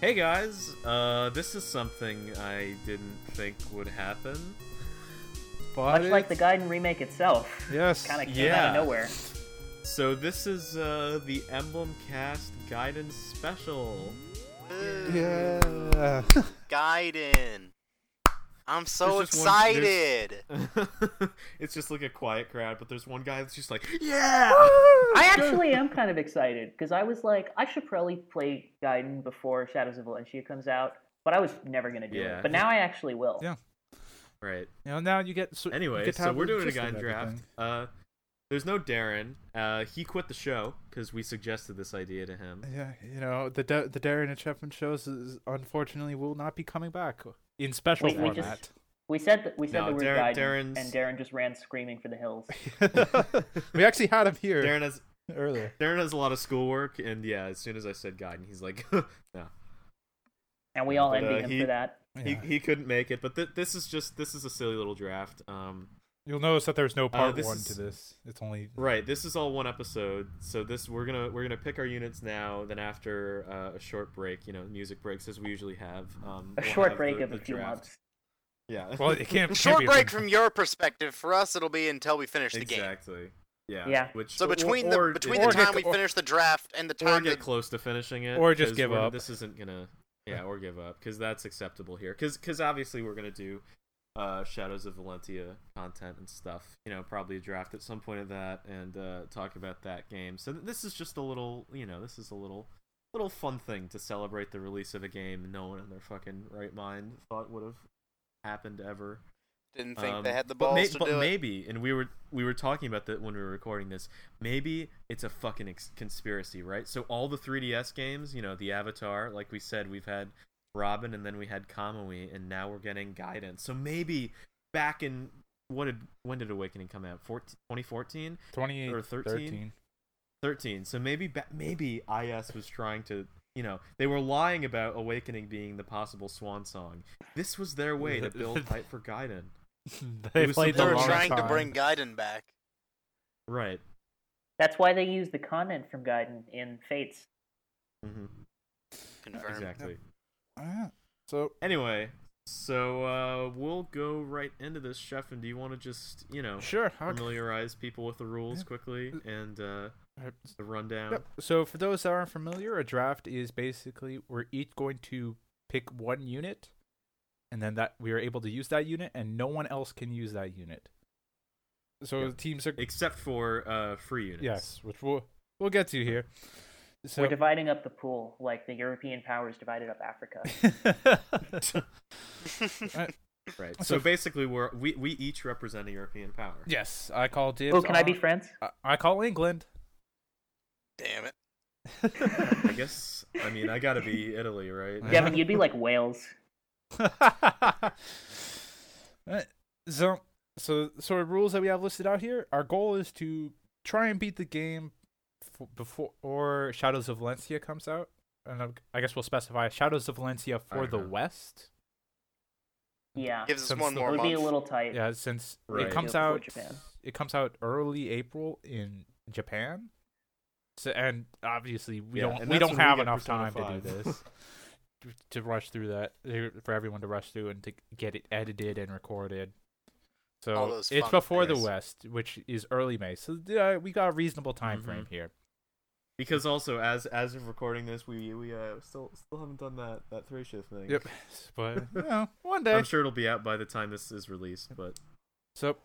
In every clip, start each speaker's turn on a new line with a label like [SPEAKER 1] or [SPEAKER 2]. [SPEAKER 1] Hey guys, uh, this is something I didn't think would happen.
[SPEAKER 2] Much
[SPEAKER 3] But
[SPEAKER 2] like the
[SPEAKER 3] it's-
[SPEAKER 2] Gaiden remake itself.
[SPEAKER 3] Yes.
[SPEAKER 2] Kind of came out
[SPEAKER 1] Yeah.
[SPEAKER 2] of nowhere.
[SPEAKER 1] So this is uh, the Emblem Cast Guidance Special.
[SPEAKER 3] Yeah.
[SPEAKER 4] Gaiden. I'm so
[SPEAKER 1] There's just one- there's-
[SPEAKER 4] excited.
[SPEAKER 1] it's just like a quiet crowd, but there's one guy that's just like, yeah.
[SPEAKER 2] I actually am kind of excited because I was like, I should probably play Gaiden before Shadows of Valencia comes out, but I was never gonna do
[SPEAKER 1] Yeah.
[SPEAKER 2] it. But now I actually will.
[SPEAKER 3] Yeah.
[SPEAKER 1] Right.
[SPEAKER 3] You know, now you get. So, you
[SPEAKER 1] Anyway,
[SPEAKER 3] get to
[SPEAKER 1] so
[SPEAKER 3] have
[SPEAKER 1] we're
[SPEAKER 3] the
[SPEAKER 1] doing a
[SPEAKER 3] gist of
[SPEAKER 1] guide draft.
[SPEAKER 3] everything.
[SPEAKER 1] Uh, there's no Darren. Uh, he quit the show because we suggested this idea to him.
[SPEAKER 3] Yeah, you know the Da- the Darren and Chapman shows is, unfortunately will not be coming back in special
[SPEAKER 2] Wait, we just-
[SPEAKER 3] format.
[SPEAKER 2] We said that we said
[SPEAKER 1] No,
[SPEAKER 2] the word
[SPEAKER 1] Darren-
[SPEAKER 2] Gaiden,
[SPEAKER 1] Darren's-
[SPEAKER 2] and Darren just ran screaming for the hills.
[SPEAKER 3] we actually had him here
[SPEAKER 1] Darren has
[SPEAKER 3] earlier.
[SPEAKER 1] Darren has a lot of schoolwork, and yeah, as soon as I said Gaiden, he's like, no,
[SPEAKER 2] And we all
[SPEAKER 1] But, uh,
[SPEAKER 2] envy him
[SPEAKER 1] he-
[SPEAKER 2] for that.
[SPEAKER 1] he,
[SPEAKER 3] Yeah.
[SPEAKER 1] he couldn't make it. But th- this is just this is a silly little draft. Um,
[SPEAKER 3] You'll notice that there's no part
[SPEAKER 1] Uh, this
[SPEAKER 3] one
[SPEAKER 1] is-
[SPEAKER 3] to this. It's only
[SPEAKER 1] Right. This is all one episode. So this we're gonna we're gonna pick our units now. Then after uh, a short break, you know, music breaks as we usually have. Um,
[SPEAKER 2] A
[SPEAKER 1] we'll
[SPEAKER 2] short
[SPEAKER 1] have
[SPEAKER 2] break
[SPEAKER 1] the-
[SPEAKER 2] of a
[SPEAKER 1] the
[SPEAKER 2] few
[SPEAKER 1] draft.
[SPEAKER 2] months.
[SPEAKER 1] Yeah.
[SPEAKER 3] well, it can't.
[SPEAKER 4] Short
[SPEAKER 3] can't
[SPEAKER 4] break
[SPEAKER 3] be
[SPEAKER 4] from your perspective. For us, it'll be until we finish the game.
[SPEAKER 1] exactly. Yeah.
[SPEAKER 2] Yeah.
[SPEAKER 1] Which
[SPEAKER 4] So
[SPEAKER 1] or-
[SPEAKER 4] between
[SPEAKER 1] or-
[SPEAKER 4] the between the
[SPEAKER 3] or get-
[SPEAKER 4] time we
[SPEAKER 3] or-
[SPEAKER 4] finish the draft and the
[SPEAKER 1] or
[SPEAKER 4] time
[SPEAKER 1] get
[SPEAKER 4] that
[SPEAKER 1] close to finishing it,
[SPEAKER 3] Or just
[SPEAKER 1] 'cause
[SPEAKER 3] give
[SPEAKER 1] we're-
[SPEAKER 3] up.
[SPEAKER 1] This isn't gonna. Yeah, or give up because that's acceptable here. Because obviously we're gonna do uh, Shadows of Valentia content and stuff. You know, probably a draft at some point of that and uh, talk about that game. So th- this is just a little, you know, this is a little little fun thing to celebrate the release of a game no one in their fucking right mind thought would have happened ever.
[SPEAKER 4] didn't think
[SPEAKER 1] Um,
[SPEAKER 4] they had the
[SPEAKER 1] but
[SPEAKER 4] balls
[SPEAKER 1] may-
[SPEAKER 4] to
[SPEAKER 1] but
[SPEAKER 4] do it.
[SPEAKER 1] maybe, and we were we were talking about that when we were recording this. Maybe it's a fucking ex- conspiracy, right? So all the 3DS games, you know, the Avatar, like we said, we've had Robin, and then we had Kamui, and now we're getting Guidance. So maybe back in what did when did Awakening come out? 14, 2014,
[SPEAKER 3] Twenty
[SPEAKER 1] or
[SPEAKER 3] or
[SPEAKER 1] 13?
[SPEAKER 3] thirteen.
[SPEAKER 1] 13. So maybe ba- maybe IS was trying to. You know, they were lying about Awakening being the possible swan song. This was their way to build hype for Gaiden. It
[SPEAKER 3] they
[SPEAKER 1] was
[SPEAKER 3] played
[SPEAKER 1] the
[SPEAKER 3] the
[SPEAKER 4] They were
[SPEAKER 3] long
[SPEAKER 1] longest
[SPEAKER 4] trying to
[SPEAKER 3] time.
[SPEAKER 4] bring Gaiden back.
[SPEAKER 1] Right.
[SPEAKER 2] That's why they use the content from Gaiden in Fates.
[SPEAKER 1] hmm
[SPEAKER 4] Confirmed.
[SPEAKER 1] Exactly.
[SPEAKER 3] Ah, So
[SPEAKER 1] Anyway, so uh, we'll go right into this, Chef. And do you want to just, you know,
[SPEAKER 3] sure. Okay.
[SPEAKER 1] familiarize people with the rules quickly and uh,
[SPEAKER 3] Alright,
[SPEAKER 1] the rundown?
[SPEAKER 3] Yep. So for those that aren't familiar, a draft is basically we're each going to pick one unit, and then that we are able to use that unit, and no one else can use that unit. So
[SPEAKER 1] Yep.
[SPEAKER 3] the teams are
[SPEAKER 1] Except for uh, free units.
[SPEAKER 3] yes, which we'll we'll get to here. So
[SPEAKER 2] We're dividing up the pool like the European powers divided up Africa.
[SPEAKER 1] Right.
[SPEAKER 3] So
[SPEAKER 1] So,
[SPEAKER 3] if-
[SPEAKER 1] basically, we're we, we each represent a European power.
[SPEAKER 3] yes, I call dibs.
[SPEAKER 2] oh, can I be
[SPEAKER 3] on-
[SPEAKER 2] friends?
[SPEAKER 3] I- I call England.
[SPEAKER 4] Damn it.
[SPEAKER 1] I guess. I mean, I gotta be Italy, right?
[SPEAKER 3] Yeah.
[SPEAKER 2] Devin, you'd be like Wales.
[SPEAKER 3] Alright, so, so, so the rules that we have listed out here. Our goal is to try and beat the game f- before or Shadows of Valencia comes out, and I- I guess we'll specify Shadows of Valencia for
[SPEAKER 1] Alright,
[SPEAKER 3] the
[SPEAKER 1] yeah.
[SPEAKER 3] West.
[SPEAKER 2] Yeah.
[SPEAKER 4] Gives us
[SPEAKER 3] Since
[SPEAKER 4] one
[SPEAKER 3] the-
[SPEAKER 2] It
[SPEAKER 4] more
[SPEAKER 2] would be
[SPEAKER 4] month.
[SPEAKER 2] a little tight.
[SPEAKER 3] Yeah, since
[SPEAKER 1] Right.
[SPEAKER 3] it comes
[SPEAKER 2] Before
[SPEAKER 3] out,
[SPEAKER 2] Japan.
[SPEAKER 3] it comes out early April in Japan. So, and obviously we
[SPEAKER 1] Yeah,
[SPEAKER 3] don't
[SPEAKER 1] and
[SPEAKER 3] we
[SPEAKER 1] that's
[SPEAKER 3] don't
[SPEAKER 1] when we
[SPEAKER 3] have
[SPEAKER 1] get
[SPEAKER 3] enough
[SPEAKER 1] Persona
[SPEAKER 3] time to do
[SPEAKER 1] 5.
[SPEAKER 3] this to- to rush through that for everyone to rush through and to get it edited and recorded. So
[SPEAKER 4] All those
[SPEAKER 3] it's
[SPEAKER 4] fun
[SPEAKER 3] before the
[SPEAKER 4] things.
[SPEAKER 3] West, which is early May. So uh, we got a reasonable time
[SPEAKER 1] Mhm.
[SPEAKER 4] Mm-hmm.
[SPEAKER 3] frame here.
[SPEAKER 1] Because also, as as of recording this, we we uh, still still haven't done that that three shift thing.
[SPEAKER 3] Yep. But you know, one day.
[SPEAKER 1] I'm sure it'll be out by the time this is released, but
[SPEAKER 3] So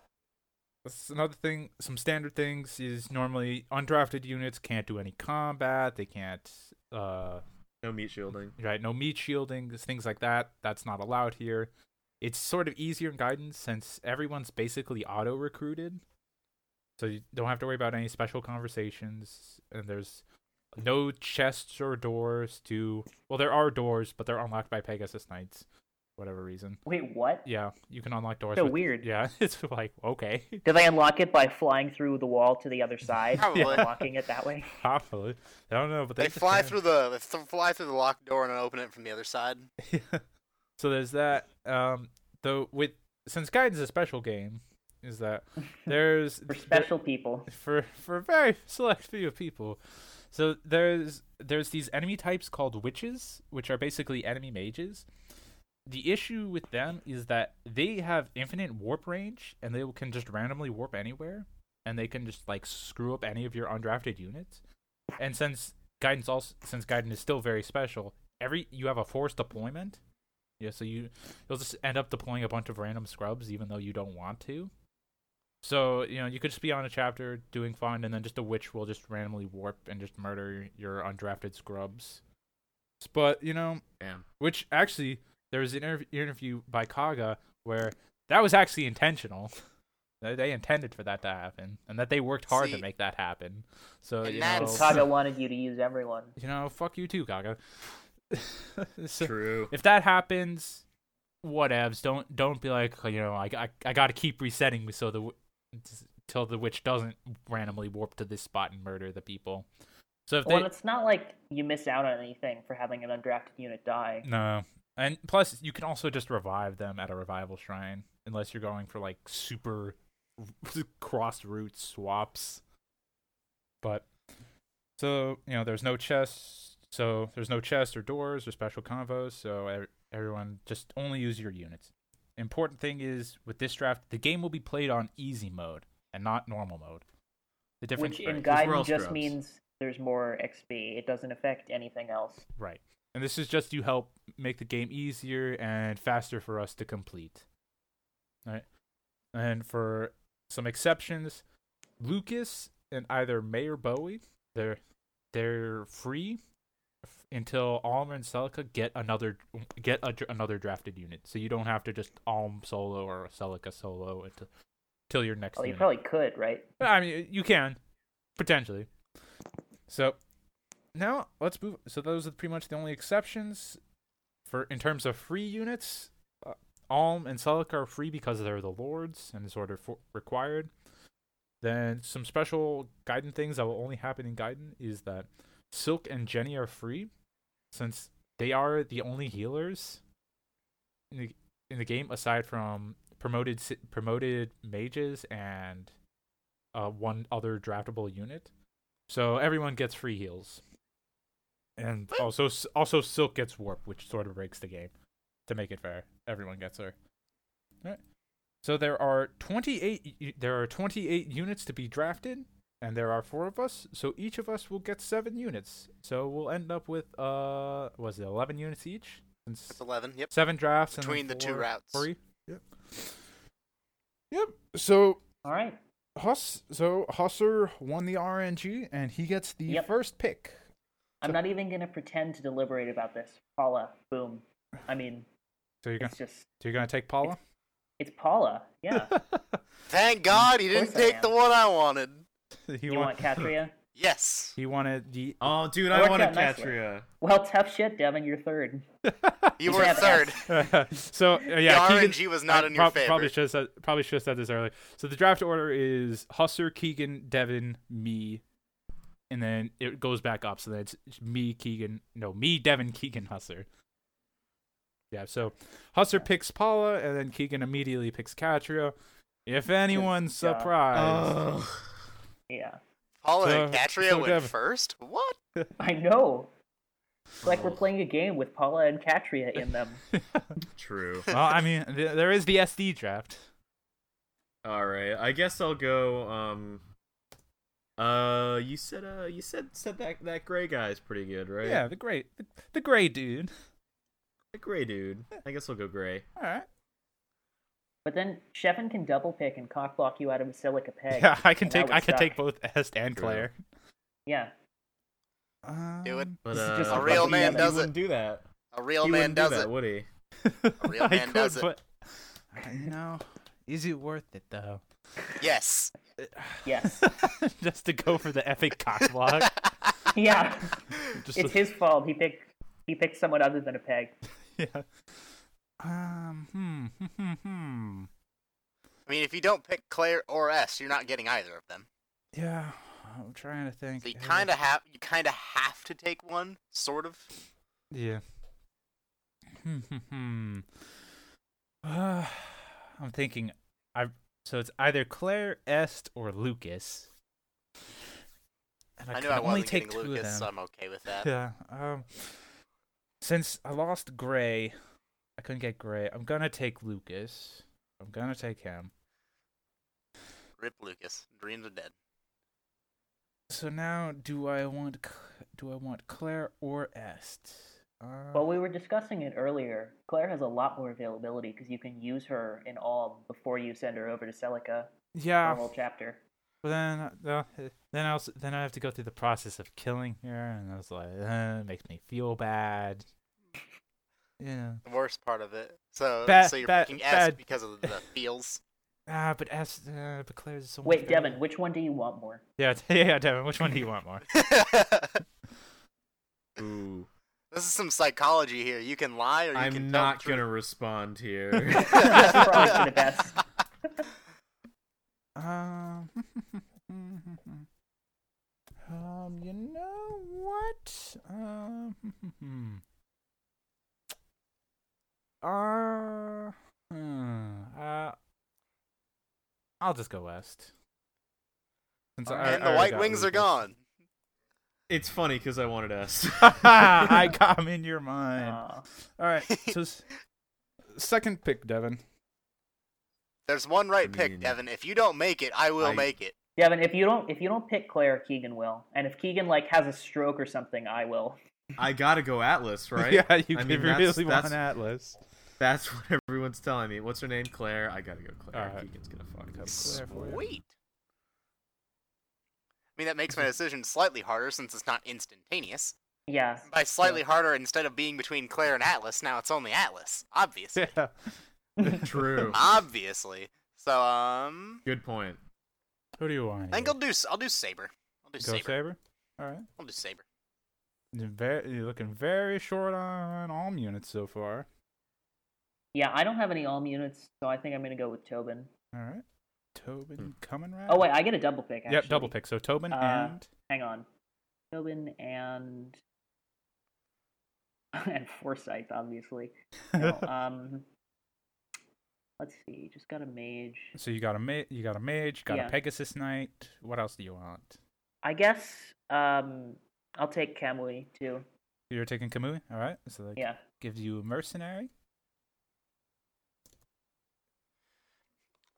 [SPEAKER 3] that's another thing. Some standard things is normally undrafted units can't do any combat. They can't. Uh,
[SPEAKER 1] no meat shielding.
[SPEAKER 3] right no meat shielding just things like that that's not allowed here it's sort of easier in guidance since everyone's basically auto recruited so you don't have to worry about any special conversations and there's no chests or doors to well there are doors but they're unlocked by pegasus knights for whatever reason
[SPEAKER 2] Wait, what?
[SPEAKER 3] yeah you can unlock doors
[SPEAKER 2] So
[SPEAKER 3] with-
[SPEAKER 2] weird.
[SPEAKER 3] yeah it's like okay
[SPEAKER 2] Do they unlock it by flying through the wall to the other side?
[SPEAKER 4] Probably.
[SPEAKER 2] and Unlocking it that way?
[SPEAKER 3] Probably. i don't know but
[SPEAKER 4] They,
[SPEAKER 3] they, just
[SPEAKER 4] fly
[SPEAKER 3] kinda-
[SPEAKER 4] through the they th- fly through the locked door and open it from the other side.
[SPEAKER 3] so there's that. Um, though with since Guiden's a special game, is that there's Oh.
[SPEAKER 2] For special people.
[SPEAKER 3] for for a very select few people. So there's there's these enemy types called witches, which are basically enemy mages. The issue with them is that they have infinite warp range and they can just randomly warp anywhere and they can just like screw up any of your undrafted units. And since guidance also since guidance is still very special, every you have a forced deployment. Yeah, so you you'll just end up deploying a bunch of random scrubs even though you don't want to. So, you know, you could just be on a chapter doing fine, and then just a witch will just randomly warp and just murder your undrafted scrubs. But, you know,
[SPEAKER 1] Damn.
[SPEAKER 3] which actually, there was an interv- interview by Kaga where that was actually intentional. They- they intended for that to happen, and that they worked hard to
[SPEAKER 4] See-
[SPEAKER 3] make that happen. So,
[SPEAKER 4] And
[SPEAKER 3] you know,
[SPEAKER 4] that's-
[SPEAKER 2] Kaga wanted you to use everyone.
[SPEAKER 3] you know, fuck you too, Kaga. So-
[SPEAKER 1] True.
[SPEAKER 3] if that happens, whatevs. Don't don't be like you know I I, I got to keep resetting so the w- till the witch doesn't randomly warp to this spot and murder the people. So if
[SPEAKER 2] Well,
[SPEAKER 3] they
[SPEAKER 2] it's not like you miss out on anything for having an undrafted unit die.
[SPEAKER 3] no, and plus you can also just revive them at a revival shrine unless you're going for like super cross route swaps. But so you know, there's no chests. So there's no chests or doors or special combos. So ev- everyone just only use your units. Important thing is with this draft, the game will be played on easy mode and not normal mode. The difference
[SPEAKER 2] Which in
[SPEAKER 1] Right, 'cause we're all
[SPEAKER 2] Gaiden just
[SPEAKER 1] scrubs.
[SPEAKER 2] means there's more XP. It doesn't affect anything else.
[SPEAKER 3] Right. And this is just to help make the game easier and faster for us to complete. Right. And for some exceptions, Lucas and either May or Bowie, they're they're free f- until Alm and Celica get another get a, dr- another drafted unit. So you don't have to just Alm solo or Celica solo until, until your next.
[SPEAKER 2] Well, Oh, you
[SPEAKER 3] unit.
[SPEAKER 2] probably could, right?
[SPEAKER 3] I mean, you can potentially. So now let's move. So those are pretty much the only exceptions for in terms of free units. Uh, Alm and Selic are free because they're the lords and it's order for, required. Then some special Gaiden things that will only happen in Gaiden is that Silk and Jenny are free, since they are the only healers in the in the game aside from promoted si- promoted mages and uh, one other draftable unit. So everyone gets free heals. And also also Silk gets warp, which sort of breaks the game. To make it fair, everyone gets her. All right. So there are 28 u- there are 28 units to be drafted and there are four of us, so each of us will get 7 units. So we'll end up with uh was it 11 units each? Since
[SPEAKER 4] It's 11. Yep.
[SPEAKER 3] seven drafts and then
[SPEAKER 4] Between the two
[SPEAKER 3] four
[SPEAKER 4] routes.
[SPEAKER 3] free. Yep. Yep. So
[SPEAKER 2] All right.
[SPEAKER 3] Huss, so Husser won the RNG, and he gets the
[SPEAKER 2] Yep.
[SPEAKER 3] first pick.
[SPEAKER 2] I'm
[SPEAKER 3] So-
[SPEAKER 2] not even gonna pretend to deliberate about this. Paula, boom. I mean,
[SPEAKER 3] So you're gonna,
[SPEAKER 2] it's just
[SPEAKER 3] so you're gonna take Paula?
[SPEAKER 2] it's Paula. Yeah.
[SPEAKER 4] Thank God he didn't
[SPEAKER 2] course I
[SPEAKER 4] pick the one I wanted.
[SPEAKER 3] he
[SPEAKER 2] you want Katria?
[SPEAKER 4] Yes.
[SPEAKER 3] He wanted the.
[SPEAKER 1] Oh, dude,
[SPEAKER 2] That
[SPEAKER 1] I
[SPEAKER 2] worked
[SPEAKER 1] wanted
[SPEAKER 2] out nicely.
[SPEAKER 1] Catria.
[SPEAKER 2] Well, tough shit, Devin. You're third.
[SPEAKER 4] You
[SPEAKER 2] He's
[SPEAKER 4] were
[SPEAKER 2] half-assed.
[SPEAKER 4] third.
[SPEAKER 3] so uh, yeah,
[SPEAKER 4] the
[SPEAKER 3] Keegan-
[SPEAKER 4] RNG was not
[SPEAKER 3] I
[SPEAKER 4] in your
[SPEAKER 3] prob- Probably
[SPEAKER 4] favor.
[SPEAKER 3] should have said, probably should have said this earlier. So the draft order is Husser, Keegan, Devin, me, and then it goes back up. So then it's me, Keegan, no, me, Devin, Keegan, Husser. Yeah. So Husser picks Paula, and then Keegan immediately picks Catrio. If anyone's
[SPEAKER 2] God.
[SPEAKER 3] surprised,
[SPEAKER 2] Yeah.
[SPEAKER 4] Paula and
[SPEAKER 3] So-
[SPEAKER 4] Catria
[SPEAKER 3] so
[SPEAKER 4] went
[SPEAKER 3] Devin-
[SPEAKER 4] first. What?
[SPEAKER 2] I know. It's like we're playing a game with Paula and Katria in them.
[SPEAKER 1] True.
[SPEAKER 3] well, I mean, th- there is the SD draft.
[SPEAKER 1] All right. I guess I'll go. Um. Uh, you said uh, you said said that that gray guy is pretty good, right?
[SPEAKER 3] Yeah, the great, the, the gray dude.
[SPEAKER 1] The gray dude. I guess I'll go gray.
[SPEAKER 3] All right.
[SPEAKER 2] But then Shevin can double pick and cockblock you out of a silica peg.
[SPEAKER 3] Yeah, I can
[SPEAKER 2] and that
[SPEAKER 3] take
[SPEAKER 2] would
[SPEAKER 3] I can
[SPEAKER 2] suck.
[SPEAKER 3] take both Est and
[SPEAKER 1] True.
[SPEAKER 3] Claire.
[SPEAKER 2] Yeah.
[SPEAKER 3] Um,
[SPEAKER 4] Do it.
[SPEAKER 1] But
[SPEAKER 3] This is
[SPEAKER 1] uh,
[SPEAKER 3] just a
[SPEAKER 1] but
[SPEAKER 4] real
[SPEAKER 1] he-
[SPEAKER 4] man
[SPEAKER 1] he
[SPEAKER 4] does it.
[SPEAKER 1] wouldn't do that.
[SPEAKER 4] A real
[SPEAKER 1] he
[SPEAKER 4] man
[SPEAKER 1] wouldn't do
[SPEAKER 4] does
[SPEAKER 1] that,
[SPEAKER 4] it.
[SPEAKER 1] would he?
[SPEAKER 4] A real
[SPEAKER 3] I
[SPEAKER 4] man
[SPEAKER 3] could,
[SPEAKER 4] does it.
[SPEAKER 3] but you know, is it worth it though?
[SPEAKER 4] Yes.
[SPEAKER 2] Yes.
[SPEAKER 3] just to go for the epic cock block.
[SPEAKER 2] yeah.
[SPEAKER 3] Just
[SPEAKER 2] It's
[SPEAKER 3] to-
[SPEAKER 2] his fault. He picked he picked someone other than a peg.
[SPEAKER 3] yeah. Um. Hmm. Hmm. hmm, Hmm.
[SPEAKER 4] I mean, if you don't pick Claire or S, you're not getting either of them.
[SPEAKER 3] Yeah. I'm trying to think.
[SPEAKER 4] So you
[SPEAKER 3] Yeah.
[SPEAKER 4] kind of have you kind of have to take one, sort of.
[SPEAKER 3] Yeah. Hmm. Hmm. hmm. Uh, I'm thinking. I so it's either Claire Est or Lucas. and
[SPEAKER 4] I knew
[SPEAKER 3] can
[SPEAKER 4] I
[SPEAKER 3] only
[SPEAKER 4] wasn't
[SPEAKER 3] take
[SPEAKER 4] getting
[SPEAKER 3] two of
[SPEAKER 4] Lucas,
[SPEAKER 3] them.
[SPEAKER 4] so I'm okay with that.
[SPEAKER 3] Yeah. Um, since I lost Gray, I couldn't get Gray. I'm gonna take Lucas. I'm gonna take him.
[SPEAKER 4] Rip Lucas. Dreams are dead.
[SPEAKER 3] So now, do I want C- do I want Claire or Est? Uh,
[SPEAKER 2] Well, we were discussing it earlier. Claire has a lot more availability because you can use her in all before you send her over to Celica for
[SPEAKER 3] yeah.
[SPEAKER 2] a whole chapter.
[SPEAKER 3] But then, uh, then I also, then I have to go through the process of killing her, and I was like, uh, it makes me feel bad. Yeah.
[SPEAKER 4] The worst part of it. So,
[SPEAKER 3] Bad-
[SPEAKER 4] so you're
[SPEAKER 3] bad-
[SPEAKER 4] picking S
[SPEAKER 3] bad.
[SPEAKER 4] because of the feels.
[SPEAKER 3] Ah, but S, uh, but Claire's so. much
[SPEAKER 2] Wait,
[SPEAKER 3] better.
[SPEAKER 2] Devin, which one do you want more?
[SPEAKER 3] Yeah, yeah, Devin. Which one do you want more?
[SPEAKER 4] this
[SPEAKER 1] Ooh,
[SPEAKER 4] is some psychology here. You can lie or you can
[SPEAKER 1] I'm
[SPEAKER 4] tell the
[SPEAKER 1] not
[SPEAKER 4] truth.
[SPEAKER 1] gonna respond here.
[SPEAKER 2] That's probably for the best.
[SPEAKER 3] Um, um, you know what? Um, uh, hmm, uh, I'll just go west. Since I- I
[SPEAKER 4] And Oh, the
[SPEAKER 3] already
[SPEAKER 4] White
[SPEAKER 3] got
[SPEAKER 4] Wings are
[SPEAKER 3] Lucas.
[SPEAKER 4] gone.
[SPEAKER 1] it's funny because I wanted S.
[SPEAKER 3] I got 'em in your mind.
[SPEAKER 2] Aw.
[SPEAKER 3] All right, so s- second pick, Devin.
[SPEAKER 4] There's one right
[SPEAKER 1] I mean-
[SPEAKER 4] pick, Devin. If you don't make it, I will
[SPEAKER 1] I-
[SPEAKER 4] make it.
[SPEAKER 2] Devin, if you don't if you don't pick Claire, Keegan will. And if Keegan like has a stroke or something, I will.
[SPEAKER 1] I gotta go Atlas, right?
[SPEAKER 3] Yeah, you
[SPEAKER 1] I
[SPEAKER 3] could
[SPEAKER 1] mean,
[SPEAKER 3] really
[SPEAKER 1] that's-
[SPEAKER 3] want
[SPEAKER 1] that's-
[SPEAKER 3] Atlas.
[SPEAKER 1] That's what everyone's telling me. What's her name? Claire. I gotta go Claire.
[SPEAKER 3] Alright.
[SPEAKER 1] Keegan's gonna fuck
[SPEAKER 3] Go
[SPEAKER 1] up.
[SPEAKER 3] Claire. for you.
[SPEAKER 4] Sweet. I mean, that makes my decision slightly harder since it's not instantaneous.
[SPEAKER 2] Yeah.
[SPEAKER 4] By slightly harder, instead of being between Claire and Atlas, now it's only Atlas. Obviously.
[SPEAKER 3] Yeah.
[SPEAKER 1] True.
[SPEAKER 3] Ah,
[SPEAKER 4] Obviously. So, um.
[SPEAKER 1] Good point.
[SPEAKER 3] Who do you want?
[SPEAKER 4] I think
[SPEAKER 3] here?
[SPEAKER 4] I'll do, s- I'll do Saber. I'll do
[SPEAKER 3] Go
[SPEAKER 4] Saber.
[SPEAKER 3] Saber. All right.
[SPEAKER 4] I'll do Saber.
[SPEAKER 3] You're, very, you're looking very short on arm units so far.
[SPEAKER 2] Yeah, I don't have any alm units, so I think I'm gonna go with Tobin.
[SPEAKER 3] All right. Tobin coming right.
[SPEAKER 2] Oh wait, I get a double pick actually.
[SPEAKER 3] Yep, double pick. So Tobin
[SPEAKER 2] Uh,
[SPEAKER 3] and
[SPEAKER 2] Hang on. Tobin and and Forsyth, obviously. No, um let's see, just got a mage.
[SPEAKER 3] so you got a ma- you got a mage, got
[SPEAKER 2] Yeah.
[SPEAKER 3] a Pegasus knight. What else do you want?
[SPEAKER 2] I guess um I'll take Kamui too.
[SPEAKER 3] You're taking Kamui. All right. So that
[SPEAKER 2] Yeah.
[SPEAKER 3] gives you a mercenary.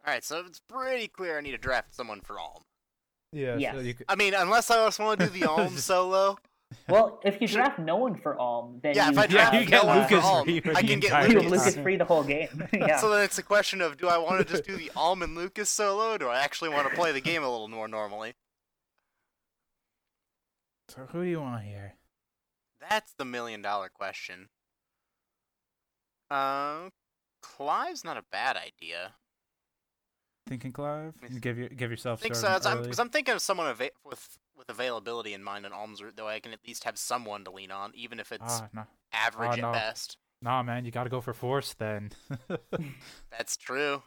[SPEAKER 4] Alright, so it's pretty clear I need to draft someone for Alm.
[SPEAKER 3] Yeah.
[SPEAKER 2] Yes.
[SPEAKER 3] So you could,
[SPEAKER 4] I mean, unless I just want to do the Alm solo.
[SPEAKER 2] Well, if you draft no one for Alm, then
[SPEAKER 4] Yeah,
[SPEAKER 2] you
[SPEAKER 4] if I
[SPEAKER 3] Yeah,
[SPEAKER 4] draft
[SPEAKER 3] you get
[SPEAKER 4] no one for
[SPEAKER 3] Lucas
[SPEAKER 4] Alm,
[SPEAKER 3] free for the
[SPEAKER 4] I can
[SPEAKER 3] entire
[SPEAKER 4] get
[SPEAKER 2] you have
[SPEAKER 3] game.
[SPEAKER 4] Lucas.
[SPEAKER 2] Lucas free the whole game. yeah.
[SPEAKER 4] So then it's a question of do I want to just do the Alm and Lucas solo? Or do I actually want to play the game a little more normally?
[SPEAKER 3] so who do you want here?
[SPEAKER 4] That's the million dollar question. Um, Clive's not a bad idea.
[SPEAKER 3] Thinking Clive.
[SPEAKER 4] Yes.
[SPEAKER 3] You give your give
[SPEAKER 4] I
[SPEAKER 3] yourself.
[SPEAKER 4] think so.
[SPEAKER 3] sort of
[SPEAKER 4] Because
[SPEAKER 3] an
[SPEAKER 4] I'm,
[SPEAKER 3] early-
[SPEAKER 4] 'cause I'm thinking of someone ava- with with availability in mind on Alm's route, though I can at least have someone to lean on, even if it's
[SPEAKER 3] ah, no.
[SPEAKER 4] average
[SPEAKER 3] ah,
[SPEAKER 4] at
[SPEAKER 3] no.
[SPEAKER 4] best.
[SPEAKER 3] Nah, man, you got to go for force then.
[SPEAKER 4] That's true.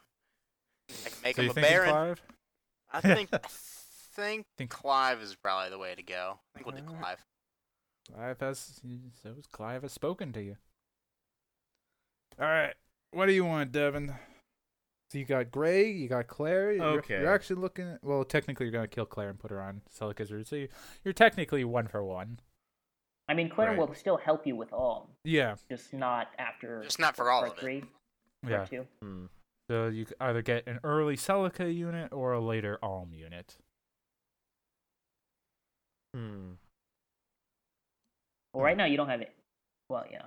[SPEAKER 4] I can make
[SPEAKER 3] so
[SPEAKER 4] him
[SPEAKER 3] you
[SPEAKER 4] a
[SPEAKER 3] thinking
[SPEAKER 4] baron.
[SPEAKER 3] Clive?
[SPEAKER 4] I think I think,
[SPEAKER 3] Think-
[SPEAKER 4] Clive is probably the way to go. I think we'll do
[SPEAKER 3] Alright.
[SPEAKER 4] Clive.
[SPEAKER 3] Clive has so is Clive has spoken to you. All right, what do you want, Devin? So you got Gray, you got Claire. You're,
[SPEAKER 1] Okay.
[SPEAKER 3] You're actually looking. At, well, technically, you're gonna kill Claire and put her on Celica's route. So you, you're technically one for one.
[SPEAKER 2] I mean, Claire
[SPEAKER 1] Right.
[SPEAKER 2] will still help you with Alm,
[SPEAKER 3] Yeah,
[SPEAKER 2] just not after.
[SPEAKER 4] Just not for all
[SPEAKER 2] part
[SPEAKER 4] of it.
[SPEAKER 2] three, part
[SPEAKER 3] yeah.
[SPEAKER 2] two.
[SPEAKER 1] Hmm.
[SPEAKER 3] So you c- either get an early Celica unit or a later Alm unit.
[SPEAKER 1] Hmm.
[SPEAKER 2] Well, right now you don't have it. Well, yeah.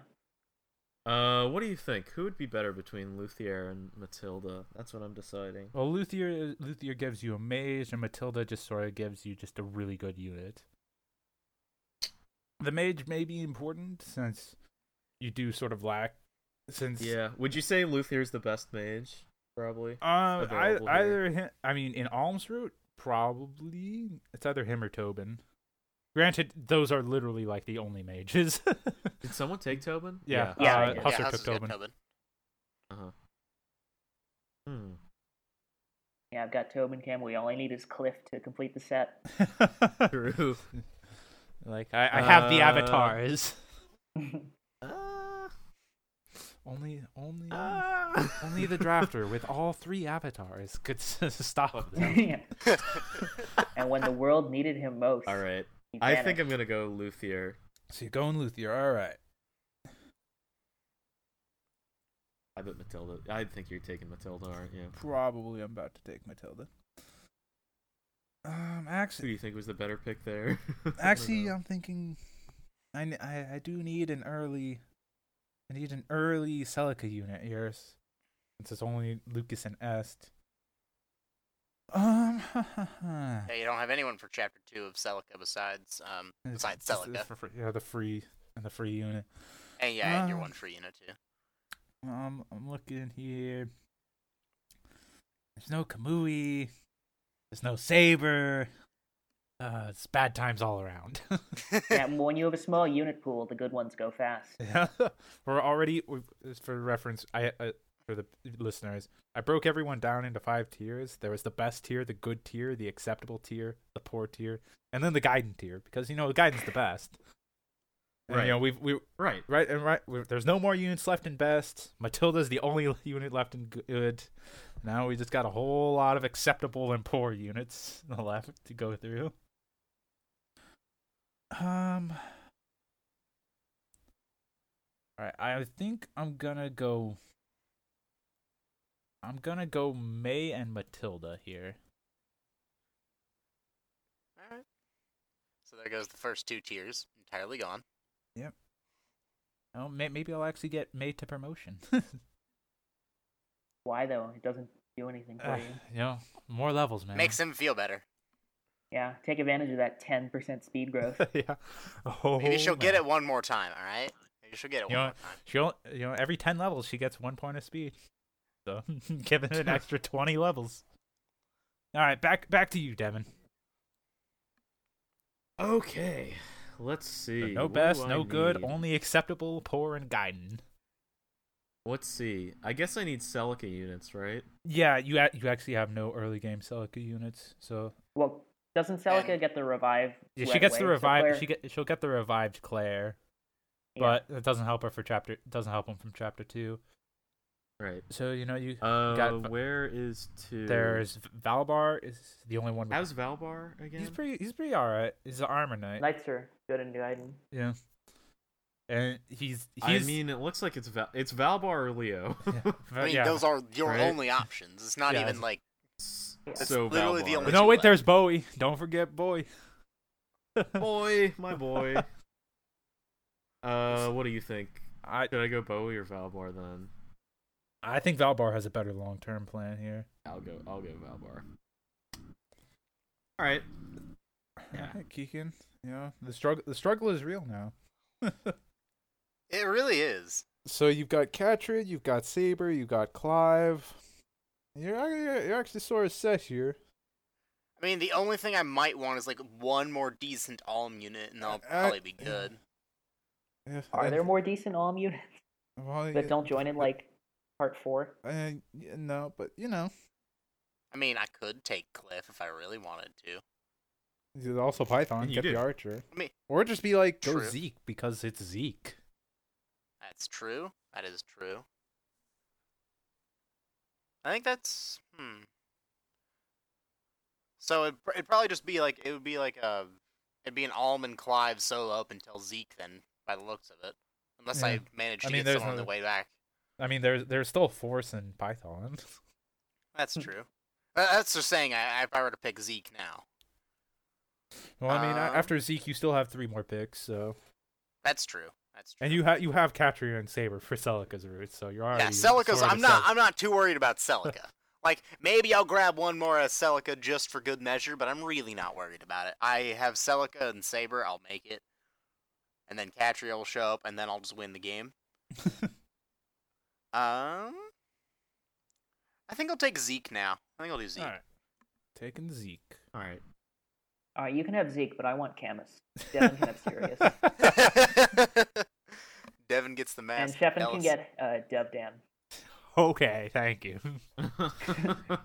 [SPEAKER 1] Uh, what do you think? Who would be better between Luthier and Matilda? That's what I'm deciding.
[SPEAKER 3] Well, Luthier Luthier gives you a mage, and Matilda just sort of gives you just a really good unit. The mage may be important since you do sort of lack since
[SPEAKER 1] Yeah. Would you say Luthier's the best mage? Probably.
[SPEAKER 3] Um, I,
[SPEAKER 1] Available here.
[SPEAKER 3] either him, I mean, in Alms route, probably it's either him or Tobin. Granted, those are literally like the only mages.
[SPEAKER 1] Did someone take Tobin?
[SPEAKER 3] Mm. yeah,
[SPEAKER 2] Yeah, I
[SPEAKER 3] uh,
[SPEAKER 2] did.
[SPEAKER 3] Husser
[SPEAKER 4] yeah,
[SPEAKER 3] took
[SPEAKER 4] Husser's got
[SPEAKER 3] Tobin.
[SPEAKER 4] Tobin.
[SPEAKER 1] Uh huh. Hmm.
[SPEAKER 2] Yeah, I've got Tobin Cam. We all I need is Cliff to complete the set.
[SPEAKER 1] True.
[SPEAKER 3] like I, I have the
[SPEAKER 1] Uh,
[SPEAKER 3] avatars.
[SPEAKER 1] Ah.
[SPEAKER 3] Only, only,
[SPEAKER 1] Ah.
[SPEAKER 3] only the drafter with all three avatars could s- stop them.
[SPEAKER 2] and when the world needed him most.
[SPEAKER 1] All right.
[SPEAKER 2] He
[SPEAKER 1] I think
[SPEAKER 2] vanished.
[SPEAKER 1] I'm gonna go Luthier.
[SPEAKER 3] So you're going Luthier. All right.
[SPEAKER 1] I bet Matilda. I think you're taking Matilda, aren't you?
[SPEAKER 3] Probably I'm about to take Matilda. Um,
[SPEAKER 1] Who do
[SPEAKER 3] actually,
[SPEAKER 1] you think was the better pick there? I don't
[SPEAKER 3] actually, um,
[SPEAKER 1] know.
[SPEAKER 3] I'm thinking, I, n- I- I do need an early, I need an early Celica unit here, s- since it's only Lucas and Est. Um,
[SPEAKER 4] Yeah, you don't have anyone for chapter two of Celica besides um
[SPEAKER 3] it's-
[SPEAKER 4] besides
[SPEAKER 3] it's- it's
[SPEAKER 4] Celica.
[SPEAKER 3] for free- yeah, the free and the free unit.
[SPEAKER 4] And yeah, and your
[SPEAKER 3] Ah.
[SPEAKER 4] one free unit too.
[SPEAKER 3] Um, I'm looking here. There's no Kamui. There's no Saber. Uh, it's bad times all around.
[SPEAKER 2] yeah, when you have a small unit pool, the good ones go fast.
[SPEAKER 3] Yeah, we're already we've, just for reference. I uh, for the listeners, I broke everyone down into five tiers. There was the best tier, the good tier, the acceptable tier, the poor tier, and then the guidance tier because you know guidance the best. And,
[SPEAKER 1] Right.
[SPEAKER 3] You know we've we
[SPEAKER 1] Right.
[SPEAKER 3] right and right. we there's no more units left in best. Matilda's the only unit left in good. Now we just got a whole lot of acceptable and poor units left to go through. Um. All right, I think I'm gonna go. I'm gonna go May and Matilda here.
[SPEAKER 4] Alright. So there goes the first two tiers. Entirely gone.
[SPEAKER 3] Oh, may- maybe I'll actually get May to promotion.
[SPEAKER 2] Why though? It doesn't do anything for
[SPEAKER 3] Uh,
[SPEAKER 2] you.
[SPEAKER 3] you know, more levels, man.
[SPEAKER 4] Makes him feel better.
[SPEAKER 2] Yeah, take advantage of that 10% speed growth.
[SPEAKER 3] yeah. Oh,
[SPEAKER 4] Maybe she'll get
[SPEAKER 3] man.
[SPEAKER 4] it one more time, alright? Maybe she'll get it
[SPEAKER 3] You
[SPEAKER 4] one
[SPEAKER 3] know
[SPEAKER 4] more
[SPEAKER 3] what?
[SPEAKER 4] time.
[SPEAKER 3] She'll, you know, every ten levels she gets one point of speed. So give it an extra twenty levels. All right, back back to you, Devin.
[SPEAKER 1] Okay. Let's see.
[SPEAKER 3] no
[SPEAKER 1] What do
[SPEAKER 3] best,
[SPEAKER 1] I
[SPEAKER 3] no good,
[SPEAKER 1] need?
[SPEAKER 3] only acceptable, poor, and guiding.
[SPEAKER 1] Let's see. I guess I need Celica units, right?
[SPEAKER 3] Yeah, you a- you actually have no early game Celica units, so
[SPEAKER 2] Well, doesn't Celica
[SPEAKER 4] And-
[SPEAKER 2] get the revive?
[SPEAKER 3] yeah, she
[SPEAKER 2] right
[SPEAKER 3] gets the
[SPEAKER 2] away? So
[SPEAKER 3] revived.
[SPEAKER 2] Claire-
[SPEAKER 3] She get she'll get the revived Claire,
[SPEAKER 2] yeah.
[SPEAKER 3] but it doesn't help her for chapter. it Doesn't help him from chapter two.
[SPEAKER 1] Right.
[SPEAKER 3] So you know you
[SPEAKER 1] Uh,
[SPEAKER 3] Got-
[SPEAKER 1] where is two?
[SPEAKER 3] there's Valbar is the only one. with-
[SPEAKER 1] how's Valbar again?
[SPEAKER 3] he's pretty he's pretty all right. He's an armor knight.
[SPEAKER 2] Knights are good and guiding.
[SPEAKER 3] Yeah. And he's he's
[SPEAKER 1] I mean, it looks like it's Val- it's Valbar or Leo.
[SPEAKER 3] yeah,
[SPEAKER 4] I
[SPEAKER 3] but
[SPEAKER 4] mean,
[SPEAKER 3] Uh, yeah.
[SPEAKER 4] those are your
[SPEAKER 1] Right?
[SPEAKER 4] only options. It's not
[SPEAKER 3] Yeah,
[SPEAKER 4] even
[SPEAKER 3] it's-
[SPEAKER 4] like
[SPEAKER 1] so
[SPEAKER 4] literally the
[SPEAKER 1] Valbar.
[SPEAKER 4] only-
[SPEAKER 3] No,
[SPEAKER 4] you
[SPEAKER 3] wait,
[SPEAKER 4] left.
[SPEAKER 3] there's Bowie. Don't forget Bowie.
[SPEAKER 1] boy, my boy. uh, what do you think?
[SPEAKER 3] I
[SPEAKER 1] Should I go Bowie or Valbar then?
[SPEAKER 3] I think Valbar has a better long term plan here.
[SPEAKER 1] I'll go. I'll go Valbar. All right. Yeah.
[SPEAKER 3] Alright, Keegan, you know the struggle. The struggle is real now.
[SPEAKER 4] it really is.
[SPEAKER 3] so you've got Katrin, you've got Saber, you've got Clive. You're you're, you're actually sort of set here.
[SPEAKER 4] I mean, the only thing I might want is like one more decent Alm unit, and I'll
[SPEAKER 3] Uh,
[SPEAKER 4] probably be good.
[SPEAKER 3] Yeah,
[SPEAKER 2] Are
[SPEAKER 3] and-
[SPEAKER 2] there more decent Alm units
[SPEAKER 3] well, yeah,
[SPEAKER 2] that don't join in
[SPEAKER 3] but-
[SPEAKER 2] like part four?
[SPEAKER 3] uh, yeah, no, but you know,
[SPEAKER 4] I mean, I could take Cliff if I really wanted to.
[SPEAKER 3] there's also Python.
[SPEAKER 1] You
[SPEAKER 3] get
[SPEAKER 1] did.
[SPEAKER 3] the archer,
[SPEAKER 4] I mean,
[SPEAKER 3] or just be like go
[SPEAKER 4] True.
[SPEAKER 3] Zeke because it's Zeke.
[SPEAKER 4] that's true. That is true. I think that's hmm. So it it'd probably just be like it would be like a it'd be an Alm and Clive solo up until Zeke then by the looks of it, unless I
[SPEAKER 3] Yeah.
[SPEAKER 4] manage
[SPEAKER 3] I
[SPEAKER 4] to
[SPEAKER 3] mean,
[SPEAKER 4] get
[SPEAKER 3] there's
[SPEAKER 4] someone on the
[SPEAKER 3] no-
[SPEAKER 4] way back.
[SPEAKER 3] I mean, there's there's still force in Python.
[SPEAKER 4] That's
[SPEAKER 3] Hmm.
[SPEAKER 4] true. Uh, That's just saying I, if I were to pick Zeke now.
[SPEAKER 3] Well, I mean, a-
[SPEAKER 4] Um,
[SPEAKER 3] after Zeke, you still have three more picks, so
[SPEAKER 4] That's true. That's true.
[SPEAKER 3] and you have you have Katria and Saber for Celica's roots, so you're already
[SPEAKER 4] yeah, Celica's.
[SPEAKER 3] sort of
[SPEAKER 4] I'm not.
[SPEAKER 3] set.
[SPEAKER 4] I'm not too worried about Celica. like maybe I'll grab one more uh, Celica just for good measure, but I'm really not worried about it. I have Celica and Saber. I'll make it, and then Catria will show up, and then I'll just win the game. um, I think I'll take Zeke now. I think I'll do Zeke.
[SPEAKER 3] All right. taking Zeke.
[SPEAKER 1] All right.
[SPEAKER 2] All right, Uh, you can have Zeke, but I want Camus. Devin can have Sirius.
[SPEAKER 4] Devin gets the
[SPEAKER 2] and
[SPEAKER 4] mask.
[SPEAKER 2] Sheffin can
[SPEAKER 4] Ellis-
[SPEAKER 2] get uh, Dubdan.
[SPEAKER 3] okay, thank you.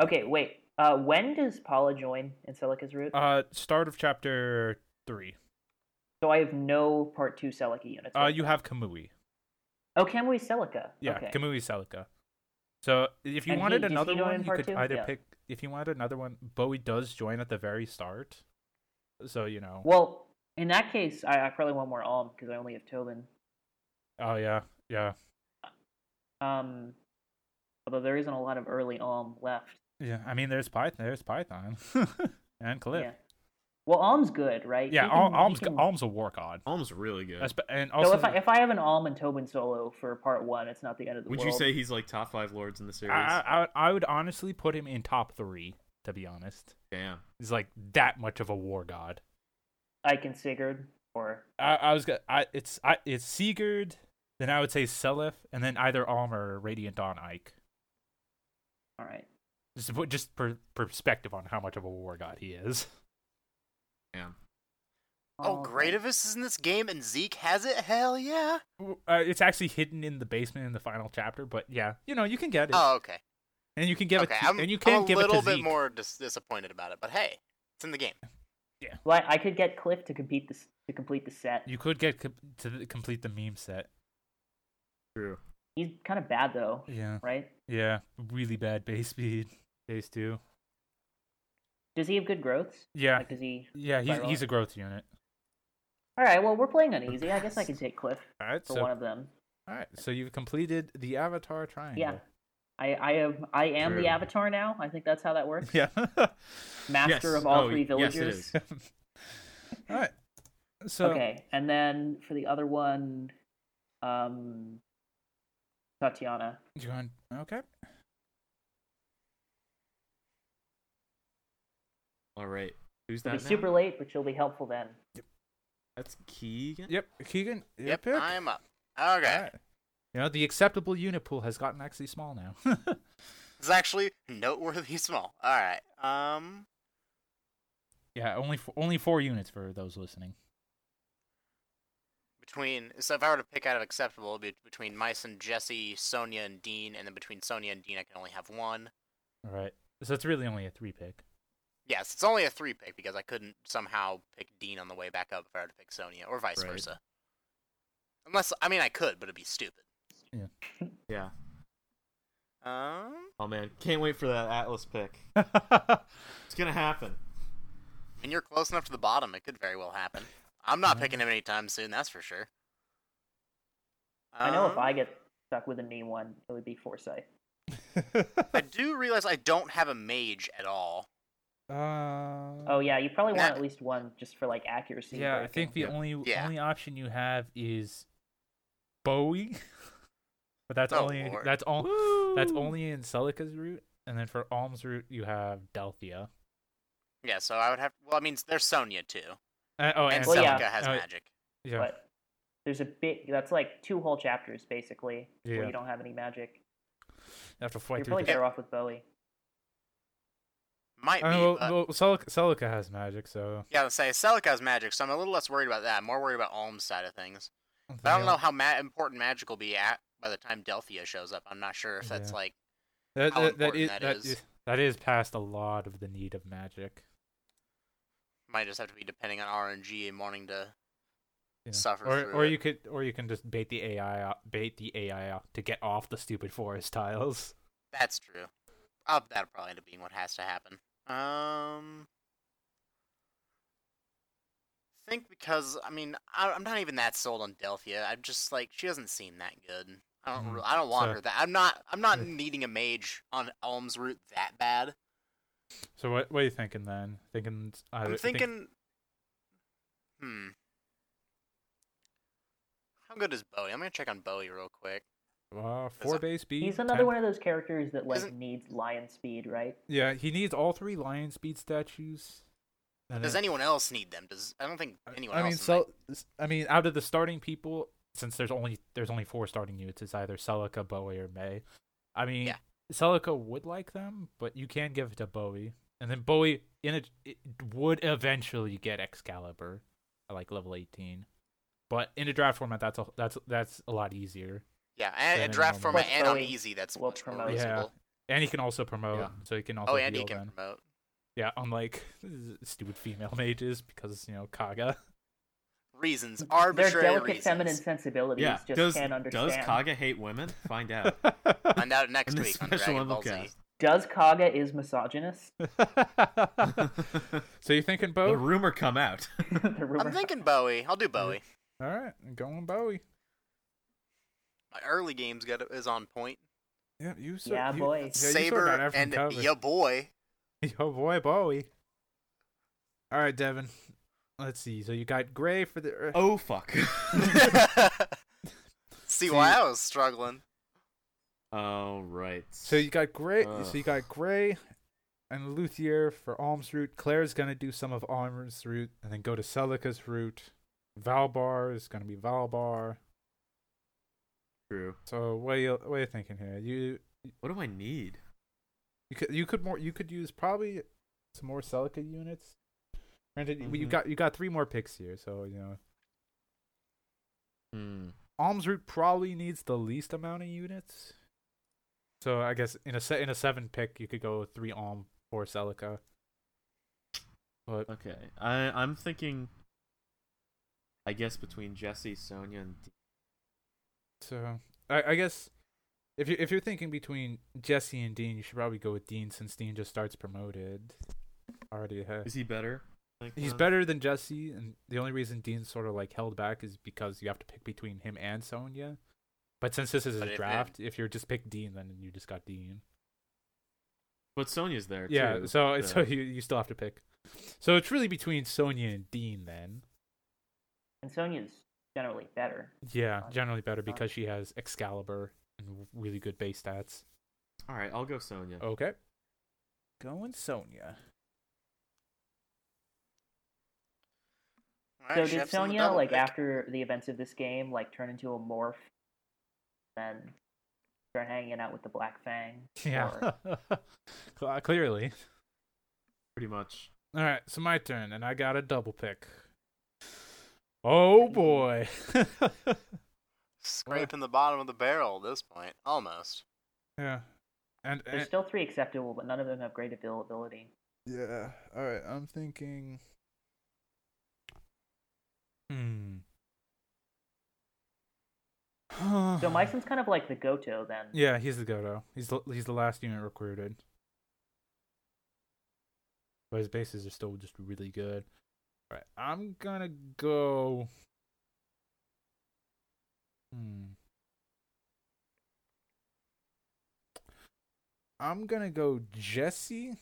[SPEAKER 2] Okay, wait. Uh, when does Paula join in Celica's route?
[SPEAKER 3] Uh, start of chapter three.
[SPEAKER 2] so I have no part two Celica units.
[SPEAKER 3] Uh,
[SPEAKER 2] right
[SPEAKER 3] you
[SPEAKER 2] now.
[SPEAKER 3] have Kamui.
[SPEAKER 2] Oh, Kamui Celica.
[SPEAKER 3] Yeah,
[SPEAKER 2] okay.
[SPEAKER 3] Kamui Celica. So if you
[SPEAKER 2] And he-
[SPEAKER 3] wanted
[SPEAKER 2] does he
[SPEAKER 3] another
[SPEAKER 2] go in
[SPEAKER 3] one, you
[SPEAKER 2] part
[SPEAKER 3] could
[SPEAKER 2] two?
[SPEAKER 3] either
[SPEAKER 2] Yeah.
[SPEAKER 3] pick. If you wanted another one, Bowie does join at the very start. So you know.
[SPEAKER 2] Well, in that case, I, I probably want more Alm because I only have Tobin.
[SPEAKER 3] Oh yeah, yeah,
[SPEAKER 2] Um, although there isn't a lot of early Alm left.
[SPEAKER 3] yeah. I mean, there's Python, there's Python, and Cliff.
[SPEAKER 2] Yeah. Well, Alm's good, right?
[SPEAKER 3] Yeah,
[SPEAKER 2] He
[SPEAKER 3] Al-
[SPEAKER 2] can- he
[SPEAKER 3] Alm's,
[SPEAKER 2] can-
[SPEAKER 3] Alm's a war god.
[SPEAKER 1] Alm's really good.
[SPEAKER 3] Espe- And
[SPEAKER 2] So
[SPEAKER 3] also,
[SPEAKER 2] if I if I have an Alm and Tobin solo for part one, it's not the end of the
[SPEAKER 1] Would
[SPEAKER 2] world.
[SPEAKER 1] you say he's like top five lords in the series?
[SPEAKER 3] I, I, I would honestly put him in top three, to be honest.
[SPEAKER 1] Damn.
[SPEAKER 3] He's like that much of a war god.
[SPEAKER 2] I can Sigurd or
[SPEAKER 3] I, I was gonna, I, it's I, it's Sigurd, then I would say Selef, and then either Alm or Radiant Dawn Ike.
[SPEAKER 2] all right.
[SPEAKER 3] Just to put just per, perspective on how much of a war god he is.
[SPEAKER 1] Damn.
[SPEAKER 4] Oh,
[SPEAKER 2] okay.
[SPEAKER 4] Gradivus is in this game and Zeke has it? Hell yeah.
[SPEAKER 3] W- Uh, it's actually hidden in the basement in the final chapter, but yeah, you know you can get it,
[SPEAKER 4] Oh, okay.
[SPEAKER 3] and you can give
[SPEAKER 4] okay,
[SPEAKER 3] it, to-
[SPEAKER 4] I'm,
[SPEAKER 3] and you
[SPEAKER 4] I'm
[SPEAKER 3] can
[SPEAKER 4] a
[SPEAKER 3] give it
[SPEAKER 4] little
[SPEAKER 3] to
[SPEAKER 4] bit
[SPEAKER 3] Zeke.
[SPEAKER 4] more dis- disappointed about it, but hey, it's in the game.
[SPEAKER 2] Well, I, I could get Cliff to compete this to complete the set.
[SPEAKER 3] You could get co- to the, complete the meme set.
[SPEAKER 1] True.
[SPEAKER 2] He's kind of bad though,
[SPEAKER 3] Yeah,
[SPEAKER 2] right?
[SPEAKER 3] yeah, really bad base speed, base two.
[SPEAKER 2] Does he have good growths?
[SPEAKER 3] Yeah,
[SPEAKER 2] Like, does he?
[SPEAKER 3] yeah, he's
[SPEAKER 2] Spiral.
[SPEAKER 3] he's a growth unit.
[SPEAKER 2] All right. Well, we're playing on easy. I guess I can take Cliff
[SPEAKER 3] All right,
[SPEAKER 2] for
[SPEAKER 3] so
[SPEAKER 2] one of them.
[SPEAKER 3] all right, so you've completed the Avatar Triangle.
[SPEAKER 2] Yeah. I I am I am
[SPEAKER 1] True.
[SPEAKER 2] the Avatar now. I think that's how that works.
[SPEAKER 3] Yeah.
[SPEAKER 2] Master
[SPEAKER 1] Yes.
[SPEAKER 2] of all
[SPEAKER 1] Oh,
[SPEAKER 2] three
[SPEAKER 1] yes,
[SPEAKER 2] villages.
[SPEAKER 1] it is.
[SPEAKER 3] all right. So
[SPEAKER 2] okay, and then for the other one, um, Tatiana.
[SPEAKER 3] you want okay?
[SPEAKER 1] All right. Who's
[SPEAKER 2] It'll
[SPEAKER 1] that?
[SPEAKER 2] be
[SPEAKER 1] now?
[SPEAKER 2] super late, but she'll be helpful then.
[SPEAKER 1] That's Keegan.
[SPEAKER 3] Yep, Keegan. your
[SPEAKER 4] Yep,
[SPEAKER 3] pick.
[SPEAKER 4] I'm up. Okay.
[SPEAKER 3] All right. You know the acceptable unit pool has gotten actually small now.
[SPEAKER 4] It's actually noteworthy small. All right. Um,
[SPEAKER 3] yeah, only f- only four units for those listening.
[SPEAKER 4] between so if I were to pick out of acceptable, it'd be between mice and Jesse, Sonia and Dean, and then between Sonia and Dean, I can only have one.
[SPEAKER 3] All right. So it's really only a three pick.
[SPEAKER 4] Yes, it's only a three pick because I couldn't somehow pick Dean on the way back up if I were to pick Sonia, or vice
[SPEAKER 1] Right.
[SPEAKER 4] versa. Unless I mean I could, but it'd be stupid.
[SPEAKER 1] Yeah.
[SPEAKER 4] Um,
[SPEAKER 1] Oh man, can't wait for that Atlas pick. It's gonna happen.
[SPEAKER 4] and you're close enough to the bottom; it could very well happen. I'm not picking him anytime soon, that's for sure.
[SPEAKER 2] I know if
[SPEAKER 4] Um,
[SPEAKER 2] I get stuck with a knee one, it would be Forsyth.
[SPEAKER 4] I do realize I don't have a mage at all.
[SPEAKER 3] uh,
[SPEAKER 2] Oh yeah, you probably want
[SPEAKER 4] Nah.
[SPEAKER 2] at least one just for like accuracy.
[SPEAKER 3] yeah, I
[SPEAKER 2] breaking.
[SPEAKER 3] think the
[SPEAKER 1] Yeah.
[SPEAKER 3] only
[SPEAKER 4] Yeah.
[SPEAKER 3] only option you have is Bowie, but that's
[SPEAKER 4] Oh,
[SPEAKER 3] only
[SPEAKER 4] Lord.
[SPEAKER 3] that's all that's
[SPEAKER 1] Woo!
[SPEAKER 3] only in Celica's route, and then for Alm's route you have Delphia.
[SPEAKER 4] Yeah, so I would have. Well, I mean, there's Sonia too,
[SPEAKER 3] Uh, oh,
[SPEAKER 4] and
[SPEAKER 3] and,
[SPEAKER 2] Well,
[SPEAKER 4] Celica
[SPEAKER 2] yeah.
[SPEAKER 4] has
[SPEAKER 3] Oh,
[SPEAKER 4] magic.
[SPEAKER 3] yeah.
[SPEAKER 2] But there's a bit that's like two whole chapters basically
[SPEAKER 3] Yeah.
[SPEAKER 2] where you don't have any magic.
[SPEAKER 3] You have to fight
[SPEAKER 2] You're
[SPEAKER 3] through
[SPEAKER 2] probably
[SPEAKER 3] the
[SPEAKER 2] better off with Bowie.
[SPEAKER 4] Might
[SPEAKER 3] I
[SPEAKER 4] be.
[SPEAKER 3] mean, uh, well,
[SPEAKER 4] but...
[SPEAKER 3] well Celica, Celica has magic, so
[SPEAKER 4] Yeah, let's say Celica has magic, so I'm a little less worried about that. I'm more worried about Alm's side of things. But I don't know how ma- important magic will be at by the time Delphia shows up. I'm not sure if that's
[SPEAKER 3] Yeah.
[SPEAKER 4] like.
[SPEAKER 3] that,
[SPEAKER 4] how
[SPEAKER 3] that, that,
[SPEAKER 4] important
[SPEAKER 3] is,
[SPEAKER 4] that
[SPEAKER 3] that
[SPEAKER 4] is.
[SPEAKER 3] is that is past a lot of the need of magic.
[SPEAKER 4] Might just have to be depending on RNG and wanting to.
[SPEAKER 3] Yeah.
[SPEAKER 4] Suffer
[SPEAKER 3] or
[SPEAKER 4] through
[SPEAKER 3] or
[SPEAKER 4] it.
[SPEAKER 3] you could or you can just bait the AI out, bait the AI out to get off the stupid forest tiles.
[SPEAKER 4] That's true. Uh, that'll probably end up being what has to happen. Um. I think because I mean I, I'm not even that sold on Delphia. I'm just like she doesn't seem that good. I don't
[SPEAKER 3] Mhm.
[SPEAKER 4] re- I don't want
[SPEAKER 3] So-
[SPEAKER 4] her that. I'm not I'm not
[SPEAKER 3] Yeah.
[SPEAKER 4] needing a mage on Alm's route that bad.
[SPEAKER 3] So what what are you thinking then? Thinking either,
[SPEAKER 4] I'm
[SPEAKER 3] think-
[SPEAKER 4] thinking. Hmm. How good is Bowie? I'm gonna check on Bowie real quick.
[SPEAKER 3] uh, four
[SPEAKER 4] a-
[SPEAKER 3] base speed.
[SPEAKER 2] He's another
[SPEAKER 3] 10
[SPEAKER 2] one of those characters that like
[SPEAKER 4] Isn't-
[SPEAKER 2] needs lion speed, right?
[SPEAKER 3] Yeah, he needs all three lion speed statues. And
[SPEAKER 4] Does
[SPEAKER 3] then-
[SPEAKER 4] anyone else need them? Does I don't think anyone
[SPEAKER 3] I
[SPEAKER 4] else.
[SPEAKER 3] mean,
[SPEAKER 4] in that-
[SPEAKER 3] so I mean, out of the starting people, since there's only there's only four starting units, it's either Celica, Bowie, or May. I mean,
[SPEAKER 4] Yeah.
[SPEAKER 3] Celica would like them, but you can give it to Bowie, and then Bowie in it, it would eventually get Excalibur at like level eighteen. But in a draft format, that's a that's that's a lot easier,
[SPEAKER 4] yeah, and,
[SPEAKER 3] then
[SPEAKER 4] and draft
[SPEAKER 3] anyone
[SPEAKER 4] format
[SPEAKER 2] else.
[SPEAKER 4] and on
[SPEAKER 2] Bowie
[SPEAKER 4] easy. That's
[SPEAKER 2] will
[SPEAKER 4] much more
[SPEAKER 2] promote.
[SPEAKER 3] um, Yeah.
[SPEAKER 4] reasonable.
[SPEAKER 3] and he can also promote,
[SPEAKER 1] Yeah.
[SPEAKER 3] so he can also
[SPEAKER 4] Oh, and he
[SPEAKER 3] heal
[SPEAKER 4] can
[SPEAKER 3] then.
[SPEAKER 4] promote.
[SPEAKER 3] Yeah, unlike stupid female mages because you know Kaga.
[SPEAKER 4] Reasons,
[SPEAKER 2] Their
[SPEAKER 4] arbitrary
[SPEAKER 2] delicate
[SPEAKER 4] reasons.
[SPEAKER 2] feminine sensibilities
[SPEAKER 1] Yeah.
[SPEAKER 2] just
[SPEAKER 1] does
[SPEAKER 2] can't understand.
[SPEAKER 1] does Kaga hate women? Find out.
[SPEAKER 4] Find out Uh, next
[SPEAKER 1] In the
[SPEAKER 4] week on
[SPEAKER 1] special
[SPEAKER 4] Dragon Ball Z.
[SPEAKER 1] Levelcast.
[SPEAKER 2] Does Kaga is misogynist?
[SPEAKER 3] so you're thinking
[SPEAKER 1] The
[SPEAKER 3] Bowie?
[SPEAKER 1] rumor come out.
[SPEAKER 2] the rumor.
[SPEAKER 4] I'm thinking Bowie. I'll do Bowie.
[SPEAKER 3] All right, I'm going Bowie.
[SPEAKER 4] My early game's got is on point.
[SPEAKER 3] Yeah, you. Sir,
[SPEAKER 2] Yeah,
[SPEAKER 3] you,
[SPEAKER 2] boy.
[SPEAKER 3] Yeah, you sort of got
[SPEAKER 4] Saber
[SPEAKER 3] everything
[SPEAKER 4] and
[SPEAKER 3] covered.
[SPEAKER 4] ya boy.
[SPEAKER 3] Yo, boy, Bowie. All right, Devin. Let's see. So you got Gray for the. uh,
[SPEAKER 1] oh fuck.
[SPEAKER 4] See why I was struggling.
[SPEAKER 1] All right.
[SPEAKER 3] So you got Gray.
[SPEAKER 1] Ugh.
[SPEAKER 3] So you got Gray and Luthier for Alm's route. Claire's gonna do some of Alm's route, and then go to Celica's route. Valbar is gonna be Valbar.
[SPEAKER 1] true.
[SPEAKER 3] So what are you what are you thinking here? You
[SPEAKER 1] What do I need?
[SPEAKER 3] you could you could more you could use probably some more Celica units. Granted, you- you
[SPEAKER 1] Mhm.
[SPEAKER 3] got you got three more picks here, so you know
[SPEAKER 1] Hmm.
[SPEAKER 3] Alms route probably needs the least amount of units. So I guess in a se- in a seven pick, you could go three Alm, four Celica. But
[SPEAKER 1] Okay. I I'm thinking. I guess between Jesse, Sonia, and D-
[SPEAKER 3] So I, I guess if you if you're thinking between Jesse and Dean, you should probably go with Dean since Dean just starts promoted. Already, ha-
[SPEAKER 1] is he better? Like,
[SPEAKER 3] he's
[SPEAKER 1] uh,
[SPEAKER 3] better than Jesse, and the only reason Dean's sort of like held back is because you have to pick between him and Sonya. But since this is a
[SPEAKER 4] But if it-
[SPEAKER 3] draft, if you're just pick Dean, then you just got Dean.
[SPEAKER 1] But Sonia's there.
[SPEAKER 3] Yeah,
[SPEAKER 1] too,
[SPEAKER 3] so so you you still have to pick. So it's really between Sonya and Dean then.
[SPEAKER 2] And Sonya's generally better.
[SPEAKER 3] Yeah,
[SPEAKER 2] Fine.
[SPEAKER 3] generally better
[SPEAKER 2] Fine.
[SPEAKER 3] because she has Excalibur and really good base stats.
[SPEAKER 1] All right, I'll go Sonia.
[SPEAKER 3] Okay. Going Sonya.
[SPEAKER 4] All
[SPEAKER 2] So
[SPEAKER 4] right,
[SPEAKER 2] did
[SPEAKER 4] Chef's in the
[SPEAKER 2] Sonya,
[SPEAKER 4] double
[SPEAKER 2] like
[SPEAKER 4] pick.
[SPEAKER 2] after the events of this game, like turn into a morph, then start hanging out with the Black Fang?
[SPEAKER 3] Yeah.
[SPEAKER 2] Or-
[SPEAKER 3] Cl- uh, Clearly.
[SPEAKER 1] Pretty much.
[SPEAKER 3] All right, so my turn, and I got a double pick. Oh boy.
[SPEAKER 4] scraping the bottom of the barrel at this point, almost.
[SPEAKER 3] yeah. And,
[SPEAKER 2] There's still three acceptable, but none of them have great availability.
[SPEAKER 3] yeah. All right, I'm thinking. Hmm.
[SPEAKER 2] So Myson's kind of like the Goto then.
[SPEAKER 3] Yeah, he's the Godo. He's the, he's the last unit recruited. But his bases are still just really good. Right, I'm gonna go. Hmm. I'm gonna go Jesse,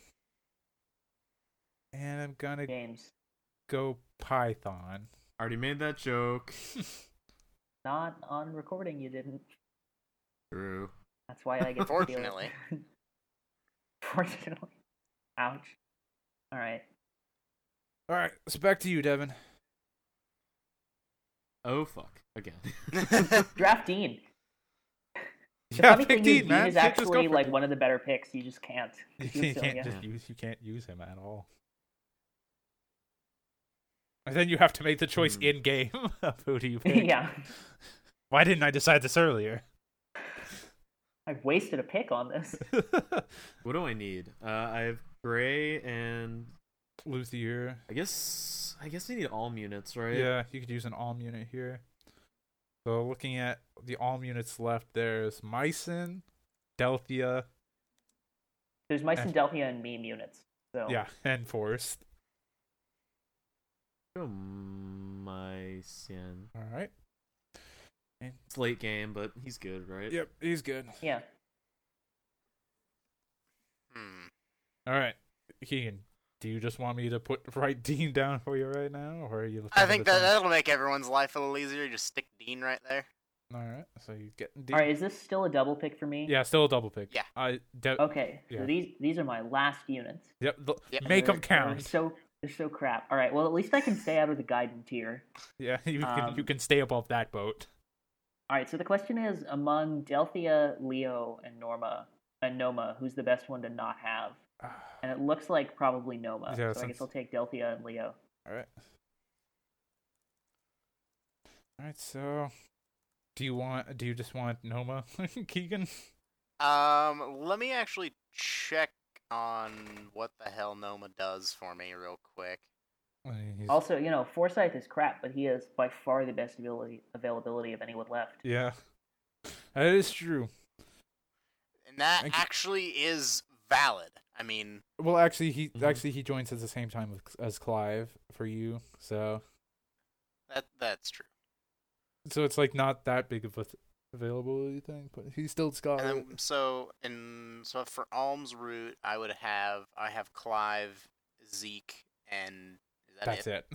[SPEAKER 3] and I'm gonna
[SPEAKER 2] James,
[SPEAKER 3] go Python.
[SPEAKER 1] Already made that joke.
[SPEAKER 2] not on recording, you didn't.
[SPEAKER 1] True.
[SPEAKER 2] That's why I get to steal it.
[SPEAKER 4] Fortunately.
[SPEAKER 2] Fortunately. Ouch. All right.
[SPEAKER 3] All right, so back to you, Devin.
[SPEAKER 1] Oh fuck. Again.
[SPEAKER 2] Draft Dean. The
[SPEAKER 3] Yeah,
[SPEAKER 2] funny
[SPEAKER 3] pick
[SPEAKER 2] thing
[SPEAKER 3] Dean,
[SPEAKER 2] is, Dean
[SPEAKER 3] man.
[SPEAKER 2] is
[SPEAKER 3] Yeah, just go
[SPEAKER 2] actually
[SPEAKER 3] for
[SPEAKER 2] like
[SPEAKER 3] it.
[SPEAKER 2] one of the better picks. You just can't.
[SPEAKER 3] You
[SPEAKER 2] He's
[SPEAKER 3] can't,
[SPEAKER 2] still-
[SPEAKER 3] can't
[SPEAKER 2] yeah.
[SPEAKER 3] just use you can't use him at all. And then you have to make the choice
[SPEAKER 1] Hmm.
[SPEAKER 3] in game of who do you pick.
[SPEAKER 2] yeah.
[SPEAKER 3] Why didn't I decide this earlier?
[SPEAKER 2] I've wasted a pick on this.
[SPEAKER 1] what do I need? Uh, I have Gray and
[SPEAKER 3] Luthier.
[SPEAKER 1] I guess I guess I need all units, right?
[SPEAKER 3] Yeah, you could use an alm unit here. So looking at the alm units left, there's Myson, Delphia,
[SPEAKER 2] There's Myson, Delphia, and Meme units. So
[SPEAKER 3] yeah, and Forest.
[SPEAKER 1] Go Mycen.
[SPEAKER 3] All right.
[SPEAKER 1] It's late game, but he's good, right?
[SPEAKER 3] Yep, he's good.
[SPEAKER 2] yeah.
[SPEAKER 4] Hmm.
[SPEAKER 3] All right, Keegan. Do you just want me to put right Dean down for you right now, or are you?
[SPEAKER 4] I
[SPEAKER 3] thinking
[SPEAKER 4] think
[SPEAKER 3] of
[SPEAKER 4] that
[SPEAKER 3] something?
[SPEAKER 4] that'll make everyone's life a little easier. Just stick Dean right there.
[SPEAKER 3] All right, so you get Dean.
[SPEAKER 2] All right. Is this still a double pick for me?
[SPEAKER 3] Yeah, still a double pick.
[SPEAKER 4] Yeah.
[SPEAKER 3] I de-
[SPEAKER 2] Okay.
[SPEAKER 3] Yeah.
[SPEAKER 2] So these these are my last units.
[SPEAKER 3] yep, the-
[SPEAKER 4] Yep.
[SPEAKER 2] and
[SPEAKER 3] Make them
[SPEAKER 2] they're- they're
[SPEAKER 3] count.
[SPEAKER 2] so they're so crap. All right. Well, at least I can stay out of the guidance tier.
[SPEAKER 3] Yeah, you can you
[SPEAKER 2] Um,
[SPEAKER 3] can stay above that boat.
[SPEAKER 2] All right. So the question is, among Delphia, Leo, and Norma and Noma, who's the best one to not have? And it looks like probably Noma.
[SPEAKER 3] Yeah,
[SPEAKER 2] so I
[SPEAKER 3] since-
[SPEAKER 2] guess I'll take Delphia and Leo.
[SPEAKER 3] All right. All right. So, do you want? Do you just want Noma Keegan?
[SPEAKER 4] Um, let me actually check on what the hell Noma does for me real quick.
[SPEAKER 3] Uh, he's-
[SPEAKER 2] Also, you know, Forsyth is crap, but he has by far the best ability, availability of anyone left.
[SPEAKER 3] yeah, that is true.
[SPEAKER 4] And that
[SPEAKER 3] Thank you.
[SPEAKER 4] actually is valid. I mean,
[SPEAKER 3] Well, actually, he
[SPEAKER 1] Mhm.
[SPEAKER 3] actually he joins at the same time with, as Clive for you, so
[SPEAKER 4] that that's true.
[SPEAKER 3] so it's like not that big of a th- availability thing, but he still's got
[SPEAKER 4] And
[SPEAKER 3] it.
[SPEAKER 4] then so and so for Alm's route, I would have I have Clive, Zeke, and is that
[SPEAKER 3] That's
[SPEAKER 4] it?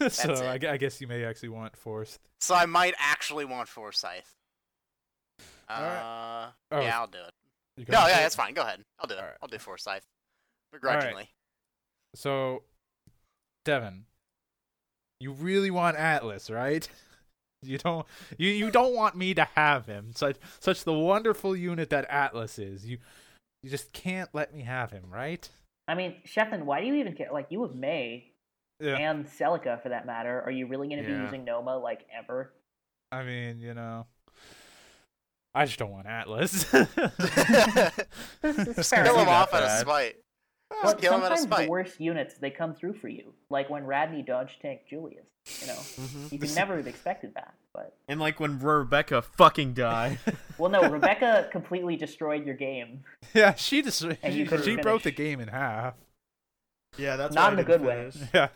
[SPEAKER 3] it. so I,
[SPEAKER 4] it.
[SPEAKER 3] gu- I guess you may actually want Forrest.
[SPEAKER 4] So I might actually want Forsyth. Uh,
[SPEAKER 3] Alright. Oh,
[SPEAKER 4] yeah, I'll do it.
[SPEAKER 3] you
[SPEAKER 4] No,
[SPEAKER 3] going
[SPEAKER 4] yeah,
[SPEAKER 3] for it?
[SPEAKER 4] that's fine. Go ahead. I'll do it.
[SPEAKER 3] Alright.
[SPEAKER 4] I'll do Forsyth, begrudgingly.
[SPEAKER 3] So, Devin, you really want Atlas, right? You don't you, you don't want me to have him. Such such the wonderful unit that Atlas is. You you just can't let me have him, right?
[SPEAKER 2] I mean, Shefflin, why do you even care? Like, you have May
[SPEAKER 3] Yeah.
[SPEAKER 2] and Celica for that matter. Are you really going to be
[SPEAKER 1] Yeah.
[SPEAKER 2] using Noma like ever?
[SPEAKER 3] I mean, you know, I just don't want Atlas.
[SPEAKER 2] is
[SPEAKER 3] Sorry
[SPEAKER 2] fair.
[SPEAKER 4] Kill
[SPEAKER 2] Kill
[SPEAKER 4] him
[SPEAKER 3] about
[SPEAKER 4] off out of
[SPEAKER 3] that.
[SPEAKER 4] spite.
[SPEAKER 2] Well,
[SPEAKER 4] kill him out of
[SPEAKER 2] sometimes the
[SPEAKER 4] spite.
[SPEAKER 2] worst units they come through for you, like when Radney dodge tank Julius. You know, you could never have expected that. But
[SPEAKER 1] And like when Rebecca fucking died.
[SPEAKER 2] well, no, Rebecca completely destroyed your game.
[SPEAKER 3] Yeah, she just she,
[SPEAKER 2] And you couldn't
[SPEAKER 3] she broke the
[SPEAKER 2] finish.
[SPEAKER 3] game in half.
[SPEAKER 1] yeah, that's
[SPEAKER 2] Not
[SPEAKER 1] why I
[SPEAKER 2] in a
[SPEAKER 1] didn't
[SPEAKER 2] good way.
[SPEAKER 1] finish.
[SPEAKER 3] Yeah,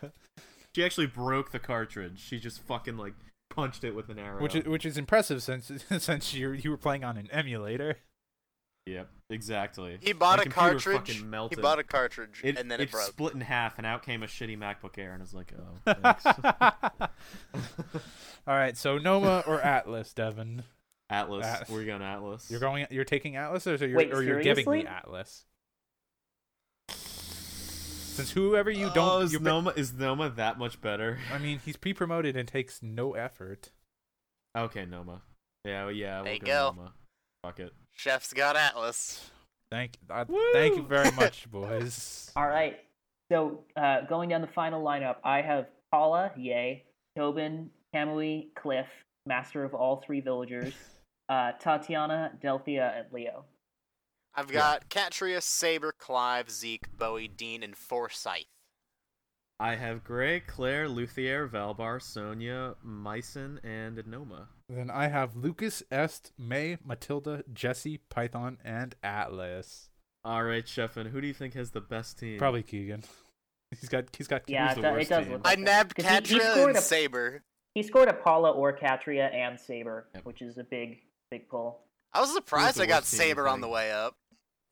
[SPEAKER 1] She actually broke the cartridge. She just fucking like punched it with an arrow.
[SPEAKER 3] which is, which is impressive since since you you were playing on an emulator.
[SPEAKER 1] Yep, exactly.
[SPEAKER 4] He bought
[SPEAKER 1] My
[SPEAKER 4] a
[SPEAKER 1] computer
[SPEAKER 4] cartridge.
[SPEAKER 1] fucking melted.
[SPEAKER 4] He bought a cartridge,
[SPEAKER 1] it,
[SPEAKER 4] and then it, broke.
[SPEAKER 1] split in half, and out came a shitty MacBook Air, and I was like, oh, thanks.
[SPEAKER 3] All right, so Noma or Atlas, Devin?
[SPEAKER 1] Atlas.
[SPEAKER 3] Atlas.
[SPEAKER 1] We're going Atlas.
[SPEAKER 3] You're going, you're taking Atlas, or so you're,
[SPEAKER 2] Wait,
[SPEAKER 3] or you're giving me
[SPEAKER 2] seriously?
[SPEAKER 3] Atlas. Since whoever you don't,
[SPEAKER 1] Oh, is
[SPEAKER 3] you're,
[SPEAKER 1] Noma is Noma that much better?
[SPEAKER 3] I mean, he's pre-promoted and takes no effort.
[SPEAKER 1] Okay, Noma. Yeah, well, yeah.
[SPEAKER 4] There
[SPEAKER 1] we'll
[SPEAKER 4] you go.
[SPEAKER 1] Noma. Fuck it.
[SPEAKER 4] Chef's got Atlas.
[SPEAKER 3] Thank, uh, thank you
[SPEAKER 1] Woo!
[SPEAKER 3] very much, boys.
[SPEAKER 2] All right. So uh, going down the final lineup, I have Paula, yay, Tobin, Kamui, Cliff, master of all three villagers, uh, Tatiana, Delphia, and Leo.
[SPEAKER 4] I've got Catria, Saber, Clive, Zeke, Bowie, Dean, and Forsyth.
[SPEAKER 1] I have Gray, Claire, Luthier, Valbar, Sonia, Myson, and Noma.
[SPEAKER 3] Then I have Lucas, Est, May, Matilda, Jesse, Python, and Atlas.
[SPEAKER 1] All right, Sheffin, who do you think has the best team?
[SPEAKER 3] Probably Keegan. He's got, he's got.
[SPEAKER 2] Yeah,
[SPEAKER 1] Who's
[SPEAKER 2] it,
[SPEAKER 1] the
[SPEAKER 2] do- it
[SPEAKER 1] worst
[SPEAKER 2] does
[SPEAKER 1] team?
[SPEAKER 2] look.
[SPEAKER 4] I
[SPEAKER 2] Like that.
[SPEAKER 4] nabbed
[SPEAKER 2] 'Cause he- he
[SPEAKER 4] Catria
[SPEAKER 2] scored
[SPEAKER 4] and
[SPEAKER 2] a-
[SPEAKER 4] Saber.
[SPEAKER 2] He scored a Paula or Katria and Saber,
[SPEAKER 1] Yep.
[SPEAKER 2] which is a big, big pull.
[SPEAKER 4] I was surprised
[SPEAKER 1] the
[SPEAKER 4] I got
[SPEAKER 1] worst team, you
[SPEAKER 4] Saber on
[SPEAKER 1] think?
[SPEAKER 4] the way up.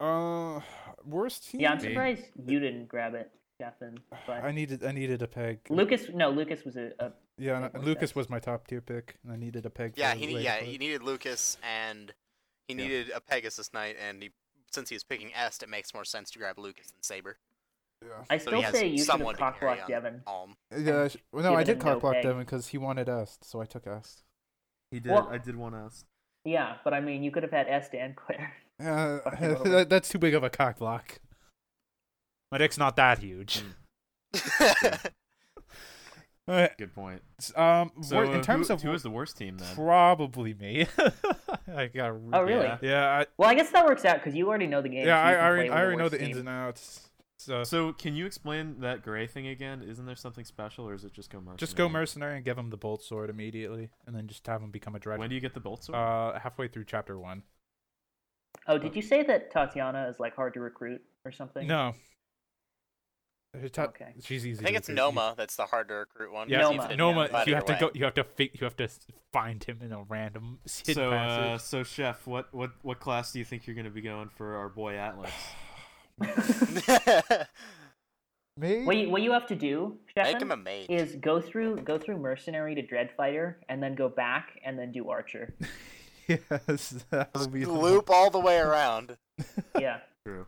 [SPEAKER 3] Uh, worst team.
[SPEAKER 2] Yeah, I'm
[SPEAKER 1] Me.
[SPEAKER 2] surprised you didn't grab it, Stefan. But
[SPEAKER 3] I needed, I needed a peg.
[SPEAKER 2] Lucas, no, Lucas was a, a
[SPEAKER 3] Yeah,
[SPEAKER 2] Peg
[SPEAKER 3] and uh,
[SPEAKER 2] was
[SPEAKER 3] Lucas
[SPEAKER 2] best.
[SPEAKER 3] was my top tier pick, and I needed a peg.
[SPEAKER 4] Yeah,
[SPEAKER 3] for
[SPEAKER 4] he
[SPEAKER 3] later
[SPEAKER 4] yeah
[SPEAKER 3] play.
[SPEAKER 4] he needed Lucas and he
[SPEAKER 1] Yeah.
[SPEAKER 4] needed a Pegasus Knight, and he since he was picking Est, it makes more sense to grab Lucas than Saber.
[SPEAKER 3] Yeah,
[SPEAKER 2] I
[SPEAKER 4] So
[SPEAKER 2] still
[SPEAKER 4] he has
[SPEAKER 2] say you should have
[SPEAKER 4] someone to carry
[SPEAKER 2] cockblocked
[SPEAKER 4] on
[SPEAKER 2] Devin.
[SPEAKER 4] Alm.
[SPEAKER 3] yeah. I sh- well, no,
[SPEAKER 2] given
[SPEAKER 3] I did
[SPEAKER 2] him no
[SPEAKER 3] cock block
[SPEAKER 2] peg.
[SPEAKER 3] Devin because he wanted Est, so I took Est.
[SPEAKER 1] He did.
[SPEAKER 2] Well-
[SPEAKER 1] I did want to ask.
[SPEAKER 2] Yeah, but I mean, you could have had Est and Claire.
[SPEAKER 3] Uh,
[SPEAKER 2] Fucking little-
[SPEAKER 3] that, that's too big of a cock block. My dick's not that huge. All right,
[SPEAKER 1] Good point.
[SPEAKER 3] s- um,
[SPEAKER 1] So,
[SPEAKER 3] wor-
[SPEAKER 1] uh,
[SPEAKER 3] in terms
[SPEAKER 1] who,
[SPEAKER 3] of
[SPEAKER 1] who
[SPEAKER 3] wor-
[SPEAKER 1] is the worst team then?
[SPEAKER 3] probably me. I got. re-
[SPEAKER 2] Oh, really?
[SPEAKER 1] Yeah.
[SPEAKER 3] Yeah,
[SPEAKER 2] Well, I guess that works out because you already know the
[SPEAKER 3] I,
[SPEAKER 2] game.
[SPEAKER 3] yeah.
[SPEAKER 2] so
[SPEAKER 3] I,
[SPEAKER 2] you can
[SPEAKER 3] I already,
[SPEAKER 2] play
[SPEAKER 3] I
[SPEAKER 2] with
[SPEAKER 3] already know
[SPEAKER 2] worst
[SPEAKER 3] the
[SPEAKER 2] team.
[SPEAKER 3] ins and outs. So,
[SPEAKER 1] So, can you explain that Gray thing again? Isn't there something special, or is it just go mercenary?
[SPEAKER 3] just go mercenary and give him the bolt sword immediately, and then just have him become a dread.
[SPEAKER 1] When do you get the bolt sword?
[SPEAKER 3] uh, halfway through chapter one.
[SPEAKER 2] Oh, did you say that Tatiana is like hard to recruit or something?
[SPEAKER 3] No. Her ta-
[SPEAKER 2] Okay.
[SPEAKER 3] She's easy.
[SPEAKER 4] I think
[SPEAKER 3] to
[SPEAKER 4] it's
[SPEAKER 3] recruit.
[SPEAKER 4] Noma that's the hard to recruit one.
[SPEAKER 3] Yeah,
[SPEAKER 2] Noma.
[SPEAKER 3] Noma.
[SPEAKER 2] Noma.
[SPEAKER 4] But
[SPEAKER 3] you have to
[SPEAKER 4] either
[SPEAKER 3] go.
[SPEAKER 4] way.
[SPEAKER 3] You have to. Fi- you have to s- find him in a random hidden
[SPEAKER 1] so, uh,
[SPEAKER 3] passage.
[SPEAKER 1] so Chef, what, what what class do you think you're going to be going for our boy Atlas?
[SPEAKER 3] Me?
[SPEAKER 2] What you, what you have to do,
[SPEAKER 4] Make him a
[SPEAKER 2] Stefan,
[SPEAKER 4] mage.
[SPEAKER 2] is go through go through mercenary to dreadfighter and then go back and then do archer.
[SPEAKER 3] yes, that would be
[SPEAKER 4] Loop all the way around.
[SPEAKER 2] Yeah.
[SPEAKER 1] True.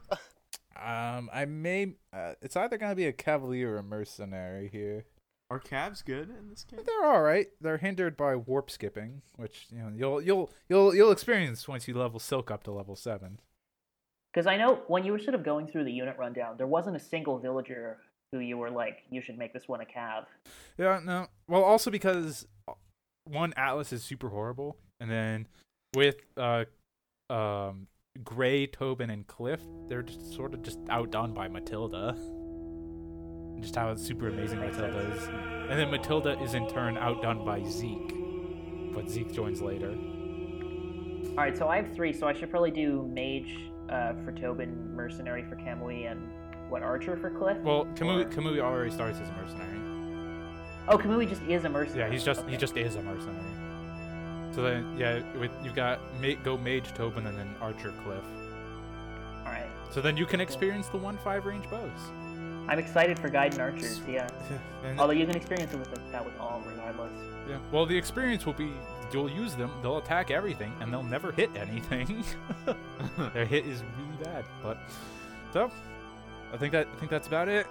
[SPEAKER 3] Um, I may. Uh, it's either gonna be a cavalier or a mercenary here.
[SPEAKER 1] Are Cavs good in this game?
[SPEAKER 3] They're all right. They're hindered by warp skipping, which you know you'll you'll you'll you'll experience once you level Silk up to level seven.
[SPEAKER 2] Because I know when you were sort of going through the unit rundown, there wasn't a single villager who you were like, you should make this one a cav.
[SPEAKER 3] Yeah, no. Well, also because uh, one Atlas is super horrible, and then with uh, um, Gray, Tobin, and Cliff, they're just sort of just outdone by Matilda. Just how super amazing Matilda is, and then Matilda is in turn outdone by Zeke, but Zeke joins later.
[SPEAKER 2] All right, so I have three, so I should probably do mage, uh, for Tobin, mercenary for Kamui, and what archer for Cliff?
[SPEAKER 3] Well,
[SPEAKER 2] Or-
[SPEAKER 3] Kamui, Kamui already starts as a mercenary.
[SPEAKER 2] oh, Kamui just is a mercenary.
[SPEAKER 3] Yeah, he's just he
[SPEAKER 2] Okay.
[SPEAKER 3] just is a mercenary. So then, yeah, with, you've got ma- go mage Tobin and then archer Cliff.
[SPEAKER 2] all right.
[SPEAKER 3] So then you can experience the one five range bows.
[SPEAKER 2] I'm excited for guide and archers. Yeah,
[SPEAKER 3] And-
[SPEAKER 2] although you can experience it with the, that with all regardless.
[SPEAKER 3] yeah. Well, the experience will be you'll use them. They'll attack everything, and they'll never hit anything. Their hit is really bad, but so I think that I think that's about it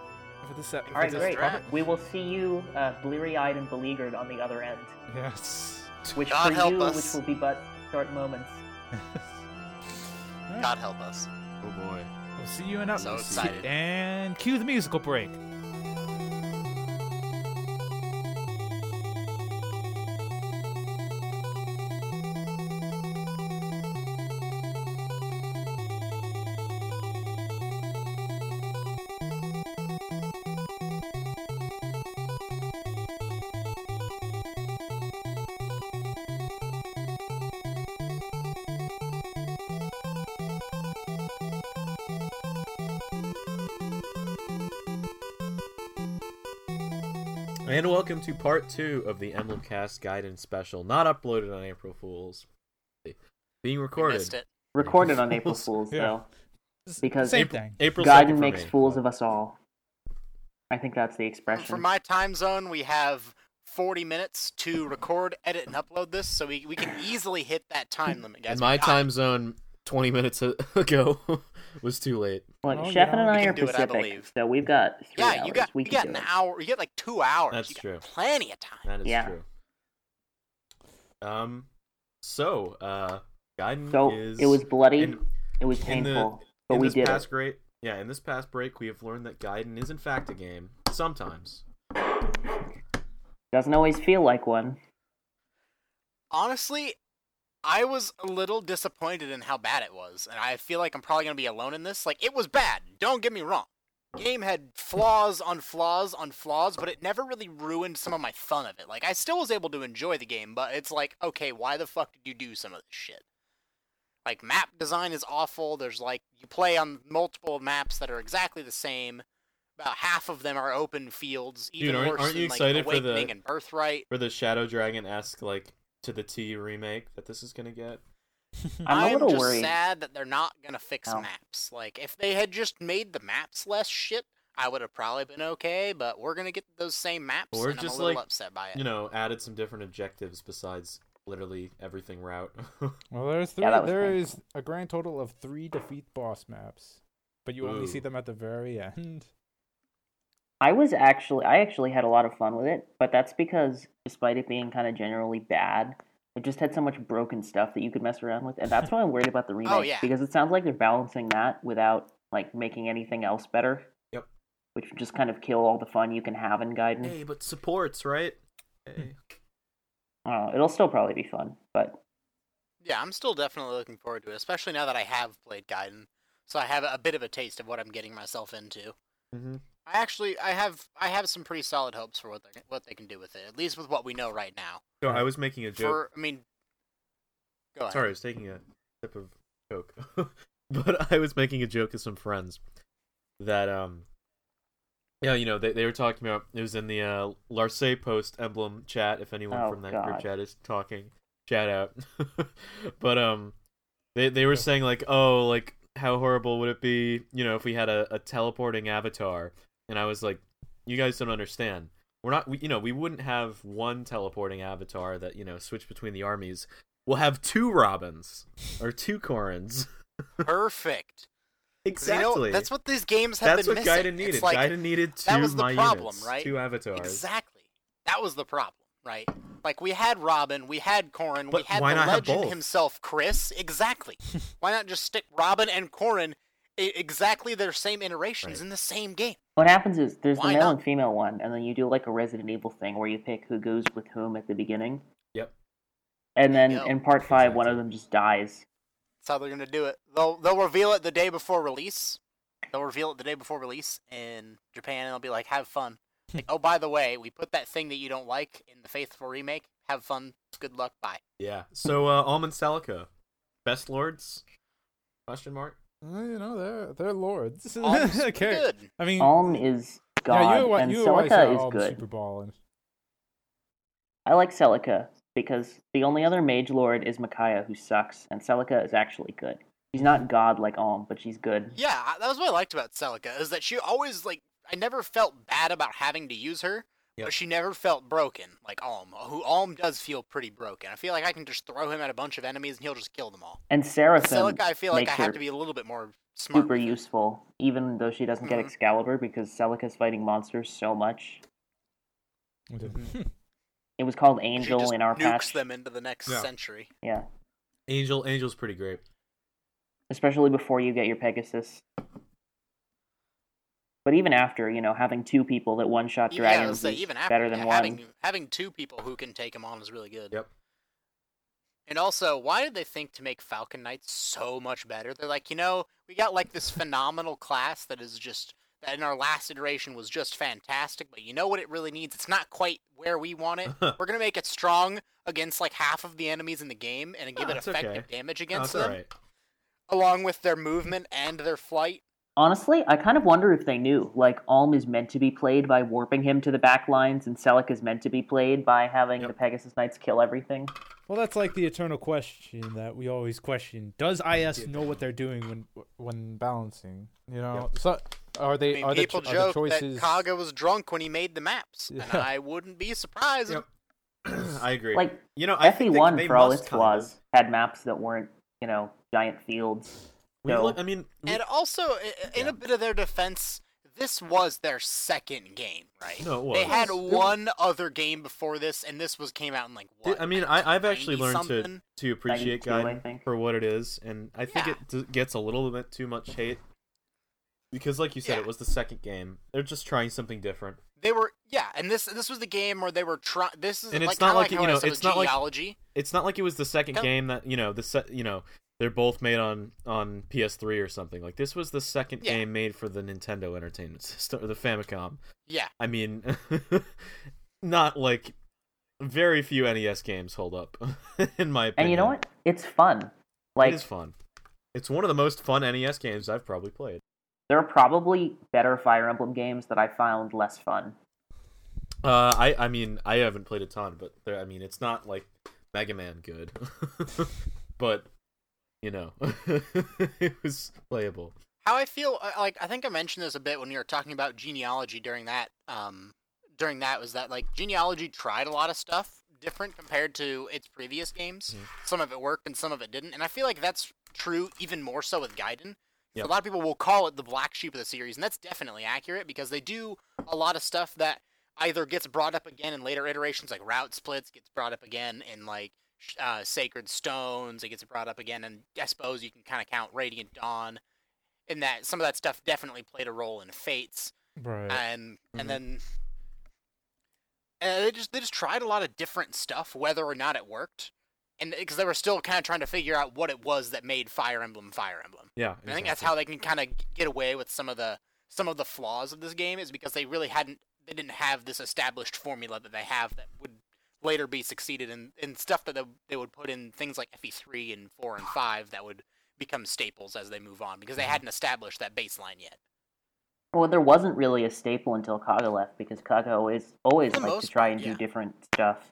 [SPEAKER 3] for this set.
[SPEAKER 2] All right,
[SPEAKER 4] It's a
[SPEAKER 2] great.
[SPEAKER 4] strat.
[SPEAKER 2] We will see you uh, bleary-eyed and beleaguered on the other end,
[SPEAKER 3] Yes.
[SPEAKER 2] which
[SPEAKER 4] God
[SPEAKER 2] for
[SPEAKER 4] help
[SPEAKER 2] you,
[SPEAKER 4] us.
[SPEAKER 2] which will be but short moments.
[SPEAKER 3] All right,
[SPEAKER 4] God help us.
[SPEAKER 1] oh boy.
[SPEAKER 3] We'll see you in up.
[SPEAKER 4] So excited.
[SPEAKER 3] And cue the musical break.
[SPEAKER 1] And welcome to part two of the Emblem Cast Guidance Special, not uploaded on April Fools. Being
[SPEAKER 4] We
[SPEAKER 1] recorded.
[SPEAKER 4] missed it.
[SPEAKER 2] Recorded on April Fools,
[SPEAKER 3] Yeah.
[SPEAKER 2] though. Because
[SPEAKER 3] same
[SPEAKER 1] April,
[SPEAKER 3] thing.
[SPEAKER 1] April
[SPEAKER 2] Gaiden
[SPEAKER 1] 2nd for
[SPEAKER 2] makes
[SPEAKER 1] me.
[SPEAKER 2] fools of us all. I think that's the expression.
[SPEAKER 4] For my time zone, we have 40 minutes to record, edit, and upload this, so we, we can easily hit that time limit, guys.
[SPEAKER 1] In my
[SPEAKER 4] We got
[SPEAKER 1] time zone, 20 minutes a- ago was too late.
[SPEAKER 2] Look,
[SPEAKER 3] Oh,
[SPEAKER 2] Sheffin
[SPEAKER 3] yeah.
[SPEAKER 2] and
[SPEAKER 3] We
[SPEAKER 2] I
[SPEAKER 4] can
[SPEAKER 2] are
[SPEAKER 4] do it, I
[SPEAKER 2] Pacific,
[SPEAKER 4] believe.
[SPEAKER 2] so we've got three
[SPEAKER 4] Yeah,
[SPEAKER 2] hours.
[SPEAKER 4] you got
[SPEAKER 2] we
[SPEAKER 4] you
[SPEAKER 2] can
[SPEAKER 4] got
[SPEAKER 2] do
[SPEAKER 4] an
[SPEAKER 2] it.
[SPEAKER 4] hour. You get like two hours.
[SPEAKER 1] That's
[SPEAKER 4] you got
[SPEAKER 1] true.
[SPEAKER 4] Plenty of time.
[SPEAKER 1] That is
[SPEAKER 2] Yeah.
[SPEAKER 1] true. Um, so, uh, Gaiden
[SPEAKER 2] So
[SPEAKER 1] is.
[SPEAKER 2] it was bloody,
[SPEAKER 1] in-
[SPEAKER 2] it was
[SPEAKER 1] in the-
[SPEAKER 2] painful, but
[SPEAKER 1] in
[SPEAKER 2] we
[SPEAKER 1] this
[SPEAKER 2] did
[SPEAKER 1] past
[SPEAKER 2] it.
[SPEAKER 1] great, yeah, in this past break, we have learned that Gaiden is in fact a game. Sometimes.
[SPEAKER 2] Doesn't always feel like one.
[SPEAKER 4] Honestly, I was a little disappointed in how bad it was, and I feel like I'm probably gonna be alone in this. Like it was bad. Don't get me wrong. Game had flaws on flaws on flaws, but it never really ruined some of my fun of it. Like I still was able to enjoy the game, but it's like, okay, why the fuck did you do some of this shit? Like map design is awful. There's like you play on multiple maps that are exactly the same. About half of them are open fields.
[SPEAKER 1] Dude,
[SPEAKER 4] Even
[SPEAKER 1] aren't-
[SPEAKER 4] worse
[SPEAKER 1] aren't you
[SPEAKER 4] than, like,
[SPEAKER 1] excited for the-
[SPEAKER 4] Awakening and Birthright.
[SPEAKER 1] For the Shadow Dragon esque, like, to the T remake that this is going to get.
[SPEAKER 2] I'm a little
[SPEAKER 4] just
[SPEAKER 2] worried.
[SPEAKER 4] sad that they're not gonna fix
[SPEAKER 2] Oh.
[SPEAKER 4] maps. Like if they had just made the maps less shit, I would have probably been okay. But we're gonna get those same maps,
[SPEAKER 1] Or
[SPEAKER 4] and
[SPEAKER 1] just,
[SPEAKER 4] I'm a little
[SPEAKER 1] like,
[SPEAKER 4] upset by it.
[SPEAKER 1] you know, added some different objectives besides literally everything route.
[SPEAKER 2] Mm-hmm.
[SPEAKER 3] Well, there's three.
[SPEAKER 2] Yeah, that was
[SPEAKER 3] there is
[SPEAKER 2] painful.
[SPEAKER 3] a grand total of three defeat boss maps, but you only see
[SPEAKER 1] Ooh.
[SPEAKER 3] them at the very end.
[SPEAKER 2] I was actually I actually had a lot of fun with it, but that's because despite it being kind of generally bad, it just had so much broken stuff that you could mess around with, and that's why I'm worried about the remake
[SPEAKER 4] Oh, yeah.
[SPEAKER 2] because it sounds like they're balancing that without like making anything else better.
[SPEAKER 1] Yep.
[SPEAKER 2] Which would just kind of kill all the fun you can have in Gaiden.
[SPEAKER 1] hey, but supports, right? Hey.
[SPEAKER 2] I don't know, it'll still probably be fun, but
[SPEAKER 4] Yeah, I'm still definitely looking forward to it, especially now that I have played Gaiden, so I have a bit of a taste of what I'm getting myself into.
[SPEAKER 1] Mm-hmm.
[SPEAKER 4] I actually, I have, I have some pretty solid hopes for what they what they can do with it, at least with what we know right now.
[SPEAKER 1] So I was making a joke.
[SPEAKER 4] For, I mean, go ahead.
[SPEAKER 1] Sorry, I was taking a sip of coke, but I was making a joke with some friends that um, yeah, you know, they they were talking about it was in the uh, Larcey post emblem chat. If anyone
[SPEAKER 2] Oh,
[SPEAKER 1] from that
[SPEAKER 2] God.
[SPEAKER 1] group chat is talking, shout out. but um, they they were saying like, oh, like how horrible would it be, you know, if we had a, a teleporting avatar? And I was like, you guys don't understand. We're not, we, you know, we wouldn't have one teleporting avatar that you know switch between the armies. We'll have two Robins or two Corins.
[SPEAKER 4] Perfect. 'Cause you know,
[SPEAKER 1] Exactly.
[SPEAKER 4] that's what these games have
[SPEAKER 1] That's
[SPEAKER 4] been
[SPEAKER 1] what
[SPEAKER 4] missing.
[SPEAKER 1] Gaiden needed.
[SPEAKER 4] It's like,
[SPEAKER 1] Gaiden needed two
[SPEAKER 4] that was the
[SPEAKER 1] my
[SPEAKER 4] problem,
[SPEAKER 1] units,
[SPEAKER 4] right?
[SPEAKER 1] two avatars.
[SPEAKER 4] Exactly. That was the problem, right? Like we had Robin, we had Corin, we
[SPEAKER 1] But
[SPEAKER 4] had
[SPEAKER 1] why
[SPEAKER 4] the
[SPEAKER 1] not have
[SPEAKER 4] legend
[SPEAKER 1] both?
[SPEAKER 4] himself, Chris. Exactly. why not just stick Robin and Corin I- exactly their same iterations
[SPEAKER 1] Right.
[SPEAKER 4] in the same game?
[SPEAKER 2] what happens is there's the
[SPEAKER 4] Why
[SPEAKER 2] male
[SPEAKER 4] not?
[SPEAKER 2] and female one, and then you do like a Resident Evil thing where you pick who goes with whom at the beginning.
[SPEAKER 1] Yep.
[SPEAKER 2] And
[SPEAKER 4] There
[SPEAKER 2] then
[SPEAKER 4] you go.
[SPEAKER 2] in part five, one of
[SPEAKER 1] Exactly.
[SPEAKER 2] them just dies.
[SPEAKER 4] That's how they're gonna do it. They'll they'll reveal it the day before release. They'll reveal it the day before release in Japan, and they'll be like, "Have fun." Like, oh, by the way, we put that thing that you don't like in the faithful remake. Have fun. Good luck. Bye.
[SPEAKER 1] Yeah. So uh, Almond Salica, best lords? Question mark.
[SPEAKER 3] Well, you know, they're they're lords.
[SPEAKER 4] Alm's
[SPEAKER 3] Okay.
[SPEAKER 4] good.
[SPEAKER 3] I mean,
[SPEAKER 2] Alm is Oh, god,
[SPEAKER 3] yeah, you wa-
[SPEAKER 2] and
[SPEAKER 3] you always
[SPEAKER 2] Celica
[SPEAKER 3] have
[SPEAKER 2] is
[SPEAKER 3] Alm
[SPEAKER 2] good.
[SPEAKER 3] Super Ball and
[SPEAKER 2] I like Celica because the only other mage lord is Micaiah, who sucks, and Celica is actually good. She's not god like Alm, but she's good.
[SPEAKER 4] Yeah, I- that was what I liked about Celica is that she always like I never felt bad about having to use her,
[SPEAKER 1] Yep.
[SPEAKER 4] but she never felt broken like Alm, who Alm does feel pretty broken. I feel like I can just throw him at a bunch of enemies and he'll just kill them all.
[SPEAKER 2] And Seraphim
[SPEAKER 4] Celica, I feel like I
[SPEAKER 2] makes
[SPEAKER 4] have
[SPEAKER 2] her
[SPEAKER 4] to be a little bit more smart.
[SPEAKER 2] super
[SPEAKER 4] with her.
[SPEAKER 2] useful, even though she doesn't get
[SPEAKER 4] Mhm.
[SPEAKER 2] Excalibur because Celica's fighting monsters so much.
[SPEAKER 4] Mm-hmm.
[SPEAKER 2] It was called
[SPEAKER 4] She
[SPEAKER 2] Angel
[SPEAKER 4] just
[SPEAKER 2] in our
[SPEAKER 4] nukes
[SPEAKER 2] patch.
[SPEAKER 4] them into the next
[SPEAKER 3] Yeah.
[SPEAKER 4] century.
[SPEAKER 2] Yeah,
[SPEAKER 1] Angel, Angel's pretty great.
[SPEAKER 2] especially before you get your Pegasus. But even after, you know, having two people that one shot
[SPEAKER 4] Even, yeah, I would
[SPEAKER 2] dragons
[SPEAKER 4] say
[SPEAKER 2] is
[SPEAKER 4] even after
[SPEAKER 2] better than
[SPEAKER 4] yeah,
[SPEAKER 2] one.
[SPEAKER 4] having having two people who can take him on is really good.
[SPEAKER 1] Yep.
[SPEAKER 4] And also, why did they think to make Falcon Knights so much better? They're like, you know, we got like this phenomenal class that is just that in our last iteration was just fantastic, but you know what it really needs? It's not quite where we want it. We're gonna make it strong against like half of the enemies in the game and give
[SPEAKER 1] Oh,
[SPEAKER 4] it
[SPEAKER 1] it's
[SPEAKER 4] effective
[SPEAKER 1] okay.
[SPEAKER 4] damage
[SPEAKER 1] No,
[SPEAKER 4] against
[SPEAKER 1] it's all
[SPEAKER 4] them,
[SPEAKER 1] right.
[SPEAKER 4] along with their movement and their flight.
[SPEAKER 2] Honestly, I kind of wonder if they knew. Like, Alm is meant to be played by warping him to the back lines, and Selic is meant to be played by having
[SPEAKER 1] Yep.
[SPEAKER 2] the Pegasus Knights kill everything.
[SPEAKER 5] Well, that's like the eternal question that we always question: Does IS
[SPEAKER 1] Yeah.
[SPEAKER 5] know what they're doing when when balancing? You know, so are
[SPEAKER 4] I
[SPEAKER 5] they
[SPEAKER 4] mean,
[SPEAKER 5] are, the,
[SPEAKER 4] people
[SPEAKER 5] cho- are the
[SPEAKER 4] joke
[SPEAKER 5] choices?
[SPEAKER 4] that Kaga was drunk when he made the maps, and
[SPEAKER 5] Yeah.
[SPEAKER 4] I wouldn't be surprised.
[SPEAKER 1] Yep. I agree.
[SPEAKER 2] Like,
[SPEAKER 1] you know, I think they-
[SPEAKER 2] FE1,
[SPEAKER 1] they
[SPEAKER 2] for all
[SPEAKER 1] must
[SPEAKER 2] its
[SPEAKER 1] kind of.
[SPEAKER 2] flaws, had maps that weren't, you know, giant fields.
[SPEAKER 1] We
[SPEAKER 2] No.
[SPEAKER 1] look- I mean, we-
[SPEAKER 4] And also, i- i- in a bit of their defense, this was their second game, right?
[SPEAKER 1] No, it
[SPEAKER 4] They
[SPEAKER 1] was.
[SPEAKER 4] had
[SPEAKER 1] It was-
[SPEAKER 4] one other game before this, and this was came out in like
[SPEAKER 1] Th-
[SPEAKER 4] what?
[SPEAKER 1] I mean, I, I've actually
[SPEAKER 4] 90
[SPEAKER 1] learned
[SPEAKER 4] something?
[SPEAKER 1] to to appreciate
[SPEAKER 2] 92, I
[SPEAKER 1] Gaiden
[SPEAKER 2] think.
[SPEAKER 1] for what it is, and I think
[SPEAKER 4] Yeah.
[SPEAKER 1] it d- gets a little bit too much hate because, like you said,
[SPEAKER 4] Yeah.
[SPEAKER 1] it was the second game. They're just trying something different.
[SPEAKER 4] They were yeah, and this this was the game where they were trying. This is
[SPEAKER 1] And it's
[SPEAKER 4] like,
[SPEAKER 1] not
[SPEAKER 4] kinda
[SPEAKER 1] like, you
[SPEAKER 4] how I
[SPEAKER 1] know,
[SPEAKER 4] said with
[SPEAKER 1] it's not like-
[SPEAKER 4] geology.
[SPEAKER 1] It's not like it was the second
[SPEAKER 4] No.
[SPEAKER 1] game that you know the set. You know, they're both made on on PS3 or something. Like this was the second
[SPEAKER 4] Yeah.
[SPEAKER 1] game made for the Nintendo Entertainment System or the Famicom.
[SPEAKER 4] Yeah,
[SPEAKER 1] I mean, not like very few NES games hold up, in my opinion.
[SPEAKER 2] And you know what? It's fun. Like,
[SPEAKER 1] it is fun. It's one of the most fun NES games I've probably played.
[SPEAKER 2] there are probably better Fire Emblem games that I found less fun.
[SPEAKER 1] Uh, I I mean I haven't played a ton, but there, I mean it's not like Mega Man good, but you know it was playable.
[SPEAKER 4] how I feel uh, like I think I mentioned this a bit when we were talking about genealogy during that um during that was that like genealogy tried a lot of stuff different compared to its previous games. Some of it worked and some of it didn't, and I feel like that's true even more so with Gaiden.
[SPEAKER 1] Yep.
[SPEAKER 4] A lot of people will call it the black sheep of the series, and that's definitely accurate because they do a lot of stuff that either gets brought up again in later iterations, like route splits gets brought up again in like sh- uh, sacred stones. It gets brought up again, and I suppose you can kind of count Radiant Dawn in that some of that stuff definitely played a role in fates
[SPEAKER 5] right.
[SPEAKER 4] and
[SPEAKER 1] Mhm.
[SPEAKER 4] and then and they just they just tried a lot of different stuff whether or not it worked and because they were still kind of trying to figure out what it was that made fire emblem fire emblem
[SPEAKER 1] Yeah,
[SPEAKER 4] And i think that's how they can kind of get away with some of the some of the flaws of this game is because they really hadn't they didn't have this established formula that they have that would later be succeeded in in stuff that they, they would put in things like fe3 and 4 and 5 that would become staples as they move on because they hadn't established that baseline yet
[SPEAKER 2] Well, there wasn't really a staple until Kaga left because Kaga always always
[SPEAKER 4] For the
[SPEAKER 2] liked to
[SPEAKER 4] most
[SPEAKER 2] try
[SPEAKER 4] part,
[SPEAKER 2] and
[SPEAKER 4] yeah.
[SPEAKER 2] do different stuff.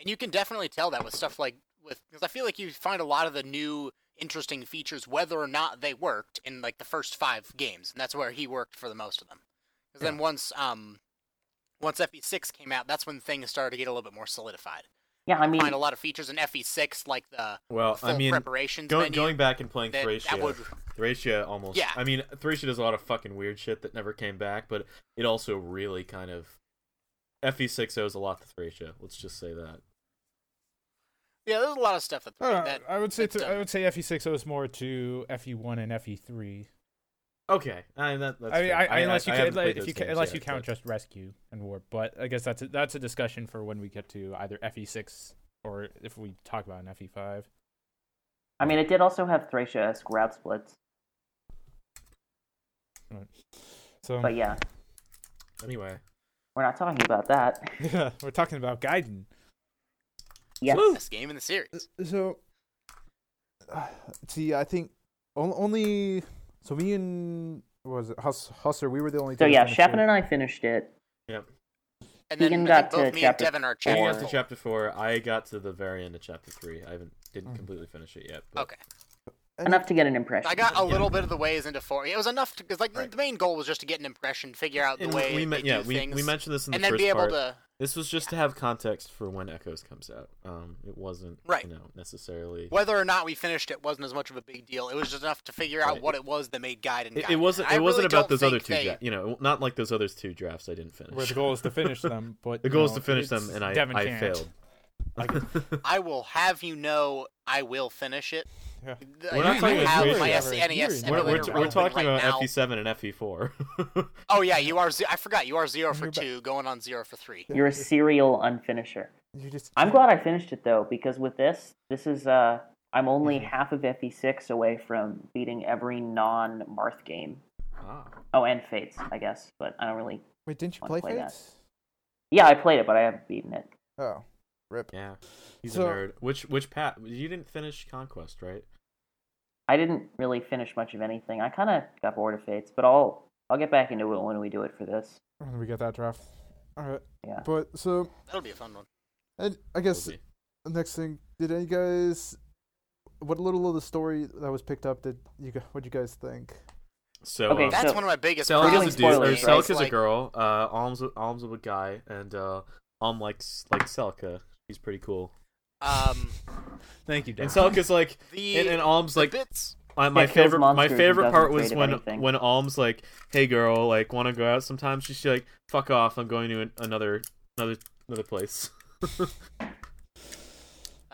[SPEAKER 4] And you can definitely tell that with stuff like with because I feel like you find a lot of the new interesting features, whether or not they worked in like the first five games, and that's where he worked for the most of them. Because then once um once FE6 came out, that's when things started to get a little bit more solidified.
[SPEAKER 2] Yeah, I mean,
[SPEAKER 4] find a lot of features in FE6 like the
[SPEAKER 1] Well,
[SPEAKER 4] full
[SPEAKER 1] I mean,
[SPEAKER 4] preparations
[SPEAKER 1] going
[SPEAKER 4] menu.
[SPEAKER 1] going back and playing
[SPEAKER 4] that- that
[SPEAKER 1] Thracia,
[SPEAKER 4] would-
[SPEAKER 1] Thracia almost.
[SPEAKER 4] Yeah.
[SPEAKER 1] I mean, Thracia does a lot of fucking weird shit that never came back, but it also really kind of E FE6 owes a lot to Thracia. Let's just say that.
[SPEAKER 4] yeah, there's a lot of stuff that,
[SPEAKER 3] Uh,
[SPEAKER 5] I, don't know,
[SPEAKER 4] that
[SPEAKER 5] Uh, I would say
[SPEAKER 4] that's
[SPEAKER 5] to, I
[SPEAKER 4] done.
[SPEAKER 5] would say FE6 owes more to FE1 and E FE3.
[SPEAKER 1] Okay, I mean, that, that's
[SPEAKER 5] I mean,
[SPEAKER 1] fair.
[SPEAKER 5] I, I, unless you
[SPEAKER 1] I
[SPEAKER 5] ca-
[SPEAKER 1] haven't
[SPEAKER 5] like,
[SPEAKER 1] played
[SPEAKER 5] if
[SPEAKER 1] those
[SPEAKER 5] you ca-
[SPEAKER 1] games
[SPEAKER 5] unless
[SPEAKER 1] yet,
[SPEAKER 5] you count
[SPEAKER 1] but-
[SPEAKER 5] just rescue and warp, but I guess that's a, that's a discussion for when we get to either FE6 or if we talk about an E FE5.
[SPEAKER 2] I mean, it did also have Thracia-esque route splits,
[SPEAKER 5] So
[SPEAKER 2] but yeah,
[SPEAKER 1] anyway.
[SPEAKER 2] we're not talking about that.
[SPEAKER 5] we're talking about Gaiden.
[SPEAKER 2] Yes,
[SPEAKER 4] best game in the series.
[SPEAKER 5] So, see, I think
[SPEAKER 6] on- only so me and what was it Hus- Husser? We were the only. two
[SPEAKER 2] So
[SPEAKER 6] that
[SPEAKER 2] yeah,
[SPEAKER 6] finished
[SPEAKER 2] Sheffin
[SPEAKER 6] it.
[SPEAKER 2] and I finished it.
[SPEAKER 4] And
[SPEAKER 2] Keegan
[SPEAKER 4] then I
[SPEAKER 2] got
[SPEAKER 4] think
[SPEAKER 2] to
[SPEAKER 4] both me
[SPEAKER 2] chapter-
[SPEAKER 4] and Devin are
[SPEAKER 1] You got
[SPEAKER 2] Or-
[SPEAKER 4] chapter.
[SPEAKER 1] to
[SPEAKER 4] four.
[SPEAKER 1] chapter four. I got to the very end of chapter three. I haven't didn't
[SPEAKER 6] Mm.
[SPEAKER 1] completely finish it yet. But
[SPEAKER 4] Okay.
[SPEAKER 6] And
[SPEAKER 2] Enough to get an impression.
[SPEAKER 4] I got a
[SPEAKER 1] Yeah.
[SPEAKER 4] little bit of the ways into four. It was enough because, like, the-
[SPEAKER 1] Right.
[SPEAKER 4] the main goal was just to get an impression, figure out the
[SPEAKER 1] And
[SPEAKER 4] way
[SPEAKER 1] we
[SPEAKER 4] they
[SPEAKER 1] men- yeah,
[SPEAKER 4] do
[SPEAKER 1] we,
[SPEAKER 4] things,
[SPEAKER 1] we mentioned this in the
[SPEAKER 4] and then
[SPEAKER 1] first
[SPEAKER 4] be able
[SPEAKER 1] part.
[SPEAKER 4] to.
[SPEAKER 1] This was just to have context for when Echoes comes out. Um, it wasn't
[SPEAKER 4] Right.
[SPEAKER 1] you know necessarily.
[SPEAKER 4] Whether or not we finished it wasn't as much of a big deal. It was just enough to figure out
[SPEAKER 1] Right.
[SPEAKER 4] what it was that made Guide and
[SPEAKER 1] It,
[SPEAKER 4] Guide.
[SPEAKER 1] it wasn't.
[SPEAKER 4] I
[SPEAKER 1] It wasn't
[SPEAKER 4] really
[SPEAKER 1] about
[SPEAKER 4] don't
[SPEAKER 1] those other
[SPEAKER 4] think
[SPEAKER 1] two.
[SPEAKER 4] they-
[SPEAKER 1] dra- you know, not like those other two drafts. I didn't finish.
[SPEAKER 5] Where the goal is to finish them, but
[SPEAKER 1] The
[SPEAKER 5] you
[SPEAKER 1] goal is
[SPEAKER 5] know,
[SPEAKER 1] to finish them,
[SPEAKER 5] it's-
[SPEAKER 1] and I
[SPEAKER 5] Devin
[SPEAKER 1] I
[SPEAKER 5] can't.
[SPEAKER 1] failed.
[SPEAKER 4] I will have you know, I will finish it.
[SPEAKER 5] Yeah.
[SPEAKER 4] Th-
[SPEAKER 1] We're
[SPEAKER 4] I
[SPEAKER 1] not talking about
[SPEAKER 4] have
[SPEAKER 1] Grace
[SPEAKER 4] my
[SPEAKER 1] Forever.
[SPEAKER 4] S- NES
[SPEAKER 5] You're-
[SPEAKER 1] we're,
[SPEAKER 4] emulator
[SPEAKER 1] we're,
[SPEAKER 5] Emulator
[SPEAKER 1] we're
[SPEAKER 4] open
[SPEAKER 1] talking
[SPEAKER 4] right
[SPEAKER 1] about
[SPEAKER 4] now.
[SPEAKER 1] FE7 and E FE4.
[SPEAKER 4] Oh yeah, you are. Ze- I forgot you are zero for
[SPEAKER 6] You're back.
[SPEAKER 4] two, going on zero for three.
[SPEAKER 2] You're a serial unfinisher.
[SPEAKER 6] You just.
[SPEAKER 2] I'm glad I finished it though, because with this, this is uh, I'm
[SPEAKER 4] Mm-hmm.
[SPEAKER 2] only half of FE6 away from beating every non-Marth game.
[SPEAKER 1] ah.
[SPEAKER 2] Oh, and Fates, I guess, but I don't really.
[SPEAKER 6] Wait, didn't you
[SPEAKER 2] wanna
[SPEAKER 6] play
[SPEAKER 2] play that.
[SPEAKER 6] Fates?
[SPEAKER 2] Yeah, I played it, but I haven't beaten it.
[SPEAKER 6] Oh, rip.
[SPEAKER 1] Yeah, he's
[SPEAKER 6] So-
[SPEAKER 1] a nerd. Which which Pat? You didn't finish Conquest, right?
[SPEAKER 2] I didn't really finish much of anything. I kind of got bored of Fates, but I'll I'll get back into it when we do it for this.
[SPEAKER 6] When we get that draft. All right.
[SPEAKER 2] Yeah.
[SPEAKER 6] But so
[SPEAKER 4] That'll be a fun one.
[SPEAKER 6] and I guess the next thing, did any guys? What little of the story that was picked up did you? gu- What you guys think?
[SPEAKER 1] So
[SPEAKER 2] Okay,
[SPEAKER 1] um,
[SPEAKER 4] That's
[SPEAKER 2] So-
[SPEAKER 4] one of my biggest
[SPEAKER 1] Selic
[SPEAKER 2] doing
[SPEAKER 1] is
[SPEAKER 4] problems.
[SPEAKER 1] a dude, or
[SPEAKER 2] spoilers, right?
[SPEAKER 1] Selic is a
[SPEAKER 4] Like,
[SPEAKER 1] girl. Uh, Alms Alms is a guy, and uh, Alm likes like Selka. He's pretty cool.
[SPEAKER 4] Um,
[SPEAKER 5] Thank you,
[SPEAKER 1] And
[SPEAKER 5] Devin.
[SPEAKER 1] Selka's like,
[SPEAKER 4] the
[SPEAKER 1] and, and Alm's
[SPEAKER 4] the
[SPEAKER 1] like,
[SPEAKER 4] bits.
[SPEAKER 1] my, my
[SPEAKER 2] That kills
[SPEAKER 1] favorite my
[SPEAKER 2] monsters and
[SPEAKER 1] favorite
[SPEAKER 2] doesn't
[SPEAKER 1] part was
[SPEAKER 2] afraid of
[SPEAKER 1] when
[SPEAKER 2] anything.
[SPEAKER 1] when Alm's like, hey girl, like want to go out sometimes. She's like, fuck off, I'm going to an, another another another place.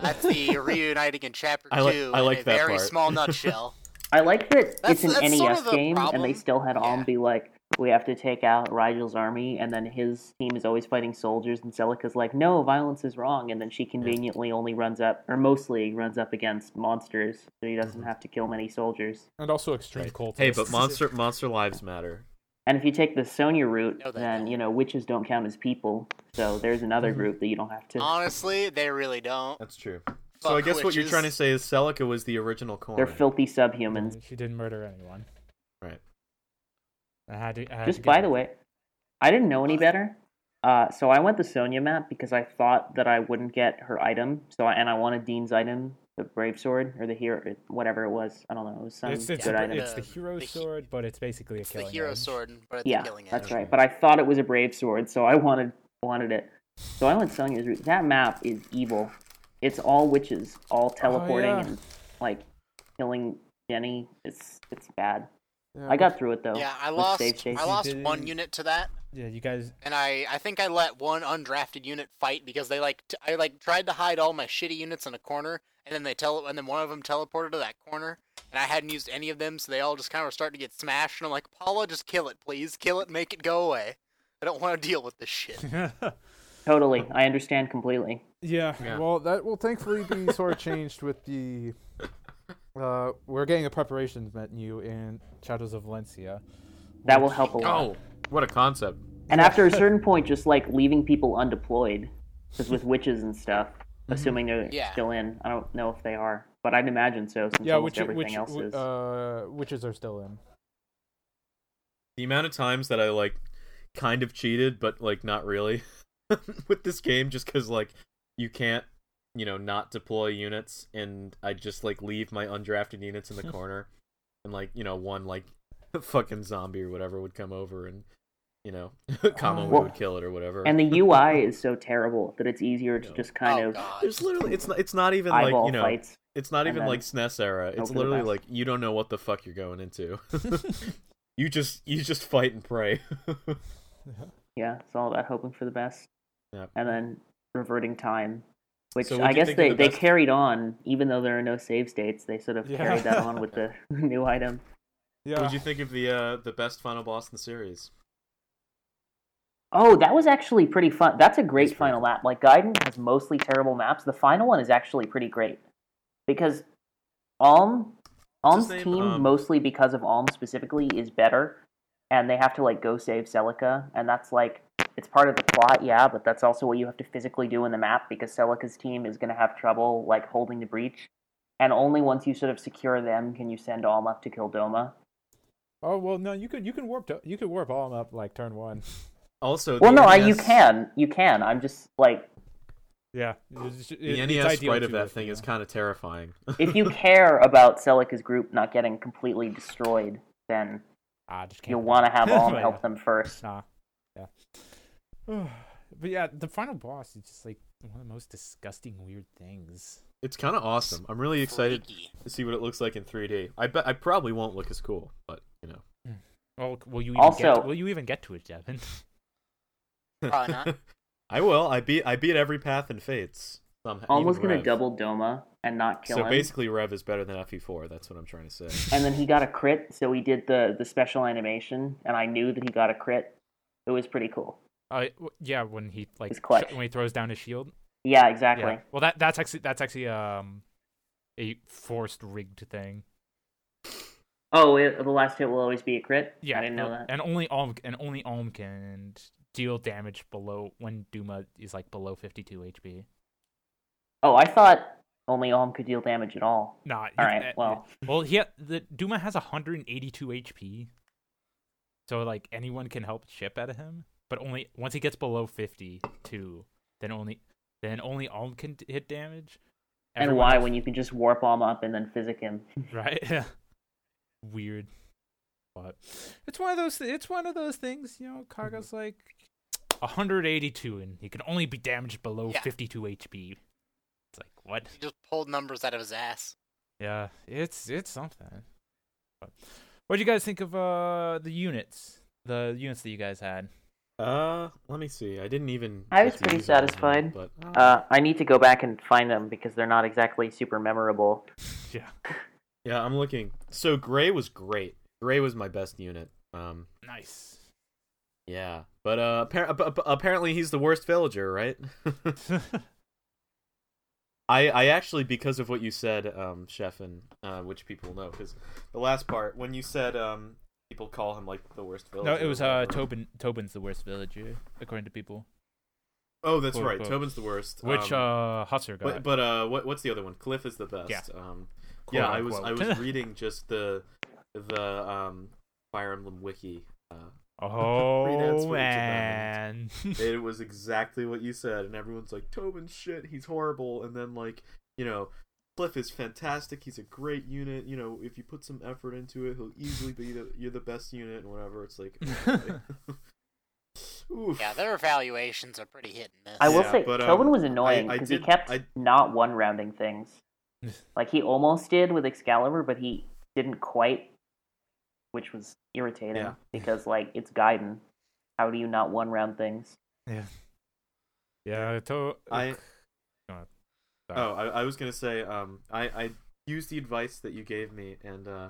[SPEAKER 4] That's the reuniting in chapter
[SPEAKER 1] I like-
[SPEAKER 4] two.
[SPEAKER 1] I like
[SPEAKER 4] in a
[SPEAKER 1] that
[SPEAKER 4] very
[SPEAKER 1] part.
[SPEAKER 4] small nutshell.
[SPEAKER 2] I like that it's
[SPEAKER 4] That's-
[SPEAKER 2] an
[SPEAKER 4] that's
[SPEAKER 2] NES
[SPEAKER 4] sort of the
[SPEAKER 2] game, and they
[SPEAKER 4] problem.
[SPEAKER 2] still had Alm
[SPEAKER 4] Yeah.
[SPEAKER 2] be like, "We have to take out Rigel's army," and then his team is always fighting soldiers, and Celica's like, "No, violence is wrong," and then she conveniently only runs up, or mostly runs up against monsters, so he
[SPEAKER 4] Mm-hmm.
[SPEAKER 2] doesn't have to kill many soldiers.
[SPEAKER 5] and also extreme cultists.
[SPEAKER 1] hey, but monster monster lives matter.
[SPEAKER 2] And if you take the Sonya route,
[SPEAKER 4] Know that Mm-hmm.
[SPEAKER 2] then
[SPEAKER 4] now.
[SPEAKER 2] you know witches don't count as people, so there's another group that you don't have to.
[SPEAKER 4] Honestly, they really don't.
[SPEAKER 1] That's true. so I
[SPEAKER 4] Fuck
[SPEAKER 1] guess what you're
[SPEAKER 4] witches.
[SPEAKER 1] trying to say is Celica was the original corn.
[SPEAKER 2] They're filthy subhumans.
[SPEAKER 5] She didn't murder anyone.
[SPEAKER 1] Right.
[SPEAKER 5] I had to, I had to
[SPEAKER 2] Just
[SPEAKER 5] get
[SPEAKER 2] by
[SPEAKER 5] it.
[SPEAKER 2] the way, I didn't know any better. Uh, so I went the Sonya map because I thought that I wouldn't get her item. So I, and I wanted Dean's item, the Brave Sword or the Hero, whatever it was. I don't know. It was some
[SPEAKER 5] it's, it's,
[SPEAKER 2] good
[SPEAKER 5] a-
[SPEAKER 2] item.
[SPEAKER 5] it's the
[SPEAKER 4] The-
[SPEAKER 5] hero
[SPEAKER 4] the-
[SPEAKER 5] sword, but it's basically a
[SPEAKER 4] It's the
[SPEAKER 5] killing
[SPEAKER 4] hero
[SPEAKER 5] edge.
[SPEAKER 4] sword, but it's
[SPEAKER 2] yeah,
[SPEAKER 4] a killing
[SPEAKER 2] that's
[SPEAKER 4] edge.
[SPEAKER 2] right. But I thought it was a Brave Sword, so I wanted wanted it. So I went Sonya's route. That map is evil. It's all witches, all teleporting
[SPEAKER 5] Oh, yeah.
[SPEAKER 2] and like killing Jenny. It's it's bad.
[SPEAKER 6] Yeah,
[SPEAKER 2] I got through it though.
[SPEAKER 4] Yeah, I
[SPEAKER 2] with
[SPEAKER 4] lost.
[SPEAKER 2] save changes.
[SPEAKER 4] I lost
[SPEAKER 5] did-
[SPEAKER 4] one unit to that,
[SPEAKER 5] Yeah, you guys.
[SPEAKER 4] and I I think I let one undrafted unit fight because they like t- I like tried to hide all my shitty units in a corner, and then they tell and then one of them teleported to that corner, and I hadn't used any of them, so they all just kind of were starting to get smashed, and I'm like, Paula, just kill it, please, kill it, make it go away. I don't want to deal with this shit.
[SPEAKER 2] Totally, I understand completely.
[SPEAKER 5] yeah.
[SPEAKER 1] Yeah.
[SPEAKER 6] Well, that will thankfully be sort of changed with the. Uh, we're getting a preparations menu in Shadows of Valencia.
[SPEAKER 2] That will help a lot.
[SPEAKER 1] Oh, what a concept!
[SPEAKER 2] And after a certain point, just like leaving people undeployed, because with witches and stuff,
[SPEAKER 1] Mm-hmm.
[SPEAKER 2] assuming they're
[SPEAKER 4] Yeah.
[SPEAKER 2] still in, I don't know if they are, but I'd imagine so since
[SPEAKER 5] Yeah,
[SPEAKER 2] almost
[SPEAKER 5] which-
[SPEAKER 2] everything
[SPEAKER 5] which-
[SPEAKER 2] else
[SPEAKER 1] oh,
[SPEAKER 2] is.
[SPEAKER 6] Uh, witches are still in.
[SPEAKER 1] The amount of times that I like kind of cheated, but like not really with this game, just because like you can't, you know, not deploy units, and I just like leave my undrafted units in the corner, and like you know one like fucking zombie or whatever would come over and you know Kamo
[SPEAKER 2] Well-
[SPEAKER 1] would kill it or whatever.
[SPEAKER 2] Oh. and the UI is so terrible that it's easier to
[SPEAKER 1] No.
[SPEAKER 2] just kind
[SPEAKER 4] oh
[SPEAKER 2] of
[SPEAKER 4] God.
[SPEAKER 1] there's literally it's not it's not even like
[SPEAKER 2] eyeball
[SPEAKER 1] you know
[SPEAKER 2] fights.
[SPEAKER 1] it's not
[SPEAKER 2] and
[SPEAKER 1] even
[SPEAKER 2] then
[SPEAKER 1] like SNES era.
[SPEAKER 2] hope
[SPEAKER 1] It's
[SPEAKER 2] for the
[SPEAKER 1] literally
[SPEAKER 2] best.
[SPEAKER 1] like you don't know what the fuck you're going into. you just you just fight and pray.
[SPEAKER 2] Yeah, it's all about hoping for the best
[SPEAKER 1] Yep.
[SPEAKER 2] and then reverting time, which
[SPEAKER 1] So what'd
[SPEAKER 2] I
[SPEAKER 1] you
[SPEAKER 2] guess
[SPEAKER 1] think of
[SPEAKER 2] they,
[SPEAKER 1] the
[SPEAKER 2] they
[SPEAKER 1] best-
[SPEAKER 2] carried on, even though there are no save states. They sort of
[SPEAKER 5] Yeah.
[SPEAKER 2] carried that on with the new item.
[SPEAKER 5] Yeah.
[SPEAKER 1] What'd you think of the uh, the best final boss in the series?
[SPEAKER 2] Oh, that was actually pretty fun. That's a great
[SPEAKER 1] That's pretty
[SPEAKER 2] final
[SPEAKER 1] cool.
[SPEAKER 2] map. Like Gaiden has mostly terrible maps. The final one is actually pretty great because Alm Alm's
[SPEAKER 1] name?
[SPEAKER 2] team,
[SPEAKER 1] Um,
[SPEAKER 2] mostly because of Alm specifically, is better, and they have to like go save Celica, and that's like it's part of the plot, yeah. But that's also what you have to physically do in the map because Celica's team is going to have trouble like holding the breach, and only once you sort of secure them can you send Alm up to kill Doma.
[SPEAKER 3] Oh well, no, you could you can warp to, you could warp all up like turn one.
[SPEAKER 1] Also,
[SPEAKER 2] Well,
[SPEAKER 1] the E
[SPEAKER 2] no, I,
[SPEAKER 1] NES
[SPEAKER 2] you can, you can. I'm just like,
[SPEAKER 3] Yeah,
[SPEAKER 1] The NES sprite of that thing is kind of terrifying.
[SPEAKER 2] if you care about Selica's group not getting completely destroyed, then
[SPEAKER 3] I Ah, just can't.
[SPEAKER 2] you'll
[SPEAKER 3] do
[SPEAKER 2] want to
[SPEAKER 3] it.
[SPEAKER 2] have Alm
[SPEAKER 3] Yeah.
[SPEAKER 2] help them first.
[SPEAKER 3] Nah, yeah. but yeah, the final boss is just like one of the most disgusting, weird things.
[SPEAKER 1] It's kind of awesome. I'm really excited
[SPEAKER 4] Freaky.
[SPEAKER 1] to see what it looks like in 3D. I bet I probably won't look as cool, but you know.
[SPEAKER 3] Well, Oh, will you even get
[SPEAKER 2] Also-
[SPEAKER 3] to, will you even get to it, Devin?
[SPEAKER 4] Probably not.
[SPEAKER 1] I will. I beat I beat every path in Fates. Somehow.
[SPEAKER 2] Almost
[SPEAKER 1] even
[SPEAKER 2] gonna
[SPEAKER 1] Rev.
[SPEAKER 2] double Doma and not kill
[SPEAKER 1] So
[SPEAKER 2] him.
[SPEAKER 1] basically, Rev is better than FE4. That's what I'm trying to say.
[SPEAKER 2] and then he got a crit, so he did the the special animation, and I knew that he got a crit. It was pretty cool.
[SPEAKER 3] Uh, w- yeah, when he like
[SPEAKER 2] It's clutch.
[SPEAKER 3] sh- when he throws down his shield.
[SPEAKER 2] Yeah, exactly.
[SPEAKER 3] Yeah. Well, that that's actually that's actually um a forced rigged thing.
[SPEAKER 2] Oh, it, the last hit will always be a crit.
[SPEAKER 3] Yeah,
[SPEAKER 2] I didn't know
[SPEAKER 3] uh,
[SPEAKER 2] that.
[SPEAKER 3] And only Alm and only Alm can deal damage below when Duma is like below 52 HP.
[SPEAKER 2] Oh, I thought only Alm could deal damage at all.
[SPEAKER 3] Nah.
[SPEAKER 2] All
[SPEAKER 3] you-
[SPEAKER 2] right,
[SPEAKER 3] uh,
[SPEAKER 2] well.
[SPEAKER 3] Well, he ha- the Duma has 182 HP. So like anyone can help chip out of him, but only once he gets below 52, then only then only Alm can d- hit damage.
[SPEAKER 2] and why when you can just warp Alm up and then physic him?
[SPEAKER 3] right? Yeah. Weird. But it's one of those it's one of those things, you know,
[SPEAKER 2] Mm-hmm.
[SPEAKER 3] Kaga's like 182 and he can only be damaged below
[SPEAKER 4] Yeah.
[SPEAKER 3] 52 HP. It's like what?
[SPEAKER 4] He just pulled numbers out of his ass.
[SPEAKER 3] Yeah, it's it's something. But what do you guys think of uh the units? The units that you guys had.
[SPEAKER 1] Uh, let me see. I didn't even.
[SPEAKER 2] I was
[SPEAKER 1] get to
[SPEAKER 2] pretty
[SPEAKER 1] use all of them,
[SPEAKER 2] satisfied.
[SPEAKER 1] But
[SPEAKER 2] Uh, I need to go back and find them because they're not exactly super memorable.
[SPEAKER 3] Yeah.
[SPEAKER 1] yeah, I'm looking. So Gray was great. Gray was my best unit. Um,
[SPEAKER 3] Nice.
[SPEAKER 1] yeah, but uh, appar- ap- ap- apparently he's the worst villager, right? I, I actually because of what you said, um, Chef, and uh, which people know, because the last part when you said um, people call him like the worst villager.
[SPEAKER 3] no, it
[SPEAKER 1] or
[SPEAKER 3] was uh
[SPEAKER 1] whatever.
[SPEAKER 3] Tobin Tobin's the worst villager according to people.
[SPEAKER 1] Oh, that's
[SPEAKER 3] quote,
[SPEAKER 1] right.
[SPEAKER 3] quote.
[SPEAKER 1] Tobin's the worst.
[SPEAKER 3] Which
[SPEAKER 1] um,
[SPEAKER 3] uh Husser got.
[SPEAKER 1] but, but uh, what, what's the other one? Cliff is the best.
[SPEAKER 3] Yeah.
[SPEAKER 1] Um,
[SPEAKER 3] quote,
[SPEAKER 1] yeah, I was I
[SPEAKER 3] unquote.
[SPEAKER 1] was reading just the the um Fire Emblem wiki. Uh,
[SPEAKER 3] Oh
[SPEAKER 1] Freelance footage of them.
[SPEAKER 3] man.
[SPEAKER 1] it was exactly what you said, and everyone's like, "Tobin's shit. He's horrible." And then like, you know, Cliff is fantastic. He's a great unit. You know, if you put some effort into it, he'll easily be the, you're the best unit and whatever. It's like, okay. Oof.
[SPEAKER 4] Yeah, their evaluations are pretty hit and miss.
[SPEAKER 2] I will
[SPEAKER 1] Yeah,
[SPEAKER 2] say
[SPEAKER 1] but,
[SPEAKER 2] Tobin
[SPEAKER 1] um,
[SPEAKER 2] was annoying
[SPEAKER 1] I- I
[SPEAKER 2] because he
[SPEAKER 1] did-
[SPEAKER 2] kept
[SPEAKER 1] I-
[SPEAKER 2] not one rounding things. like he almost did with Excalibur, but he didn't quite, which was irritating
[SPEAKER 1] Yeah.
[SPEAKER 2] because like it's Gaiden. How do you not one round things?
[SPEAKER 3] yeah, to-
[SPEAKER 1] I
[SPEAKER 3] Go on. Sorry.
[SPEAKER 1] Oh, I, I was gonna say, um, I, I used the advice that you gave me, and uh,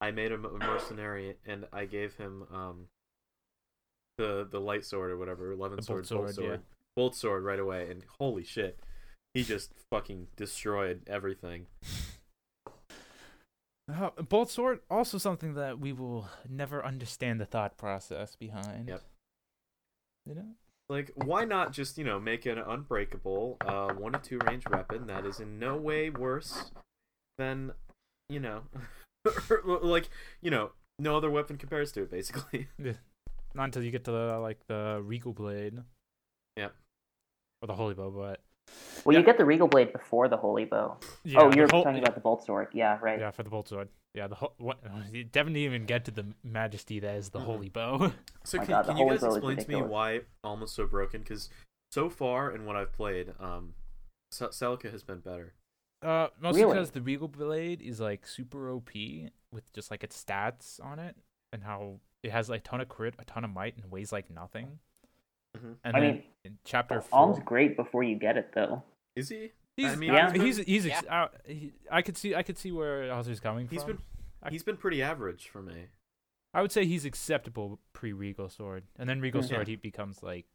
[SPEAKER 1] I made him a mercenary, and I gave him um, the the light sword or whatever, eleven
[SPEAKER 3] The
[SPEAKER 1] sword,
[SPEAKER 3] bolt
[SPEAKER 1] bolt
[SPEAKER 3] sword, yeah.
[SPEAKER 1] sword, bolt sword right away, and holy shit, he just fucking destroyed everything.
[SPEAKER 3] Uh, bolt sword also something that we will never understand the thought process behind.
[SPEAKER 1] Yep.
[SPEAKER 3] You know?
[SPEAKER 1] Like, why not just you know make an unbreakable uh, one to two range weapon that is in no way worse than you know, like you know, no other weapon compares to it basically.
[SPEAKER 3] Not until you get to the, like the regal blade.
[SPEAKER 1] Yep.
[SPEAKER 3] Or the holy bow, but
[SPEAKER 2] Well,
[SPEAKER 3] Yeah.
[SPEAKER 2] you get the Regal Blade before the Holy Bow.
[SPEAKER 3] yeah,
[SPEAKER 2] oh,
[SPEAKER 3] the
[SPEAKER 2] you're
[SPEAKER 3] whole-
[SPEAKER 2] talking about the Bolt Sword. Yeah, right.
[SPEAKER 3] Yeah, for the bolt sword. Yeah, the whole what Devin didn't even get to the majesty that is the
[SPEAKER 1] Mhm.
[SPEAKER 3] holy bow.
[SPEAKER 1] So
[SPEAKER 2] my
[SPEAKER 1] can,
[SPEAKER 2] God, the
[SPEAKER 1] can you
[SPEAKER 2] Holy
[SPEAKER 1] guys
[SPEAKER 2] Grail is
[SPEAKER 1] explain to me
[SPEAKER 2] ridiculous.
[SPEAKER 1] why almost so broken? Because so far in what I've played, um, Se- Celica has been better.
[SPEAKER 3] Uh, mostly
[SPEAKER 2] Really?
[SPEAKER 3] because the Regal Blade is like super OP with just like its stats on it and how it has like a ton of crit, a ton of might, and weighs like nothing.
[SPEAKER 1] Mhm.
[SPEAKER 3] And
[SPEAKER 2] I
[SPEAKER 3] then
[SPEAKER 2] mean,
[SPEAKER 3] in chapter
[SPEAKER 2] Well,
[SPEAKER 3] four,
[SPEAKER 2] Oh, Alm's great before you get it though.
[SPEAKER 1] Is he?
[SPEAKER 3] he's,
[SPEAKER 1] I mean,
[SPEAKER 2] Yeah.
[SPEAKER 3] he's he's ex- uh, he, I could see I could see where Hauser's coming
[SPEAKER 1] He's
[SPEAKER 3] from.
[SPEAKER 1] been he's been pretty average for me.
[SPEAKER 3] I would say he's acceptable pre Regal Sword, and then Regal
[SPEAKER 1] Mhm.
[SPEAKER 3] Sword he becomes like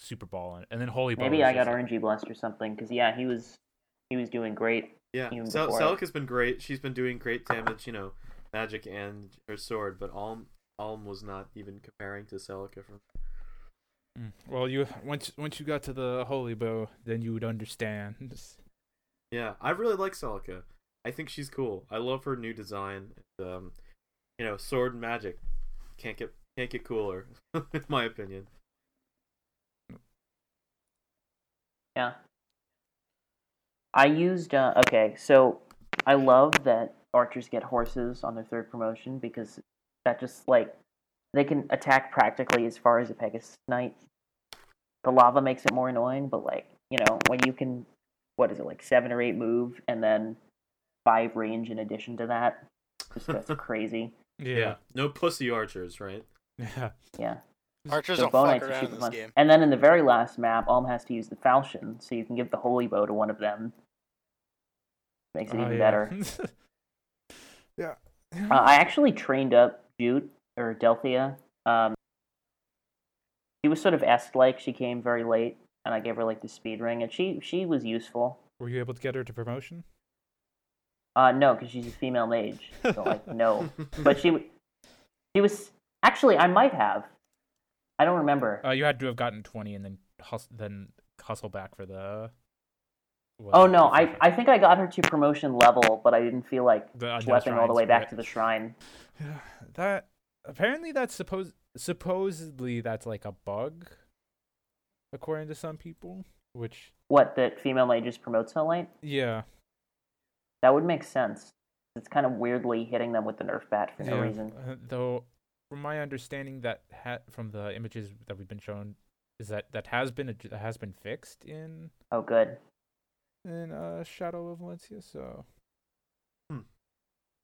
[SPEAKER 3] super ball, and, and then Holy Ball.
[SPEAKER 2] Maybe
[SPEAKER 3] is
[SPEAKER 2] I
[SPEAKER 3] just,
[SPEAKER 2] got
[SPEAKER 3] like-
[SPEAKER 2] RNG blessed or something because yeah, he was he was doing great.
[SPEAKER 1] Yeah,
[SPEAKER 2] Even
[SPEAKER 1] Cel-
[SPEAKER 2] before-
[SPEAKER 1] Celica's been great. She's been doing great damage, you know, magic and her sword. But Alm Alm was not even comparing to Celica. From
[SPEAKER 3] Mm. Well, you once once you got to the Holy Bow, then you would understand.
[SPEAKER 1] yeah, I really like Celica. I think she's cool. I love her new design. Um, you know, sword and magic can't get can't get cooler, in my opinion.
[SPEAKER 2] Yeah. I used uh, okay, so I love that archers get horses on their third promotion because that just like they can attack practically as far as a Pegasus Knight. The lava makes it more annoying, but like you know when you can, what is it like seven or eight move and then five range in addition to that, just that's crazy.
[SPEAKER 5] Yeah.
[SPEAKER 1] No pussy archers, right?
[SPEAKER 5] Yeah.
[SPEAKER 2] Yeah.
[SPEAKER 4] Archers
[SPEAKER 2] So
[SPEAKER 4] don't
[SPEAKER 2] bow
[SPEAKER 4] fuck
[SPEAKER 2] knights are
[SPEAKER 4] around
[SPEAKER 2] super
[SPEAKER 4] in this
[SPEAKER 2] fun.
[SPEAKER 4] game.
[SPEAKER 2] And then in the very last map, Alm has to use the falchion, so you can give the holy bow to one of them. Makes it
[SPEAKER 5] Oh,
[SPEAKER 2] even
[SPEAKER 5] yeah.
[SPEAKER 2] better.
[SPEAKER 6] Yeah.
[SPEAKER 2] Uh, I actually trained up Jute or Delthea. Um, she was sort of est like. She came very late, and I gave her like the speed ring, and she she was useful.
[SPEAKER 5] Were you able to get her to promotion?
[SPEAKER 2] Uh, no, because she's a female mage, so like no. But she w- she was actually I might have. I don't remember.
[SPEAKER 5] Uh, you had to have gotten twenty and then hus- then hustle back for the. was
[SPEAKER 2] oh
[SPEAKER 5] it
[SPEAKER 2] no,
[SPEAKER 5] the
[SPEAKER 2] I
[SPEAKER 5] first one?
[SPEAKER 2] I think I got her to promotion level, but I didn't feel like
[SPEAKER 5] The- uh, no,
[SPEAKER 2] schlepping all the
[SPEAKER 5] shrines,
[SPEAKER 2] way back
[SPEAKER 5] right.
[SPEAKER 2] to the shrine.
[SPEAKER 5] that apparently that's supposed supposedly that's like a bug, according to some people. Which
[SPEAKER 2] What that female mages promote so late?
[SPEAKER 5] yeah,
[SPEAKER 2] That would make sense. It's kind of weirdly hitting them with the nerf bat for no
[SPEAKER 5] yeah.
[SPEAKER 2] reason.
[SPEAKER 5] Uh, though, from my understanding, that ha- from the images that we've been shown, is that that has been adj- has been fixed in
[SPEAKER 2] Oh, good.
[SPEAKER 5] in uh, Shadow of Valencia. So
[SPEAKER 1] Hmm.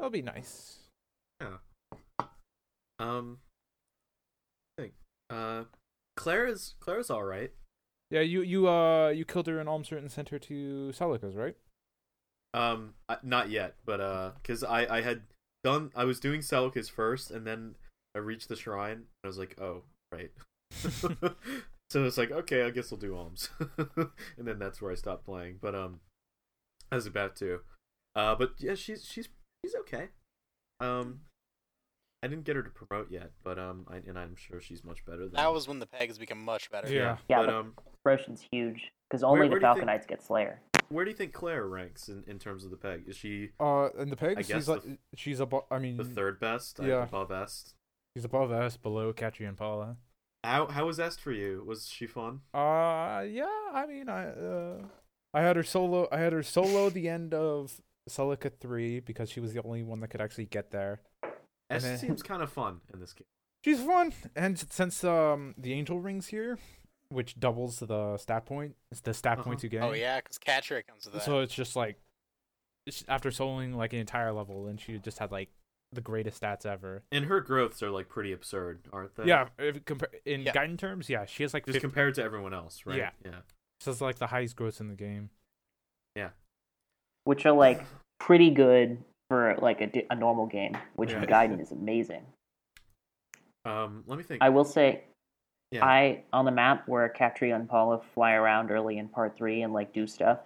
[SPEAKER 5] that'll be nice.
[SPEAKER 1] Um, I think uh, Clara's Clara's all right.
[SPEAKER 5] Yeah, you you uh you killed her in Almsert and sent her to Salica's, right?
[SPEAKER 1] Um, I- not yet, but uh, cause I I had done I was doing Celica's first, and then I reached the shrine. And I was like, oh right. so it's like okay, I guess we'll do alms, and then that's where I stopped playing. But um, I was about to, uh, but yeah, she's she's she's okay. Um, I didn't get her to promote yet, but um, I, and I'm sure she's much better than
[SPEAKER 4] That was when the pegs become much better.
[SPEAKER 5] Yeah.
[SPEAKER 2] Yeah,
[SPEAKER 1] But
[SPEAKER 2] but-
[SPEAKER 1] um,
[SPEAKER 2] Roshan's huge because only
[SPEAKER 1] where
[SPEAKER 2] the
[SPEAKER 1] do you think-
[SPEAKER 2] Falconites get Slayer.
[SPEAKER 1] where do you think Claire ranks in, in terms of the peg? Is she
[SPEAKER 6] Uh, and the peg,
[SPEAKER 1] I guess
[SPEAKER 6] she's
[SPEAKER 1] the
[SPEAKER 6] like, she's above. I mean,
[SPEAKER 1] the
[SPEAKER 3] Mm,
[SPEAKER 1] third best?
[SPEAKER 6] Yeah.
[SPEAKER 1] above best.
[SPEAKER 5] She's above us, below Katri and Paula.
[SPEAKER 1] How how was Est for you? Was she fun?
[SPEAKER 3] Uh, yeah. I mean, I uh, I had her solo. I had her solo the end of Celica three because she was the only one that could actually get there.
[SPEAKER 1] Est
[SPEAKER 3] Okay.
[SPEAKER 1] seems kind of fun in this game.
[SPEAKER 3] She's fun, and since um the angel rings here, which doubles the stat point, it's the stat points you get.
[SPEAKER 4] Oh yeah, because Catra comes with that.
[SPEAKER 3] So it's just like it's after soloing like an entire level, and she just had like the greatest stats ever.
[SPEAKER 1] And her growths are like pretty absurd, aren't they?
[SPEAKER 3] Yeah, if compare in
[SPEAKER 4] Yeah.
[SPEAKER 3] guidance terms, yeah, she has like
[SPEAKER 1] Just
[SPEAKER 3] 50,
[SPEAKER 1] compared to everyone else, right?
[SPEAKER 3] Yeah.
[SPEAKER 1] Yeah.
[SPEAKER 3] she has, like the highest gross in the game.
[SPEAKER 2] which are like pretty good for like a, di- a normal game, which
[SPEAKER 1] Yeah.
[SPEAKER 2] in Gaiden is amazing.
[SPEAKER 1] Um, let me think.
[SPEAKER 2] I will say,
[SPEAKER 1] yeah.
[SPEAKER 2] I on the map where Katria and Paula fly around early in part three and like do stuff,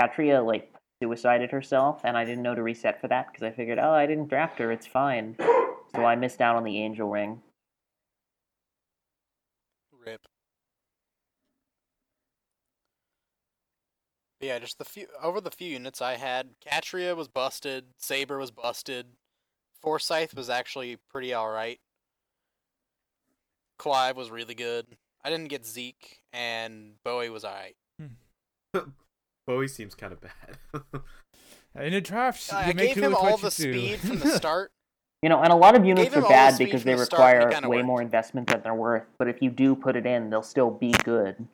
[SPEAKER 2] Katria like suicided herself, and I didn't know to reset for that because I figured, oh, I didn't draft her, it's fine. So I missed out on the angel ring.
[SPEAKER 4] Rip. But yeah, just the few over the few units I had, Catria was busted, Saber was busted, Forsyth was actually pretty all right. Clive was really good. I didn't get Zeke, and Bowie was all right.
[SPEAKER 1] Bowie seems kind of bad.
[SPEAKER 3] In a draft,
[SPEAKER 4] Uh, I
[SPEAKER 3] you make
[SPEAKER 4] gave
[SPEAKER 3] it
[SPEAKER 4] him
[SPEAKER 3] look
[SPEAKER 4] all
[SPEAKER 3] what
[SPEAKER 4] the
[SPEAKER 3] you do.
[SPEAKER 4] speed from the start.
[SPEAKER 2] You know, and a lot of units
[SPEAKER 4] Gave him
[SPEAKER 2] are
[SPEAKER 4] all the
[SPEAKER 2] bad
[SPEAKER 4] speed
[SPEAKER 2] because
[SPEAKER 4] from
[SPEAKER 2] they
[SPEAKER 4] the start, and it
[SPEAKER 2] require
[SPEAKER 4] kinda
[SPEAKER 2] way
[SPEAKER 4] worked.
[SPEAKER 2] more investment than they're worth. But if you do put it in, they'll still be good.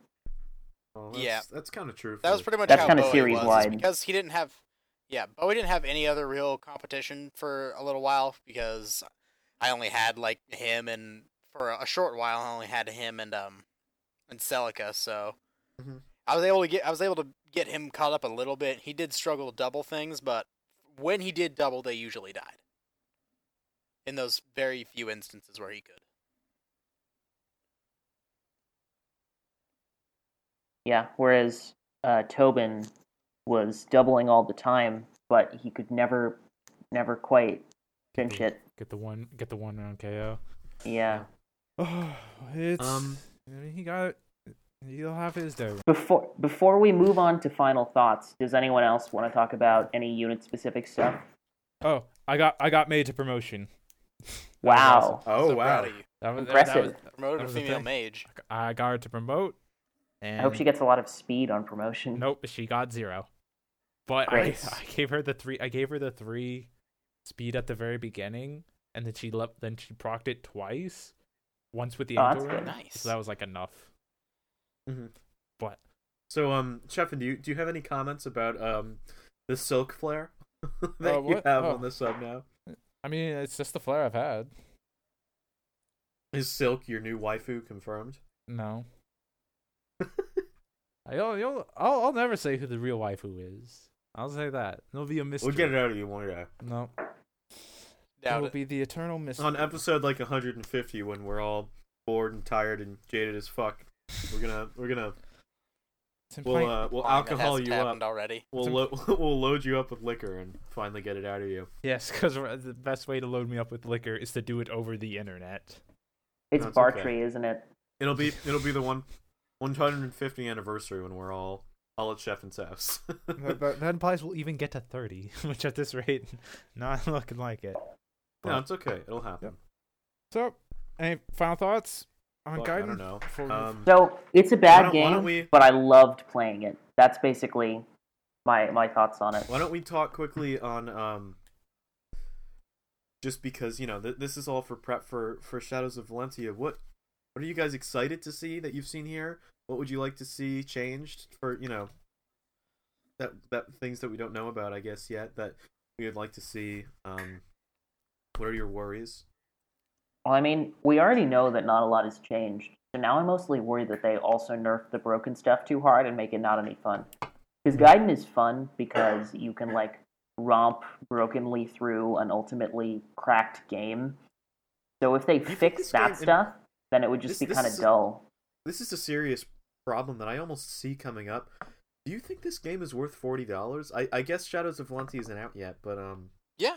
[SPEAKER 1] Oh, that's,
[SPEAKER 4] Yeah.
[SPEAKER 1] That's kind of true.
[SPEAKER 4] That
[SPEAKER 1] for-
[SPEAKER 4] was pretty much
[SPEAKER 2] That's
[SPEAKER 4] how
[SPEAKER 2] kinda
[SPEAKER 4] Bowie was, is
[SPEAKER 2] series-wide.
[SPEAKER 4] because he didn't have, yeah, Bowie didn't have any other real competition for a little while because I only had like him and for a short while I only had him and um and Celica, so
[SPEAKER 3] Mm-hmm.
[SPEAKER 1] Mhm.
[SPEAKER 4] I was able to get I was able to get him caught up a little bit. He did struggle to double things, but when he did double, they usually died. In those very few instances where he could.
[SPEAKER 2] Yeah, whereas uh, Tobin was doubling all the time, but he could never, never quite finish it.
[SPEAKER 5] Get the one, get the one round KO.
[SPEAKER 2] Yeah,
[SPEAKER 3] Oh, it's
[SPEAKER 1] Um,
[SPEAKER 3] I mean, he got You'll have his day.
[SPEAKER 2] Before before we move on to final thoughts, does anyone else want to talk about any unit specific stuff?
[SPEAKER 3] Oh, I got I got made to promotion.
[SPEAKER 2] Wow,
[SPEAKER 1] Oh
[SPEAKER 4] so
[SPEAKER 1] wow!
[SPEAKER 4] proud of you.
[SPEAKER 3] That was, That was,
[SPEAKER 2] impressive.
[SPEAKER 4] Promoted
[SPEAKER 3] That
[SPEAKER 4] a
[SPEAKER 3] was the
[SPEAKER 4] female
[SPEAKER 3] thing.
[SPEAKER 4] mage.
[SPEAKER 3] I got her to promote. And
[SPEAKER 2] I hope she gets a lot of speed on promotion.
[SPEAKER 3] Nope, she got zero. But I,
[SPEAKER 2] Great.
[SPEAKER 3] I gave her the three. I gave her the three speed at the very beginning, and then she left. Then she procced it twice, once with the
[SPEAKER 2] Oh, that's
[SPEAKER 3] indoor,
[SPEAKER 2] good.
[SPEAKER 4] Nice.
[SPEAKER 3] so that was like enough.
[SPEAKER 1] Mhm.
[SPEAKER 3] But
[SPEAKER 1] So, um, Sheffin, do you do you have any comments about um the silk flare that
[SPEAKER 3] Uh,
[SPEAKER 1] you
[SPEAKER 3] what?
[SPEAKER 1] have
[SPEAKER 3] Oh.
[SPEAKER 1] on the sub now?
[SPEAKER 3] I mean, it's just the flare I've had.
[SPEAKER 1] Is silk your new waifu confirmed?
[SPEAKER 3] No, I'll, you'll, I'll, I'll never say who the real waifu is. I'll say that. It'll be a mystery.
[SPEAKER 1] We'll get it out of you one day.
[SPEAKER 3] No,
[SPEAKER 4] Doubt
[SPEAKER 3] it'll
[SPEAKER 4] it.
[SPEAKER 3] be the eternal mystery.
[SPEAKER 1] On episode like 150, when we're all bored and tired and jaded as fuck, we're gonna we're gonna
[SPEAKER 3] It's in
[SPEAKER 1] we'll
[SPEAKER 3] plain-
[SPEAKER 1] uh, we'll
[SPEAKER 4] Fine, that
[SPEAKER 1] alcohol
[SPEAKER 4] hasn't
[SPEAKER 1] you
[SPEAKER 4] happened
[SPEAKER 1] up.
[SPEAKER 4] already.
[SPEAKER 1] We'll lo- we'll load you up with liquor and finally get it out of you.
[SPEAKER 3] Yes, because the best way to load me up with liquor is to do it over the internet.
[SPEAKER 2] It's
[SPEAKER 1] No, it's
[SPEAKER 2] Bartrey,
[SPEAKER 1] okay.
[SPEAKER 2] isn't it?
[SPEAKER 1] It'll be it'll be the one 150 anniversary when we're all all at Sheffin's house.
[SPEAKER 3] that, that- that implies we'll even get to 30, which at this rate, not looking like it.
[SPEAKER 1] no, it's okay. It'll happen.
[SPEAKER 3] So, any final thoughts on
[SPEAKER 1] Fuck, I
[SPEAKER 3] Gaiden?
[SPEAKER 1] don't know.
[SPEAKER 3] before we-
[SPEAKER 1] Um,
[SPEAKER 2] So it's a
[SPEAKER 1] Why
[SPEAKER 2] bad
[SPEAKER 1] don't- why
[SPEAKER 2] game,
[SPEAKER 1] don't we-
[SPEAKER 2] but I loved playing it. That's basically my my thoughts on it.
[SPEAKER 1] Why don't we talk quickly on um just because, you know, th- this is all for prep for for Shadows of Valentia. What what are you guys excited to see that you've seen here? What would you like to see changed for, you know, that that things that we don't know about, I guess yet that we would like to see um what are your worries?
[SPEAKER 2] Well, I mean, we already know that not a lot has changed, so now I'm mostly worried that they also nerf the broken stuff too hard and make it not any fun. Because Gaiden is fun because you can like romp brokenly through an ultimately cracked game. So if they
[SPEAKER 1] think
[SPEAKER 2] fix
[SPEAKER 1] this
[SPEAKER 2] that
[SPEAKER 1] game-
[SPEAKER 2] stuff, then it would just
[SPEAKER 1] This-
[SPEAKER 2] be
[SPEAKER 1] this
[SPEAKER 2] kind of
[SPEAKER 1] is a-
[SPEAKER 2] dull.
[SPEAKER 1] This is a serious problem that I almost see coming up. Do you think this game is worth forty dollars? I, I guess Shadows of Valentia isn't out yet, but um,
[SPEAKER 4] Yeah,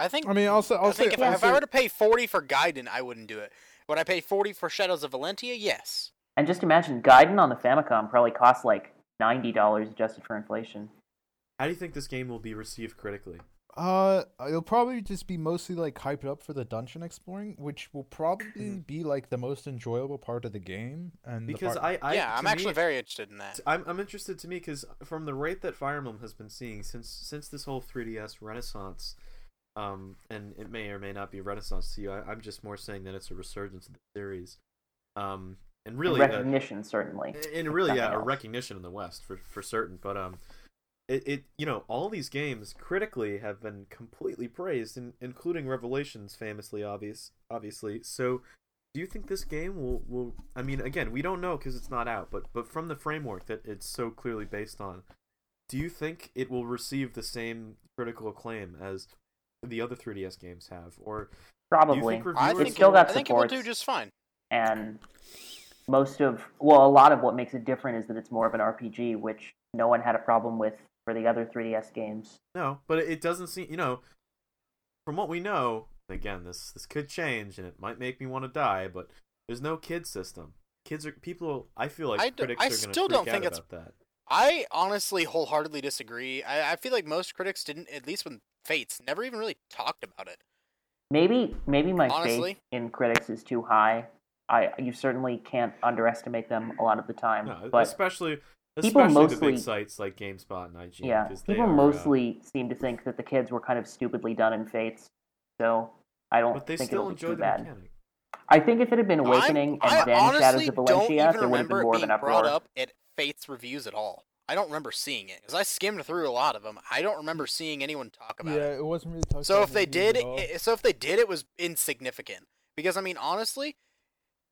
[SPEAKER 4] I think.
[SPEAKER 6] I mean, also,
[SPEAKER 4] I
[SPEAKER 6] also,
[SPEAKER 4] think if, I, if I
[SPEAKER 6] also-
[SPEAKER 4] were to pay forty for Gaiden, I wouldn't do it. Would I pay forty for Shadows of Valentia? Yes.
[SPEAKER 2] And just imagine Gaiden on the Famicom probably costs like ninety dollars adjusted for inflation.
[SPEAKER 1] how do you think this game will be received critically?
[SPEAKER 6] Uh, it'll probably just be mostly like hyped up for the dungeon exploring, which will probably be like the most enjoyable part of the game. And the
[SPEAKER 1] Mm-hmm. because
[SPEAKER 6] part-
[SPEAKER 1] I, I
[SPEAKER 4] yeah,
[SPEAKER 1] to
[SPEAKER 4] I'm actually
[SPEAKER 1] me,
[SPEAKER 4] very interested in that.
[SPEAKER 1] t- I'm, I'm interested to me because from the rate that Fire Emblem has been seeing since since this whole 3DS renaissance, um, and it may or may not be a renaissance to you. I, I'm just more saying that it's a resurgence of the series, um, and really uh,
[SPEAKER 2] recognition certainly.
[SPEAKER 1] and really yeah,
[SPEAKER 2] nothing
[SPEAKER 1] a
[SPEAKER 2] else.
[SPEAKER 1] recognition in the West for for certain. But um, it, it you know all these games critically have been completely praised, in, including Revelations, famously obvious, obviously. So, do you think this game will will? I mean, again, we don't know because it's not out, but but from the framework that it's so clearly based on, do you think it will receive the same critical acclaim as the other 3DS games have, or do you
[SPEAKER 2] Probably.
[SPEAKER 1] think
[SPEAKER 4] I
[SPEAKER 1] reviewers
[SPEAKER 4] think
[SPEAKER 2] still
[SPEAKER 4] it,
[SPEAKER 2] got
[SPEAKER 4] I think it will do
[SPEAKER 2] supports.
[SPEAKER 4] just fine.
[SPEAKER 2] And most of well, a lot of what makes it different is that it's more of an RPG, which no one had a problem with for the other 3DS games.
[SPEAKER 1] No, but it doesn't seem. You know, from what we know, again, this this could change, and it might make me want to die. But there's no kid system. Kids are people. I feel like
[SPEAKER 4] I d-
[SPEAKER 1] critics
[SPEAKER 4] I
[SPEAKER 1] are going to
[SPEAKER 4] still don't
[SPEAKER 1] out
[SPEAKER 4] think it's-
[SPEAKER 1] about that.
[SPEAKER 4] I honestly wholeheartedly disagree. I, I feel like most critics didn't, at least when Fates, never even really talked about it.
[SPEAKER 2] Maybe maybe my
[SPEAKER 4] Honestly?
[SPEAKER 2] faith in critics is too high. I you certainly can't underestimate them a lot of the time.
[SPEAKER 1] No,
[SPEAKER 2] Um, but
[SPEAKER 1] especially
[SPEAKER 2] people
[SPEAKER 1] especially the
[SPEAKER 2] mostly-
[SPEAKER 1] big sites like GameSpot and IGN.
[SPEAKER 2] yeah,
[SPEAKER 1] 'cause they
[SPEAKER 2] people
[SPEAKER 1] are, uh,
[SPEAKER 2] mostly seem to think that the kids were kind of stupidly done in Fates. So I don't
[SPEAKER 1] but they
[SPEAKER 2] think
[SPEAKER 1] still
[SPEAKER 2] it'll be
[SPEAKER 1] enjoy
[SPEAKER 2] too
[SPEAKER 1] the
[SPEAKER 2] bad.
[SPEAKER 1] mechanic.
[SPEAKER 2] I think if it had been
[SPEAKER 4] I'm-
[SPEAKER 2] Awakening
[SPEAKER 4] I
[SPEAKER 2] and then
[SPEAKER 4] honestly
[SPEAKER 2] Shadows of
[SPEAKER 4] don't
[SPEAKER 2] Valencia,
[SPEAKER 4] even
[SPEAKER 2] there would have
[SPEAKER 4] remember
[SPEAKER 2] been
[SPEAKER 4] it
[SPEAKER 2] more of
[SPEAKER 4] being
[SPEAKER 2] an
[SPEAKER 4] brought
[SPEAKER 2] uproar.
[SPEAKER 4] up at Fates reviews at all. I don't remember seeing it because I skimmed through a lot of them. I don't remember seeing anyone talk about
[SPEAKER 6] yeah,
[SPEAKER 4] it.
[SPEAKER 6] it wasn't really talked
[SPEAKER 4] So
[SPEAKER 6] about
[SPEAKER 4] if
[SPEAKER 6] in
[SPEAKER 4] they
[SPEAKER 6] the
[SPEAKER 4] did,
[SPEAKER 6] news at all.
[SPEAKER 4] it, so if they did, it was insignificant because I mean, honestly,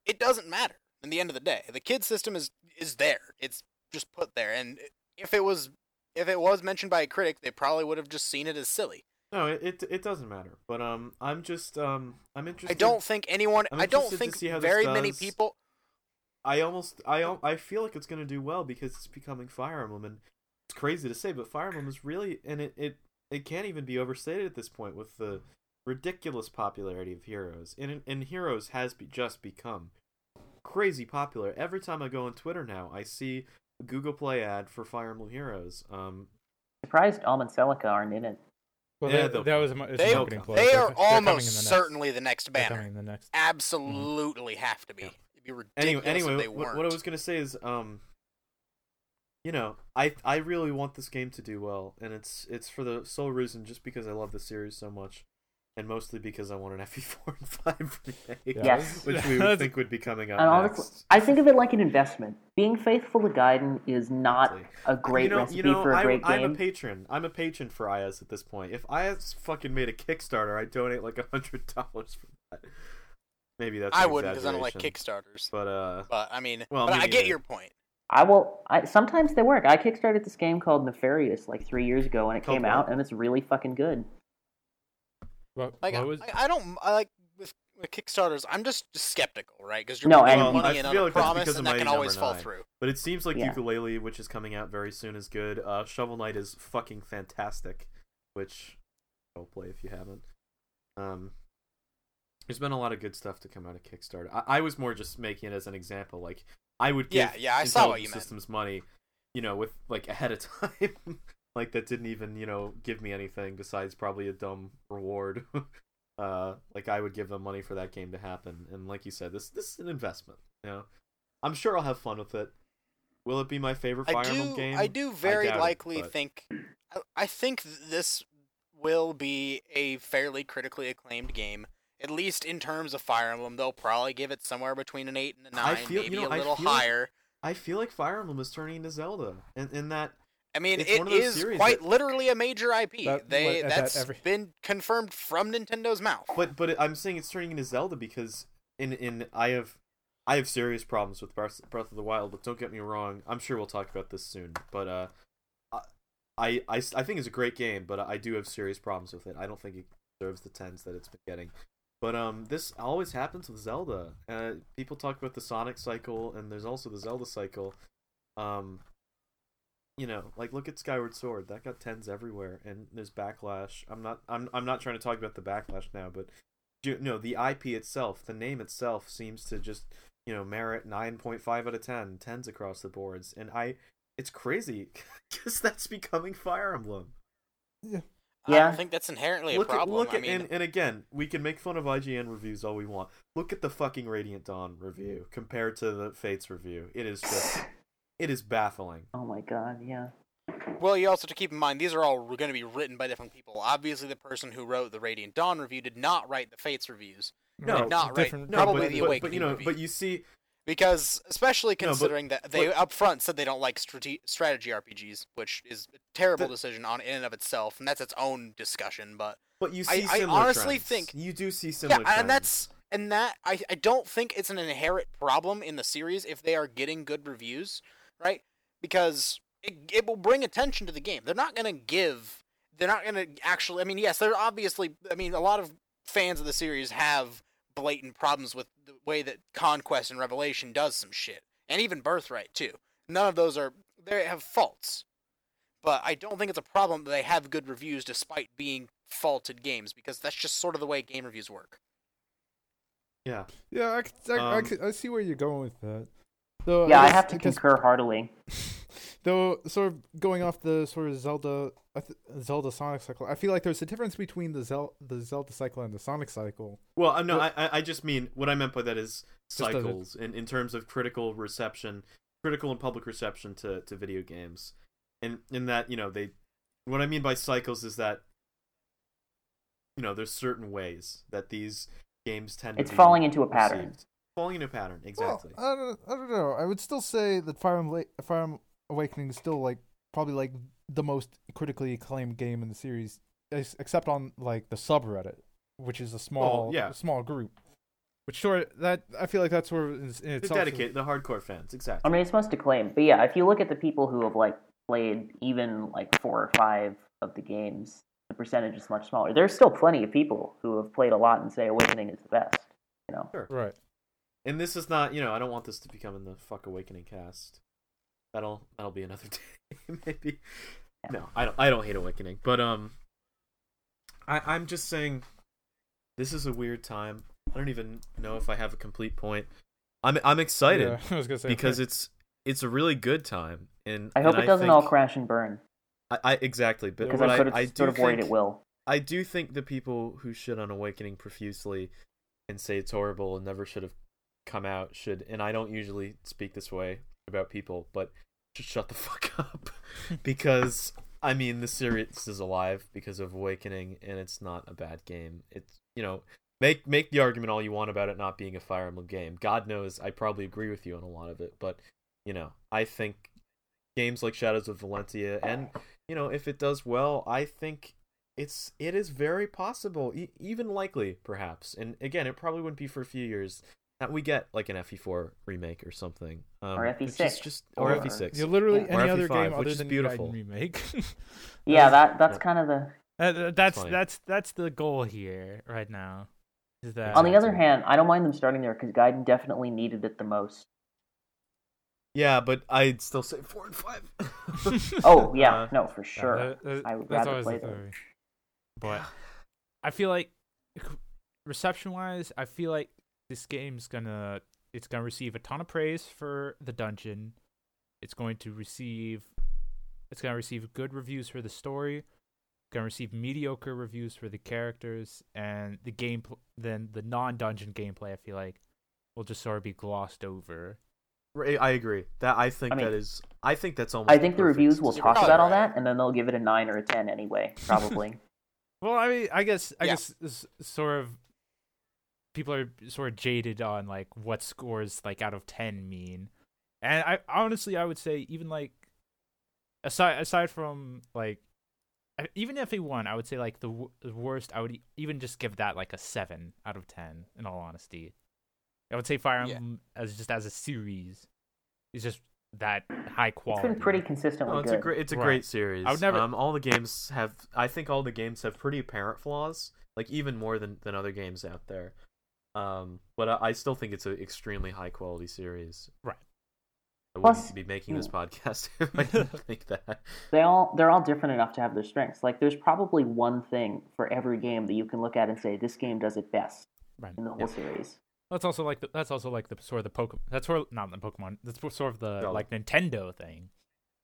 [SPEAKER 4] it doesn't matter. In the end of the day, the kid system is is there. It's just put there, and if it was if it was mentioned by a critic, they probably would have just seen it as silly.
[SPEAKER 1] No, it, it it doesn't matter. But um, I'm just um, I'm interested.
[SPEAKER 4] I don't think anyone.
[SPEAKER 1] I'm
[SPEAKER 4] I don't
[SPEAKER 1] interested to
[SPEAKER 4] think
[SPEAKER 1] see how this
[SPEAKER 4] very many
[SPEAKER 1] does.
[SPEAKER 4] people.
[SPEAKER 1] I almost I al- I feel like it's gonna do well because it's becoming Fire Emblem, and it's crazy to say, but Fire Emblem is really and it it it can't even be overstated at this point with the ridiculous popularity of Heroes, and and Heroes has be, just become crazy popular. Every time I go on Twitter now, I see a Google Play ad for Fire Emblem Heroes. Um,
[SPEAKER 2] Surprised Alm and Celica aren't in it.
[SPEAKER 3] Well,
[SPEAKER 1] Yeah,
[SPEAKER 3] that-
[SPEAKER 1] they'll-
[SPEAKER 3] that was a, mo- it's a
[SPEAKER 4] They,
[SPEAKER 3] marketing ploy.
[SPEAKER 4] they
[SPEAKER 3] They're-
[SPEAKER 4] are
[SPEAKER 3] they're coming in the
[SPEAKER 4] almost
[SPEAKER 3] next-
[SPEAKER 4] certainly the next
[SPEAKER 3] they're
[SPEAKER 4] banner.
[SPEAKER 3] coming in the next.
[SPEAKER 4] Absolutely have to be.
[SPEAKER 3] Yeah.
[SPEAKER 4] It'd be
[SPEAKER 1] Mm-hmm. anyway,
[SPEAKER 4] ridiculous if
[SPEAKER 1] anyway,
[SPEAKER 4] they
[SPEAKER 1] wh-
[SPEAKER 4] weren't.
[SPEAKER 1] what, I was gonna say is, um, you know, I I really want this game to do well, and it's it's for the sole reason just because I love the series so much, and mostly because I want an FE4 and 5 remake,
[SPEAKER 2] Yeah. Yes.
[SPEAKER 1] which we would think would be coming up
[SPEAKER 2] And
[SPEAKER 1] next.
[SPEAKER 2] honestly, I think of it like an investment. Being faithful to Gaiden is not
[SPEAKER 1] Exactly.
[SPEAKER 2] a great
[SPEAKER 1] you know,
[SPEAKER 2] recipe
[SPEAKER 1] you know,
[SPEAKER 2] for a
[SPEAKER 1] I'm,
[SPEAKER 2] great
[SPEAKER 1] I'm
[SPEAKER 2] game.
[SPEAKER 1] a patron. I'm a patron for IS at this point. If IS fucking made a Kickstarter, I'd donate like a hundred dollars for that. Maybe that's
[SPEAKER 4] I
[SPEAKER 1] an
[SPEAKER 4] wouldn't because I don't like
[SPEAKER 1] exaggeration,
[SPEAKER 4] Kickstarters.
[SPEAKER 1] But uh,
[SPEAKER 4] But I mean,
[SPEAKER 1] Well,
[SPEAKER 4] but
[SPEAKER 1] me
[SPEAKER 4] I get
[SPEAKER 1] neither.
[SPEAKER 4] your point.
[SPEAKER 2] I will. I, sometimes they work. I kickstarted this game called Nefarious like three years ago, and it
[SPEAKER 1] Called
[SPEAKER 2] came
[SPEAKER 1] what?
[SPEAKER 2] out, and it's really fucking good.
[SPEAKER 3] What,
[SPEAKER 4] Like I,
[SPEAKER 3] what was,
[SPEAKER 4] I don't I like with, with Kickstarters. I'm just skeptical, right? Because you're
[SPEAKER 2] No,
[SPEAKER 4] putting
[SPEAKER 2] and-
[SPEAKER 4] money
[SPEAKER 1] Well,
[SPEAKER 4] in
[SPEAKER 1] I
[SPEAKER 4] on
[SPEAKER 1] feel
[SPEAKER 4] a
[SPEAKER 1] like that's
[SPEAKER 4] promise,
[SPEAKER 1] because
[SPEAKER 4] and
[SPEAKER 1] of my
[SPEAKER 4] that can always
[SPEAKER 1] number
[SPEAKER 4] fall
[SPEAKER 1] nine.
[SPEAKER 4] through.
[SPEAKER 1] but it seems like
[SPEAKER 2] Yeah.
[SPEAKER 1] Ukulele, which is coming out very soon, is good. Uh, Shovel Knight is fucking fantastic, which go play if you haven't. Um, there's been a lot of good stuff to come out of Kickstarter. I, I was more just making it as an example. Like I would give
[SPEAKER 4] Yeah, yeah, I saw what
[SPEAKER 1] Intelligent
[SPEAKER 4] you meant.
[SPEAKER 1] systems money, you know, with like ahead of time. like that didn't even, you know, give me anything besides probably a dumb reward. uh like I would give them money for that game to happen. And like you said, this this is an investment, you know. I'm sure I'll have fun with it. Will it be my favorite Fire
[SPEAKER 4] I do.
[SPEAKER 1] Emblem game?
[SPEAKER 4] I do very
[SPEAKER 1] doubt it,
[SPEAKER 4] likely
[SPEAKER 1] but-
[SPEAKER 4] think. I, I think th- this will be a fairly critically acclaimed game, at least in terms of Fire Emblem. They'll probably give it somewhere between an eight and a
[SPEAKER 1] I
[SPEAKER 4] nine,
[SPEAKER 1] feel- you
[SPEAKER 4] maybe
[SPEAKER 1] know,
[SPEAKER 4] a
[SPEAKER 1] I
[SPEAKER 4] little
[SPEAKER 1] feel like-
[SPEAKER 4] higher.
[SPEAKER 1] I feel like Fire Emblem is turning into Zelda. And in that
[SPEAKER 4] I mean,
[SPEAKER 1] it's
[SPEAKER 4] it
[SPEAKER 1] one of those
[SPEAKER 4] is
[SPEAKER 1] series
[SPEAKER 4] quite
[SPEAKER 1] that-
[SPEAKER 4] literally a major IP.
[SPEAKER 3] That-
[SPEAKER 4] they
[SPEAKER 3] what- that
[SPEAKER 4] that's
[SPEAKER 3] every-
[SPEAKER 4] been confirmed from Nintendo's mouth.
[SPEAKER 1] But but I'm saying it's turning into Zelda because in in I have I have serious problems with Breath Breath of the Wild. But don't get me wrong, I'm sure we'll talk about this soon. But uh, I I I s- I think it's a great game, but I do have serious problems with it. I don't think it deserves the tens that it's been getting. But um, this always happens with Zelda. Uh, people talk about the Sonic cycle, and there's also the Zelda cycle. Um, you know, like look at Skyward Sword. That got tens everywhere, and there's backlash. I'm not, I'm, I'm not trying to talk about the backlash now, but you no, the IP itself, the name itself, seems to just you know merit 9.5 out of 10, tens across the boards, and I, it's crazy because that's becoming Fire Emblem.
[SPEAKER 4] I
[SPEAKER 2] Yeah.
[SPEAKER 4] don't think that's inherently
[SPEAKER 1] look
[SPEAKER 4] a problem.
[SPEAKER 1] At, look
[SPEAKER 4] I
[SPEAKER 1] at,
[SPEAKER 4] mean,
[SPEAKER 1] and, and again, we can make fun of IGN reviews all we want. Look at the fucking Radiant Dawn review compared to the Fates review. It is just, it is baffling.
[SPEAKER 2] Oh my god, yeah.
[SPEAKER 4] Well, you also have to keep in mind these are all going to be written by different people. Obviously, the person who wrote the Radiant Dawn review did not write the Fates reviews
[SPEAKER 1] No,
[SPEAKER 3] Right,
[SPEAKER 4] not right.
[SPEAKER 3] different-
[SPEAKER 1] No,
[SPEAKER 4] Probably
[SPEAKER 1] but, but-
[SPEAKER 4] the
[SPEAKER 1] but, you
[SPEAKER 4] Awakening
[SPEAKER 1] know,
[SPEAKER 4] review.
[SPEAKER 1] but you see,
[SPEAKER 4] because, especially
[SPEAKER 1] No, but-
[SPEAKER 4] considering that they
[SPEAKER 1] but-
[SPEAKER 4] up front said they don't like strate- strategy RPGs, which is a terrible
[SPEAKER 1] The-
[SPEAKER 4] decision on in and of itself, and that's its own discussion. But
[SPEAKER 1] but you
[SPEAKER 4] I-
[SPEAKER 1] see
[SPEAKER 4] I
[SPEAKER 1] similar
[SPEAKER 4] honestly
[SPEAKER 1] trends.
[SPEAKER 4] think-
[SPEAKER 1] you do see
[SPEAKER 4] yeah,
[SPEAKER 1] similar.
[SPEAKER 4] and
[SPEAKER 1] trends.
[SPEAKER 4] that's and that I I don't think it's an inherent problem in the series if they are getting good reviews, right? Because it it will bring attention to the game. They're not going to give they're not going to actually I mean, yes, they're obviously I mean, a lot of fans of the series have blatant problems with the way that Conquest and Revelation does some shit, and even Birthright too. None of those are they have faults. But I don't think it's a problem that they have good reviews despite being faulted games because that's just sort of the way game reviews work.
[SPEAKER 1] yeah.
[SPEAKER 6] Yeah, I, c- I- I
[SPEAKER 1] Um,
[SPEAKER 6] c- I see where you're going with that. Though,
[SPEAKER 2] Yeah, I
[SPEAKER 6] guess-
[SPEAKER 2] have to
[SPEAKER 6] guess-
[SPEAKER 2] concur heartily.
[SPEAKER 6] Though, sort of going off the sort of Zelda, I th- Zelda Sonic cycle, I feel like there's a difference between the Zel- the Zelda cycle and the Sonic cycle.
[SPEAKER 1] Well, I no,
[SPEAKER 6] Well-
[SPEAKER 1] I I I just mean what I meant by that is
[SPEAKER 6] as a-
[SPEAKER 1] cycles in, in terms of critical reception, critical and public reception to, to video games, and in that you know they, what I mean by cycles is that, you know, there's certain ways that these games tend
[SPEAKER 2] It's
[SPEAKER 1] to be
[SPEAKER 2] falling into a pattern.
[SPEAKER 1] perceived. Falling into a pattern, exactly.
[SPEAKER 3] uh,
[SPEAKER 6] Well, I don't, I don't know. I would still say that Fire Emblem, Fire Emblem Awakening is still like probably like the most critically acclaimed game in the series, ex- except on like the subreddit, which is a small,
[SPEAKER 1] yeah.
[SPEAKER 6] small group. Oh, Which sort of, that I feel like that's sort of is in
[SPEAKER 1] the
[SPEAKER 6] itself.
[SPEAKER 1] dedicated, the hardcore fans,
[SPEAKER 2] I
[SPEAKER 1] exactly.
[SPEAKER 2] mean, it's most acclaimed, but yeah, if you look at the people who have like played even like four or five of the games, the percentage is much smaller. There's still plenty of people who have played a lot and say Awakening is the best. You know,
[SPEAKER 6] Right.
[SPEAKER 1] And this is not, you know, I don't want this to become in the fuck awakening cast. That'll that'll be another day, maybe. No, I don't. I don't hate awakening, but um, I I'm just saying, this is a weird time. I don't even know if I have a complete point. I'm I'm excited
[SPEAKER 7] Yeah, I was gonna say
[SPEAKER 1] because it's it's a really good time, and
[SPEAKER 2] I hope
[SPEAKER 1] and
[SPEAKER 2] it doesn't all
[SPEAKER 1] think-
[SPEAKER 2] crash and burn
[SPEAKER 1] I, I exactly, but
[SPEAKER 2] because
[SPEAKER 1] what
[SPEAKER 2] I'm sort of,
[SPEAKER 1] I, I do
[SPEAKER 2] sort of worried
[SPEAKER 1] think,
[SPEAKER 2] it will.
[SPEAKER 1] I do think the people who shit on Awakening profusely and say it's horrible and never should have come out should, and I don't usually speak this way about people, but just shut the fuck up because I mean the series is alive because of Awakening and it's not a bad game. It's you know make make the argument all you want about it not being a Fire Emblem game. God knows I probably agree with you on a lot of it, but you know I think games like Shadows of Valentia and you know if it does well, I think it's it is very possible, e- even likely perhaps. And again, it probably wouldn't be for a few years that we get like an FE4 remake or something, um,
[SPEAKER 2] Or
[SPEAKER 1] which is
[SPEAKER 2] FE6.
[SPEAKER 1] just or,
[SPEAKER 2] Or-
[SPEAKER 1] FE6.
[SPEAKER 7] you're literally
[SPEAKER 2] Yeah.
[SPEAKER 1] Or
[SPEAKER 7] any other
[SPEAKER 1] FE5,
[SPEAKER 7] game
[SPEAKER 1] which
[SPEAKER 7] other
[SPEAKER 1] is
[SPEAKER 7] than
[SPEAKER 1] beautiful.
[SPEAKER 7] Gaiden.
[SPEAKER 3] remake.
[SPEAKER 2] Yeah, that that's
[SPEAKER 1] yeah.
[SPEAKER 2] kind of the.
[SPEAKER 3] Uh, th- that's
[SPEAKER 1] funny.
[SPEAKER 3] that's that's the goal here right now. Is that
[SPEAKER 2] On the other
[SPEAKER 1] Exactly.
[SPEAKER 2] hand, I don't mind them starting there because Gaiden definitely needed it the most.
[SPEAKER 1] Yeah, but I'd still say four and five.
[SPEAKER 2] Oh yeah,
[SPEAKER 1] Uh,
[SPEAKER 2] no, for sure.
[SPEAKER 3] Uh-huh. that- that-
[SPEAKER 2] I would
[SPEAKER 3] that's
[SPEAKER 2] rather
[SPEAKER 3] always
[SPEAKER 2] play
[SPEAKER 3] the
[SPEAKER 2] them.
[SPEAKER 3] theory. But I feel like reception wise, I feel like this game's gonna it's gonna receive a ton of praise for the dungeon. It's going to receive it's gonna receive good reviews for the story. Gonna receive mediocre reviews for the characters and the game. Then the non-dungeon gameplay, I feel like, will just sort of be glossed over.
[SPEAKER 1] Right, I agree. That I think
[SPEAKER 2] I mean-
[SPEAKER 1] that is. I think that's almost.
[SPEAKER 2] I think the
[SPEAKER 1] perfect
[SPEAKER 2] reviews will
[SPEAKER 1] description.
[SPEAKER 2] talk about all
[SPEAKER 4] Alright.
[SPEAKER 2] that, and then they'll give it a nine or a ten anyway, probably.
[SPEAKER 3] Well, I mean, I guess I
[SPEAKER 4] Yeah.
[SPEAKER 3] guess s- sort of people are sort of jaded on like what scores like out of ten mean, and I honestly I would say even like aside aside from like I- even if he won, I would say like the, w- the worst. I would e- even just give that like a seven out of ten. In all honesty, I would say Fire
[SPEAKER 4] Yeah.
[SPEAKER 3] Emblem as just as a series is just that high
[SPEAKER 2] it's
[SPEAKER 3] quality.
[SPEAKER 2] been pretty
[SPEAKER 1] No,
[SPEAKER 2] consistently
[SPEAKER 1] Oh, it's
[SPEAKER 2] good.
[SPEAKER 1] a great. It's a
[SPEAKER 3] Right.
[SPEAKER 1] great series.
[SPEAKER 3] I would never-
[SPEAKER 1] Um, all the games have. I think all the games have pretty apparent flaws, like even more than than other games out there. Um, but I, I still think it's an extremely high quality series.
[SPEAKER 3] Right.
[SPEAKER 1] I wouldn't
[SPEAKER 2] Plus-
[SPEAKER 1] be making this podcast if I didn't think that.
[SPEAKER 2] They all they're all different enough to have their strengths. Like there's probably one thing for every game that you can look at and say this game does it best
[SPEAKER 3] Right.
[SPEAKER 2] in the whole
[SPEAKER 1] Yeah.
[SPEAKER 2] series.
[SPEAKER 3] That's also like the, that's also like the sort of the Pokemon. That's sort of, not the Pokemon. That's sort of the
[SPEAKER 1] Zelda.
[SPEAKER 3] like Nintendo thing.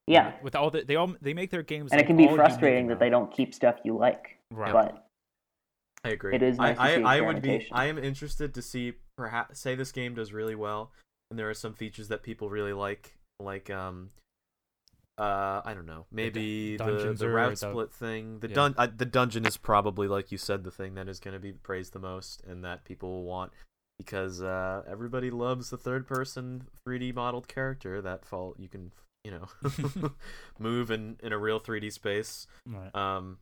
[SPEAKER 2] Yeah,
[SPEAKER 3] With all the they all they make their games
[SPEAKER 2] and
[SPEAKER 3] like,
[SPEAKER 2] it can be
[SPEAKER 3] all
[SPEAKER 2] frustrating
[SPEAKER 3] unique
[SPEAKER 2] that they
[SPEAKER 3] now.
[SPEAKER 2] don't keep stuff you like,
[SPEAKER 3] Right.
[SPEAKER 2] but
[SPEAKER 1] I agree.
[SPEAKER 2] It is nice to
[SPEAKER 1] I,
[SPEAKER 2] see
[SPEAKER 1] I, I would be.
[SPEAKER 2] experimentation.
[SPEAKER 1] I am interested to see. Perhaps say this game does really well, and there are some features that people really like, like um, uh, I don't know, maybe the the,
[SPEAKER 3] dungeons or
[SPEAKER 1] route
[SPEAKER 3] the-
[SPEAKER 1] split thing. The
[SPEAKER 3] yeah.
[SPEAKER 1] dun uh, the dungeon is probably like you said the thing that is going to be praised the most and that people will want because uh, everybody loves the third person 3D modeled character that fall you can you know move in in a real 3D space.
[SPEAKER 3] Right.
[SPEAKER 1] Um,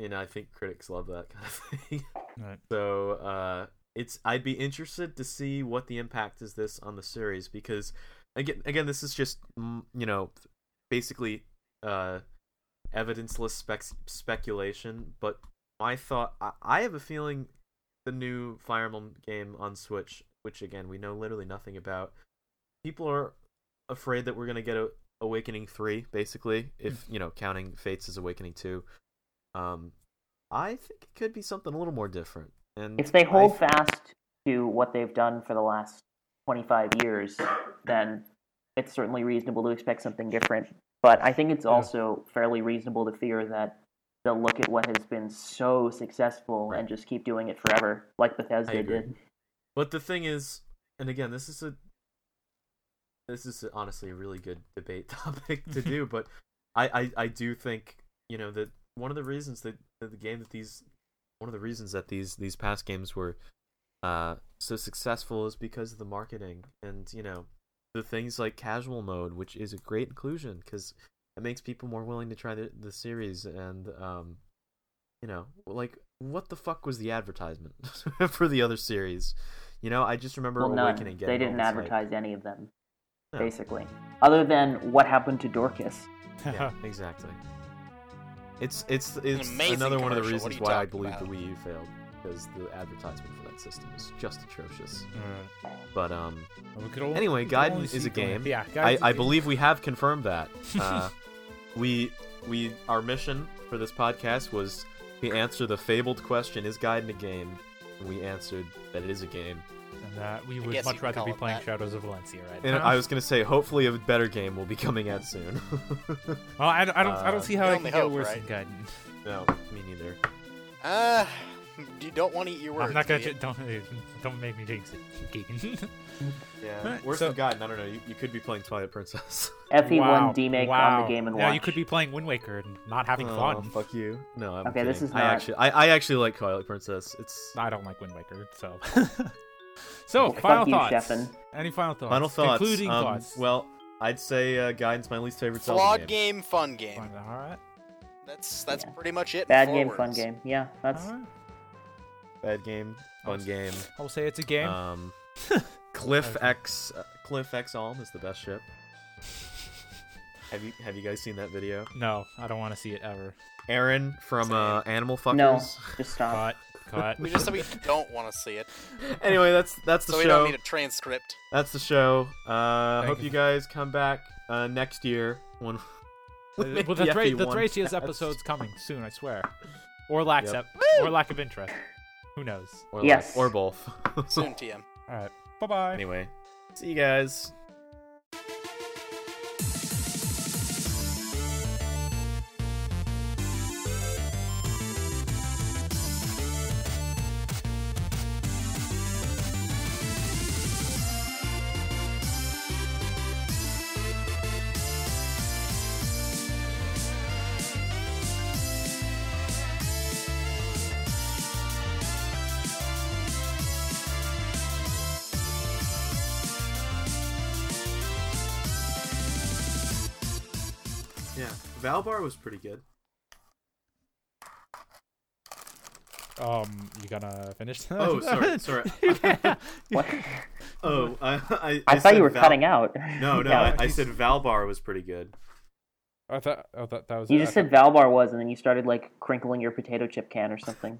[SPEAKER 1] and I think critics love that kind of thing.
[SPEAKER 3] Right.
[SPEAKER 1] So uh, it's I'd be interested to see what the impact is this on the series because again again this is just mm, you know basically uh, evidenceless spec- speculation. But my thought I, I have a feeling the new Fire Emblem game on Switch, which again we know literally nothing about, people are afraid that we're gonna get a Awakening three basically if you know counting Fates as Awakening two. Um, I think it could be something a little more different. And
[SPEAKER 2] if they hold
[SPEAKER 1] I-
[SPEAKER 2] fast to what they've done for the last 25 years, then it's certainly reasonable to expect something different. But I think it's also fairly reasonable to fear that they'll look at what has been so successful
[SPEAKER 1] Right.
[SPEAKER 2] and just keep doing it forever, like Bethesda
[SPEAKER 1] agree.
[SPEAKER 2] did.
[SPEAKER 1] But the thing is, and again, this is a this is honestly a really good debate topic to do. but I, I I do think you know that one of the reasons that, that the game that these one of the reasons that these these past games were uh so successful is because of the marketing and you know the things like casual mode, which is a great inclusion because it makes people more willing to try the the series and um you know like what the fuck was the advertisement for the other series you know i just remember
[SPEAKER 2] Well, none.
[SPEAKER 1] awakening getting
[SPEAKER 2] They
[SPEAKER 1] all
[SPEAKER 2] didn't
[SPEAKER 1] this hype.
[SPEAKER 2] advertise any of them,
[SPEAKER 1] No.
[SPEAKER 2] basically. Other than what happened to Dorcas.
[SPEAKER 1] yeah, exactly. It's it's
[SPEAKER 4] an
[SPEAKER 1] it's
[SPEAKER 4] amazing
[SPEAKER 1] another one of the
[SPEAKER 4] commercial. What are
[SPEAKER 1] reasons
[SPEAKER 4] you
[SPEAKER 1] why I
[SPEAKER 4] talking
[SPEAKER 1] believe the
[SPEAKER 4] about?
[SPEAKER 1] Wii U failed because the advertisement for that system was just atrocious.
[SPEAKER 3] Right.
[SPEAKER 1] But um,
[SPEAKER 3] Well, we could al-
[SPEAKER 1] anyway,
[SPEAKER 3] we could only
[SPEAKER 1] Gaiden is
[SPEAKER 3] see
[SPEAKER 1] a
[SPEAKER 3] going-
[SPEAKER 1] game.
[SPEAKER 3] Yeah,
[SPEAKER 1] I,
[SPEAKER 3] Gaiden's a
[SPEAKER 1] I
[SPEAKER 3] game.
[SPEAKER 1] believe we have confirmed that. Uh, we we our mission for this podcast was to answer the fabled question: Is Gaiden a game? And we answered that it is a game.
[SPEAKER 3] that we
[SPEAKER 4] guess
[SPEAKER 3] would
[SPEAKER 4] you
[SPEAKER 3] much
[SPEAKER 4] could
[SPEAKER 3] rather
[SPEAKER 4] call
[SPEAKER 3] be
[SPEAKER 4] it
[SPEAKER 3] playing
[SPEAKER 4] that.
[SPEAKER 3] Shadows of Valencia right
[SPEAKER 1] And
[SPEAKER 3] now.
[SPEAKER 1] I was gonna say, hopefully, a better game will be coming out soon.
[SPEAKER 3] well, I, I don't, I
[SPEAKER 1] Uh,
[SPEAKER 3] don't see how
[SPEAKER 4] you
[SPEAKER 3] I can
[SPEAKER 4] only
[SPEAKER 3] get
[SPEAKER 4] hope,
[SPEAKER 3] worse
[SPEAKER 4] right?
[SPEAKER 3] than Gaiden.
[SPEAKER 1] no, me neither.
[SPEAKER 4] Uh, you don't want to eat your words.
[SPEAKER 3] I'm not gonna
[SPEAKER 4] do you?
[SPEAKER 3] ju- don't don't make me jinx it, Gaiden.
[SPEAKER 1] Yeah,
[SPEAKER 3] Alright,
[SPEAKER 1] worse
[SPEAKER 3] so-
[SPEAKER 1] than Gaiden. I don't know. You, you could be playing Twilight Princess.
[SPEAKER 2] FE1
[SPEAKER 3] Wow,
[SPEAKER 2] E DMake on
[SPEAKER 3] wow.
[SPEAKER 2] the Game and
[SPEAKER 3] Now
[SPEAKER 2] Watch.
[SPEAKER 3] you could be playing Wind Waker and not having
[SPEAKER 1] Oh,
[SPEAKER 3] fun.
[SPEAKER 1] fuck you. No, I'm
[SPEAKER 2] Okay, this
[SPEAKER 1] kidding.
[SPEAKER 2] is
[SPEAKER 1] I
[SPEAKER 2] not-
[SPEAKER 1] actually, I, I actually like Twilight Princess. It's
[SPEAKER 3] I don't like Wind Waker, so. so
[SPEAKER 2] Fuck
[SPEAKER 3] final
[SPEAKER 2] you,
[SPEAKER 3] thoughts.
[SPEAKER 2] Sheffin.
[SPEAKER 3] Any final thoughts?
[SPEAKER 1] final thoughts.
[SPEAKER 3] Concluding
[SPEAKER 1] um,
[SPEAKER 3] thoughts.
[SPEAKER 1] Well, I'd say uh, Gaiden's my least favorite Zelda
[SPEAKER 4] Flawed
[SPEAKER 1] game.
[SPEAKER 4] game, fun
[SPEAKER 3] all
[SPEAKER 4] game.
[SPEAKER 3] right.
[SPEAKER 4] That's that's
[SPEAKER 2] Yeah.
[SPEAKER 4] pretty much it. in
[SPEAKER 2] Bad
[SPEAKER 4] four
[SPEAKER 2] game, fun
[SPEAKER 4] words.
[SPEAKER 2] game. Yeah,
[SPEAKER 3] All
[SPEAKER 2] that's
[SPEAKER 3] right.
[SPEAKER 1] Bad game, fun game.
[SPEAKER 3] I'll say it's a game.
[SPEAKER 1] Um, Cliff X, uh, Cliff X Alm is the best ship. Have you have you guys seen that video?
[SPEAKER 3] no, I don't want to see it ever.
[SPEAKER 1] Aaron from uh, Animal Fuckers.
[SPEAKER 2] no. Just stop.
[SPEAKER 3] Cut. Cut.
[SPEAKER 4] We just said we don't want to see it,
[SPEAKER 1] anyway, that's that's the
[SPEAKER 4] so we
[SPEAKER 1] show.
[SPEAKER 4] don't need a transcript.
[SPEAKER 1] That's the show. Uh,
[SPEAKER 3] Thank
[SPEAKER 1] hope
[SPEAKER 3] you.
[SPEAKER 1] you guys come back uh, next year when. E
[SPEAKER 3] Uh,
[SPEAKER 1] when
[SPEAKER 3] well,
[SPEAKER 1] the
[SPEAKER 3] the, Thra- the
[SPEAKER 1] FE1
[SPEAKER 3] Thracia's
[SPEAKER 1] cast-
[SPEAKER 3] episode's coming soon, I swear. Or lack
[SPEAKER 1] Yep.
[SPEAKER 3] ep- or lack of interest. Who knows?
[SPEAKER 1] or
[SPEAKER 2] Yes.
[SPEAKER 1] like, or both.
[SPEAKER 4] Soon, TM.
[SPEAKER 3] All right. Bye bye.
[SPEAKER 1] anyway, see you guys. Yeah, Valbar was pretty good.
[SPEAKER 3] Um, you gonna finish? that?
[SPEAKER 1] Oh, sorry, sorry.
[SPEAKER 2] What?
[SPEAKER 1] Oh, I I,
[SPEAKER 2] I, thought
[SPEAKER 1] said
[SPEAKER 2] you were
[SPEAKER 1] Val-
[SPEAKER 2] cutting out.
[SPEAKER 1] No, no, I, I said Valbar was pretty good.
[SPEAKER 8] I thought, I thought that was
[SPEAKER 2] You
[SPEAKER 8] it. I
[SPEAKER 2] just said Valbar was, and then you started like crinkling your potato chip can or something.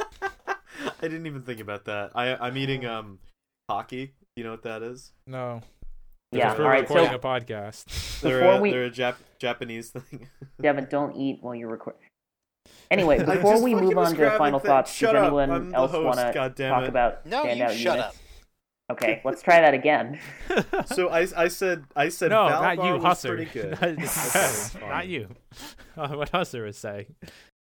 [SPEAKER 1] I didn't even think about that. I I'm eating
[SPEAKER 3] Oh.
[SPEAKER 1] um hockey. You know what that is?
[SPEAKER 8] thought- no.
[SPEAKER 2] Yeah.
[SPEAKER 8] Because
[SPEAKER 2] All
[SPEAKER 8] we're
[SPEAKER 2] right.
[SPEAKER 8] recording
[SPEAKER 2] So
[SPEAKER 8] a podcast.
[SPEAKER 1] They're
[SPEAKER 2] Before
[SPEAKER 1] a,
[SPEAKER 2] we-
[SPEAKER 1] they're a Jap- Japanese thing.
[SPEAKER 2] Devin, don't eat while you record. Anyway,
[SPEAKER 1] I
[SPEAKER 2] before
[SPEAKER 1] just
[SPEAKER 2] we
[SPEAKER 1] fucking
[SPEAKER 2] move on to
[SPEAKER 1] described
[SPEAKER 2] final
[SPEAKER 1] it.
[SPEAKER 2] thoughts,
[SPEAKER 1] Shut
[SPEAKER 2] does
[SPEAKER 1] up.
[SPEAKER 2] anyone
[SPEAKER 1] I'm the
[SPEAKER 2] else
[SPEAKER 1] host,
[SPEAKER 2] want to
[SPEAKER 1] goddammit.
[SPEAKER 2] talk about
[SPEAKER 4] No,
[SPEAKER 2] standout
[SPEAKER 4] you shut
[SPEAKER 2] units?
[SPEAKER 4] up.
[SPEAKER 2] Okay, let's try that again.
[SPEAKER 1] so I I said I said
[SPEAKER 3] no,
[SPEAKER 1] Valbar
[SPEAKER 3] not you,
[SPEAKER 1] was
[SPEAKER 3] Husser.
[SPEAKER 1] pretty good.
[SPEAKER 3] Not- not you. Uh, what Husser was saying.